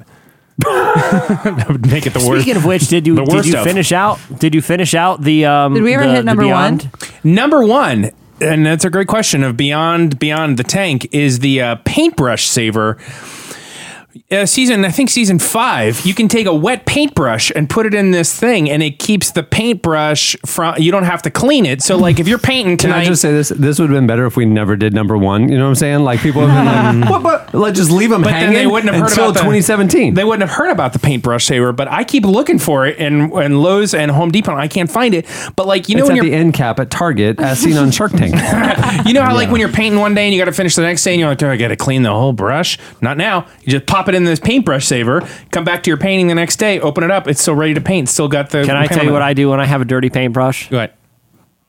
That would make it the worst.
Speaking of which, did you
the
did
worst
you
of.
finish out? Did you finish out the? Um,
Did we ever
the-
hit
the
number
Beyond?
Number one, and that's a great question. Of beyond beyond the tank is the uh, paintbrush saver. Uh, season, I think season five. You can take a wet paintbrush and put it in this thing, and it keeps the paintbrush from. You don't have to clean it. So, like, if you're painting
Can
tonight,
I just say this? This would have been better if we never did number one. You know what I'm saying? Like people have been like, what, what? let's just leave them
but
hanging
then they wouldn't have heard
until
about the-
2017.
They wouldn't have heard about the paintbrush saver. But I keep looking for it, and and Lowe's and Home Depot. and I can't find it. But like, you know,
it's
when
at
you're
the end cap at Target, as seen on Shark Tank.
you know how like when you're painting one day and you got to finish the next day and you're like, oh, I got to clean the whole brush. Not now. You just pop it in this paintbrush saver. Come back to your painting the next day. Open it up. It's still ready to paint. Still got the.
Can I tell you what I do when I have a dirty paintbrush?
Go ahead.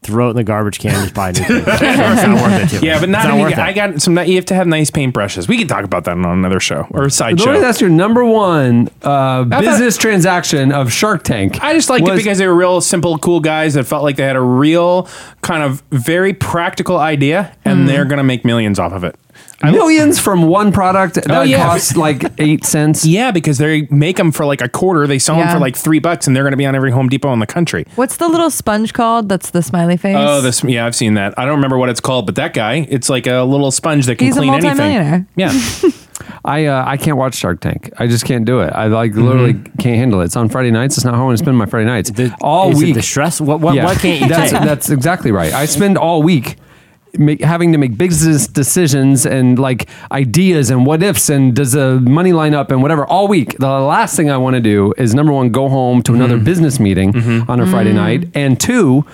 Throw it in the garbage can. Just buy a new. paintbrush.
it's
not worth it to me.
Yeah, but not.
It's not
any-
worth it.
I got some. You have to have nice paintbrushes. We can talk about that on another show or a side
Normally,
show.
that's your number one uh,
thought-
business transaction of Shark Tank.
I just liked it
was-
because they were real simple, cool guys that felt like they had a real kind of very practical idea,
Hmm.
and they're gonna make millions off of it.
millions from one product that
Oh, yeah.
costs like eight cents.
Yeah, because they make them for like a quarter. They sell
Yeah.
them for like three bucks, and they're going to be on every Home Depot in the country.
What's the little sponge called? That's the smiley face.
Oh, this yeah, I've seen that. I don't remember what it's called, but that guy, it's like a little sponge that can
He's a
clean anything.
multimillionaire.
Yeah,
I uh, I can't watch Shark Tank. I just can't do it. I like literally can't handle it. It's on Friday nights. It's not how I want to spend my Friday nights. all
is it
week
Mm-hmm. the stress? What- what- what can't you
that's,
take?
That's exactly right. I spend all week. Make, having to make business decisions and like ideas and what ifs and does the money line up and whatever all week. The last thing I want to do is number one, go home to
Mm-hmm.
another business meeting on a Friday night, and two,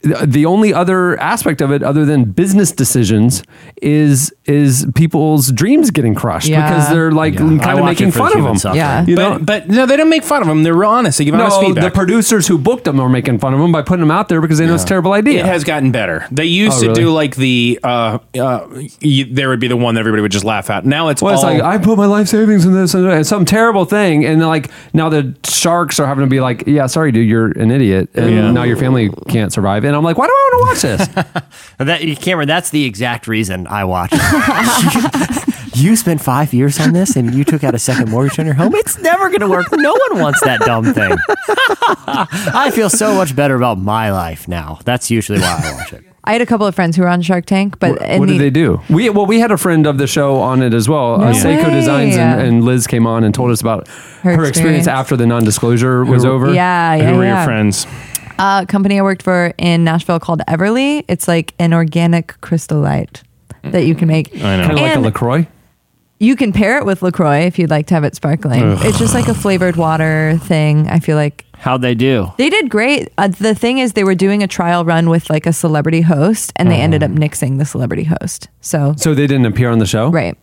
the the only other aspect of it other than business decisions is is people's dreams getting crushed
Yeah.
because they're like
I
kind of
watch
making
it for
fun
human
of them.
suffering.
You know?
but, but no, they don't make fun of them. They're real honest. They give honest
no, the
feedback.
producers who booked them are making fun of them by putting them out there because they know it's a terrible idea.
It has gotten better. They used
Oh,
to
really?
do like the uh, uh, you, there would be the one that everybody would just laugh at. Now it's
Well,
all
it's like I put my life savings in this and, and some terrible thing, and then, like now the sharks are having to be like, "Yeah, sorry, dude, you're an idiot, and
Yeah.
now your family can't survive." And I'm like, "Why do I want to watch this?"
That Cameron, that's the exact reason I watch. it. you spent five years on this, and you took out a second mortgage on your home. It's never going to work. No one wants that dumb thing. I feel so much better about my life now. That's usually why I watch it.
I had a couple of friends who were on Shark Tank, but in
what
the,
did they do? We well, we had a friend of the show on it as well.
No
uh, Seiko
way.
Designs and, and Liz came on and told us about her,
Her
experience.
experience.
after the non-disclosure was over.
Yeah, yeah, Who were your yeah.
friends?
uh, company I worked for in Nashville called Everly. It's like an organic crystallite that you can make.
Kind of like a
And
Lacroix.
you can pair it with LaCroix if you'd like to have it sparkling.
Ugh.
It's just like a flavored water thing. I feel like
How'd they do?
They did great. Uh, the thing is, they were doing a trial run with like a celebrity host, and they
Mm-hmm.
ended up nixing the celebrity host. So,
So they didn't appear on the show,
right?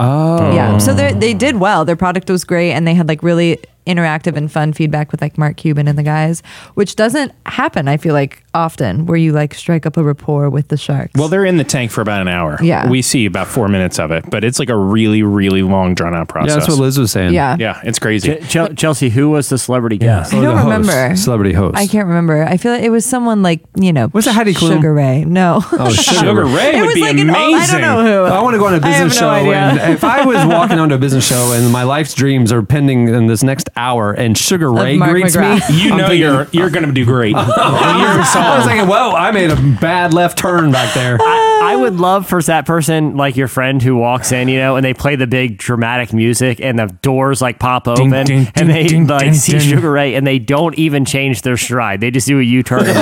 Oh,
yeah. So they they did well. Their product was great, and they had like really interactive and fun feedback with like Mark Cuban and the guys, which doesn't happen. I feel like often where you like strike up a rapport with the shark.
Well, they're in the tank for about an hour.
Yeah.
We see about four minutes of it, but it's like a really, really long, drawn out process.
that's what Liz was saying.
Yeah.
Yeah. It's crazy.
Ch- Chel- Chelsea, who was the celebrity guest?
I don't remember.
host.
I can't remember. I feel like it was someone like you know. Was it
Heidi Klum?
Sugar Ray? No.
Oh, Sugar Ray
It
would
was
be
like an all- I
amazing.
don't know who.
I want to go on a
I have
business
no
show,
idea.
and if I was walking onto a business show and my life's dreams are pending in this next hour, and Sugar
Of
Ray
Mark
greets
McGrath.
me,
You know you're- you're gonna do great. You're
I was
solid.
thinking, whoa, I made a bad left turn back there.
I would love for that person, like your friend who walks in, you know, and they play the big dramatic music and the doors like pop open
ding,
and they
ding,
like
ding,
see
ding.
Sugar Ray and they don't even change their stride. They just do a U turn while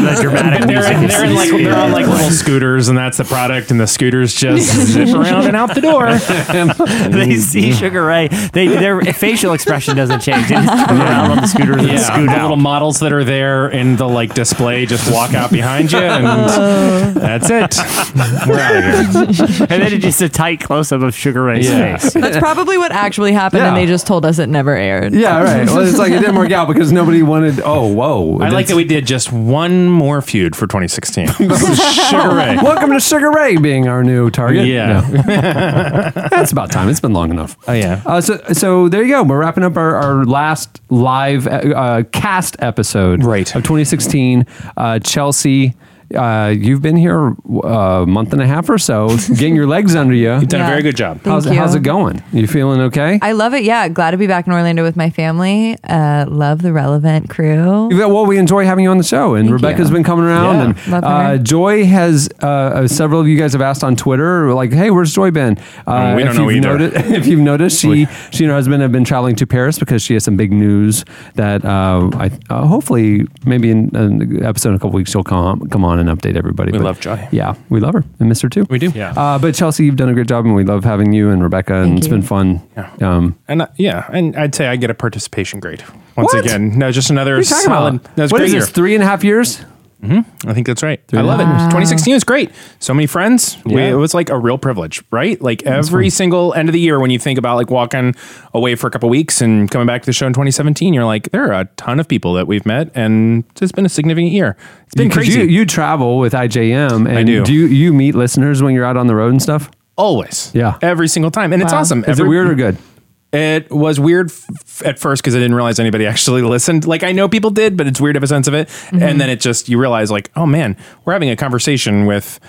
the dramatic
They're,
music
in,
is
they're, in like, they're on like little scooters, and that's the product, and the scooters just zip around and out the door.
they see Sugar Ray. They, their facial expression doesn't change. They just turn around on the scooters and
Yeah,
scoot
the
out.
little models that are there in the like display just walk out behind you, and that's it. We're out of here.
and then it's just a tight close up of Sugar Ray's
Yeah.
face.
That's probably what actually happened, and
Yeah.
they just told us it never aired.
Yeah, right. Well, it's like it didn't work out because nobody wanted. Oh, whoa!
I like that we did just one more feud for 2016. Sugar Ray.
Welcome to Sugar Ray being our new target.
Yeah.
No. that's about time. It's been long enough. Oh
yeah.
Uh, so so there you go. We're wrapping up our, our last live uh, uh, cast episode right. of 2016. Uh, Chelsea. Uh, you've been here a month and a half or so, getting your legs under you. You've
done a Yeah. very good job. Thank
How's,
you.
how's it going? You feeling okay?
I love it. Yeah, glad to be back in Orlando with my family. Uh, love the relevant crew.
Yeah, Well, we enjoy having you on the show, and Rebecca's been coming around,
Yeah.
and
Love her.
uh, Joy has uh, uh, several of you guys have asked on Twitter, like, "Hey, where's Joy been?" Uh,
we don't
if
know
you've
either.
noti- if you've noticed, she she and her husband have been traveling to Paris because she has some big news that uh, I uh, hopefully maybe in an episode in a couple weeks she'll come come on and update everybody. We
love Joy.
Yeah, we love her and miss her too. We
do. Yeah.
Uh, but Chelsea, you've done a great job, and we love having you and Rebecca, and
Thank
it's
you.
been fun. Um,
And uh, yeah, and I'd say I get a participation grade once
What?
again. No, just
What
another
are you talking
solid.
about?
No, it's
What
great
is
year.
this, Three and a half years.
Mm-hmm. I think that's right. I
and a
love it.
half years.
2016 was great. So many friends. We,
Yeah.
it was like a real privilege, right? Like
That's fun.
every single end of the year, when you think about like walking away for a couple weeks and coming back to the show in 2017, you're like, there are a ton of people that we've met, and it's been a significant year. It's been
Because
crazy.
You, you travel with IJM, and
do.
you, you meet listeners when you're out on the road and stuff?
Always.
Yeah.
Every single time. And it's
Wow.
awesome.
Is it weird or good?
It was weird f- f- at first because I didn't realize anybody actually listened. Like I know people did, but it's weird to have a sense of it.
Mhm.
And then it just you realize like, oh man, we're having a conversation with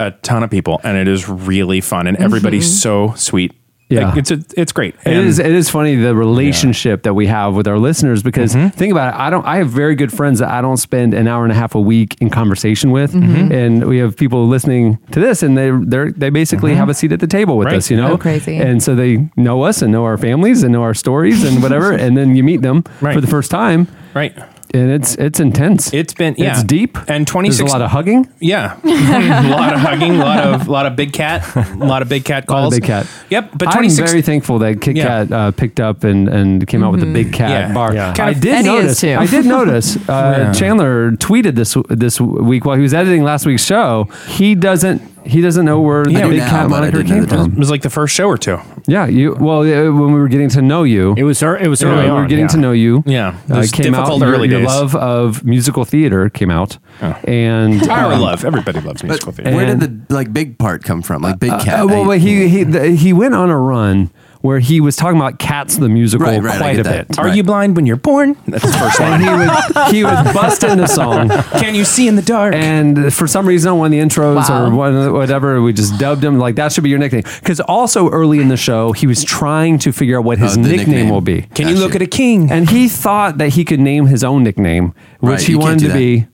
a ton of people, and it is really fun, and everybody's
Mhm.
so sweet.
Yeah.
Like, it's a, it's great.
It
And-
is. It is funny the relationship that we have with our listeners because
Mm-hmm.
think about it. I don't. I have very good friends that I don't spend an hour and a half a week in conversation with,
Mhm.
and we have people listening to this, and they they they basically have a seat at the table with
Mm-hmm. Right.
us. You know,
Oh, crazy.
And so they know us and know our families and know our stories and whatever, and then you meet them for the first time,
right?
And it's it's intense.
It's been yeah.
It's deep
and twenty
There's a
six
lot of hugging.
Yeah, a lot of hugging, a lot of lot of big cat, a lot of big cat
Lot of
calls.
Big Cat.
Yep, but
I'm
26
very thankful that Kit
Yeah.
Kat uh, picked up and, and came out with the
Mhm.
Big Cat
Yeah.
bar.
Yeah.
I
Kind of-
did
And he is
notice.
too.
I did notice. Uh,
Yeah.
Chandler tweeted this this week while he was editing last week's show. He doesn't he doesn't know where the Big Cat moniker came from.
It was like the first show or two.
Yeah, you. Well, uh, when we were getting to know you, it
was. It was early
We were
on,
getting
yeah.
to know you.
Yeah,
uh,
Those
came out.
difficult
Your,
early
your
days. Oh.
love of musical theater came out, and
Our
um,
love. Everybody loves musical theater.
Where did
the like big part come from? Like big
Uh, uh, well, but he he the, he went on a run where he was talking about Cats the musical
Right, right, I
quite a
get that.
bit.
Are you blind when you're born? That's his first line.
And he would he would bust in the song.
Can you see in the dark?
And for some reason, on one of the intros
Wow.
or one of the- whatever, we just dubbed him like that should be your nickname. Because also early in the show, he was trying to figure out what his
Oh, the
nickname,
nickname.
will be.
Can you Gotcha. look at
a king? And he thought that he could name his own nickname, which
Right,
he
you can't
wanted
do
to
that.
be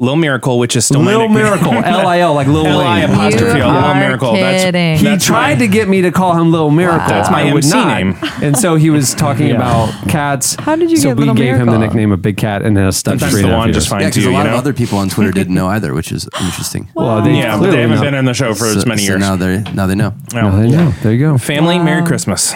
Lil Miracle, which is still my
Lil
nickname.
Miracle, L.I.L., like Lil
L.I.
Wayne.
apostrophe
You
L, Lil
are
Miracle. That's-
kidding.
That's,
He tried to get me to call him Lil Miracle.
That's my
I would
MC
not.
name.
And so he was talking about cats. How did
you
so
get
we
Lil
gave him the
Miracle?
nickname of Big Cat and then a stuck
Sometimes
three
the
and a half
one
years.
just finds
because
you,
a lot
you know?
of other people on Twitter didn't know either, which is interesting.
Well, they
Yeah, but they
clearly
haven't
know.
been on the show for
so,
as many
so
years.
Now they now they know.
Now they know. There you go.
Family, Merry Christmas.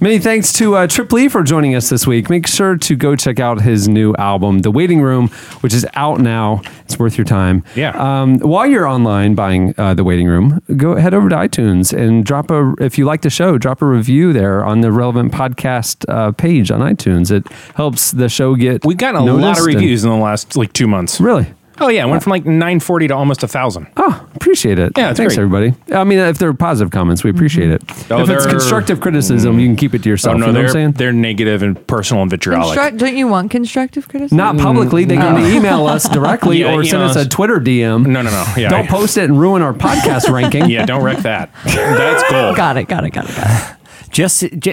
Many thanks to uh, Trip Lee for joining us this week. Make sure to go check out his new album, The Waiting Room, which is out now. It's worth your time. Yeah. Um, while you're online buying uh, The Waiting Room, go head over to iTunes and drop a, if you like the show, drop a review there on the relevant podcast uh, page on iTunes. It helps the show get. We've
gotten a lot of reviews in the last like two months.
Really?
Oh yeah, it went from like 940 to almost a thousand.
Oh, appreciate it.
Yeah, it's
thanks
great.
everybody. I mean, if they're positive comments, we appreciate it.
Oh,
if it's
they're-
constructive criticism, you can keep it to yourself.
Oh no,
you know what I'm
they're
saying?
they're negative and personal and vitriolic.
Construct, don't you want constructive criticism?
Not publicly. They
Mm.
can email us directly
Yeah,
or
you
send
know,
us a Twitter DM. No,
no, no. Yeah,
don't
I-
post it and ruin our podcast ranking.
Yeah, don't wreck that. That's gold.
Got it. Got it. Got it. Got it.
Just, ju-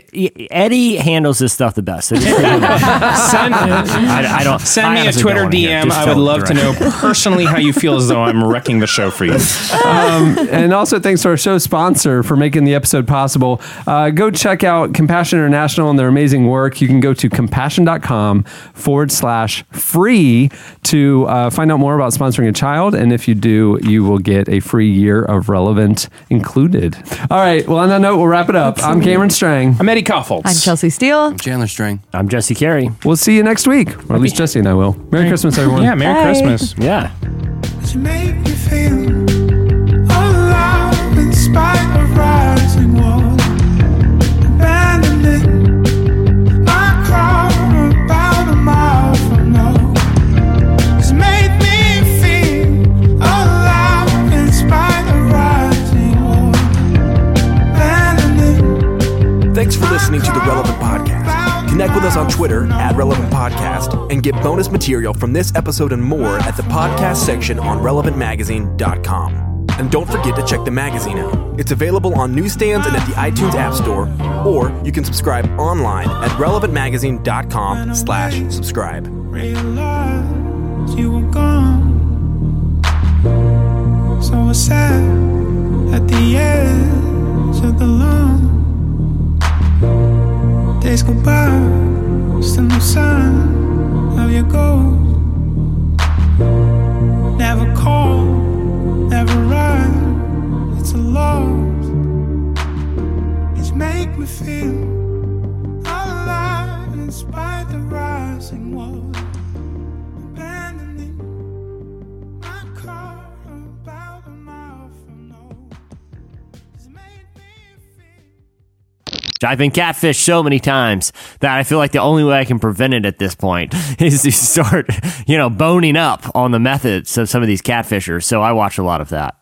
Eddie handles this stuff the best. Send, I, I don't.
Send
I
me a
honestly don't
Twitter
wanna hear it.
DM.
Just
I
tell
would
them
love to know
directly.
personally how you feel as though I'm wrecking the show for you.
um, and also thanks to our show sponsor for making the episode possible. Uh, go check out Compassion International and their amazing work. You can go to compassion.com forward slash free to uh, find out more about sponsoring a child. And if you do, you will get a free year of relevant included. All right. Well, on that note, we'll wrap it up. I'm Cameron Strang.
I'm Eddie Koffold.
I'm Chelsea Steele.
Chandler String.
I'm Jesse Carey.
We'll see you next week, or at least Jesse and I will. Merry Christmas, everyone.
Yeah, Merry Bye. Christmas.
Yeah.
You make me feel alive in spite of rising walls. Abandoning my car about a mile from home. It's made me feel alive in spite of rising walls. Abandoning
Thanks for listening to the Relevant Podcast. Connect with us on Twitter at Relevant Podcast and get bonus material from this episode and more at the podcast section on relevantmagazine.com. And don't forget to check the magazine out. It's available on newsstands and at the iTunes App Store, or you can subscribe online at relevantmagazine.com slash subscribe.
realized you were gone. So I sat at the edge of the lawn. Days go by, still no sign of your ghost. Never call, never write. It's a loss. It's make me feel alive in spite of rising walls. Abandoning my car about a mile from home. It's made
I've been catfished so many times that I feel like the only way I can prevent it at this point is to start, you know, boning up on the methods of some of these catfishers. So I watch a lot of that.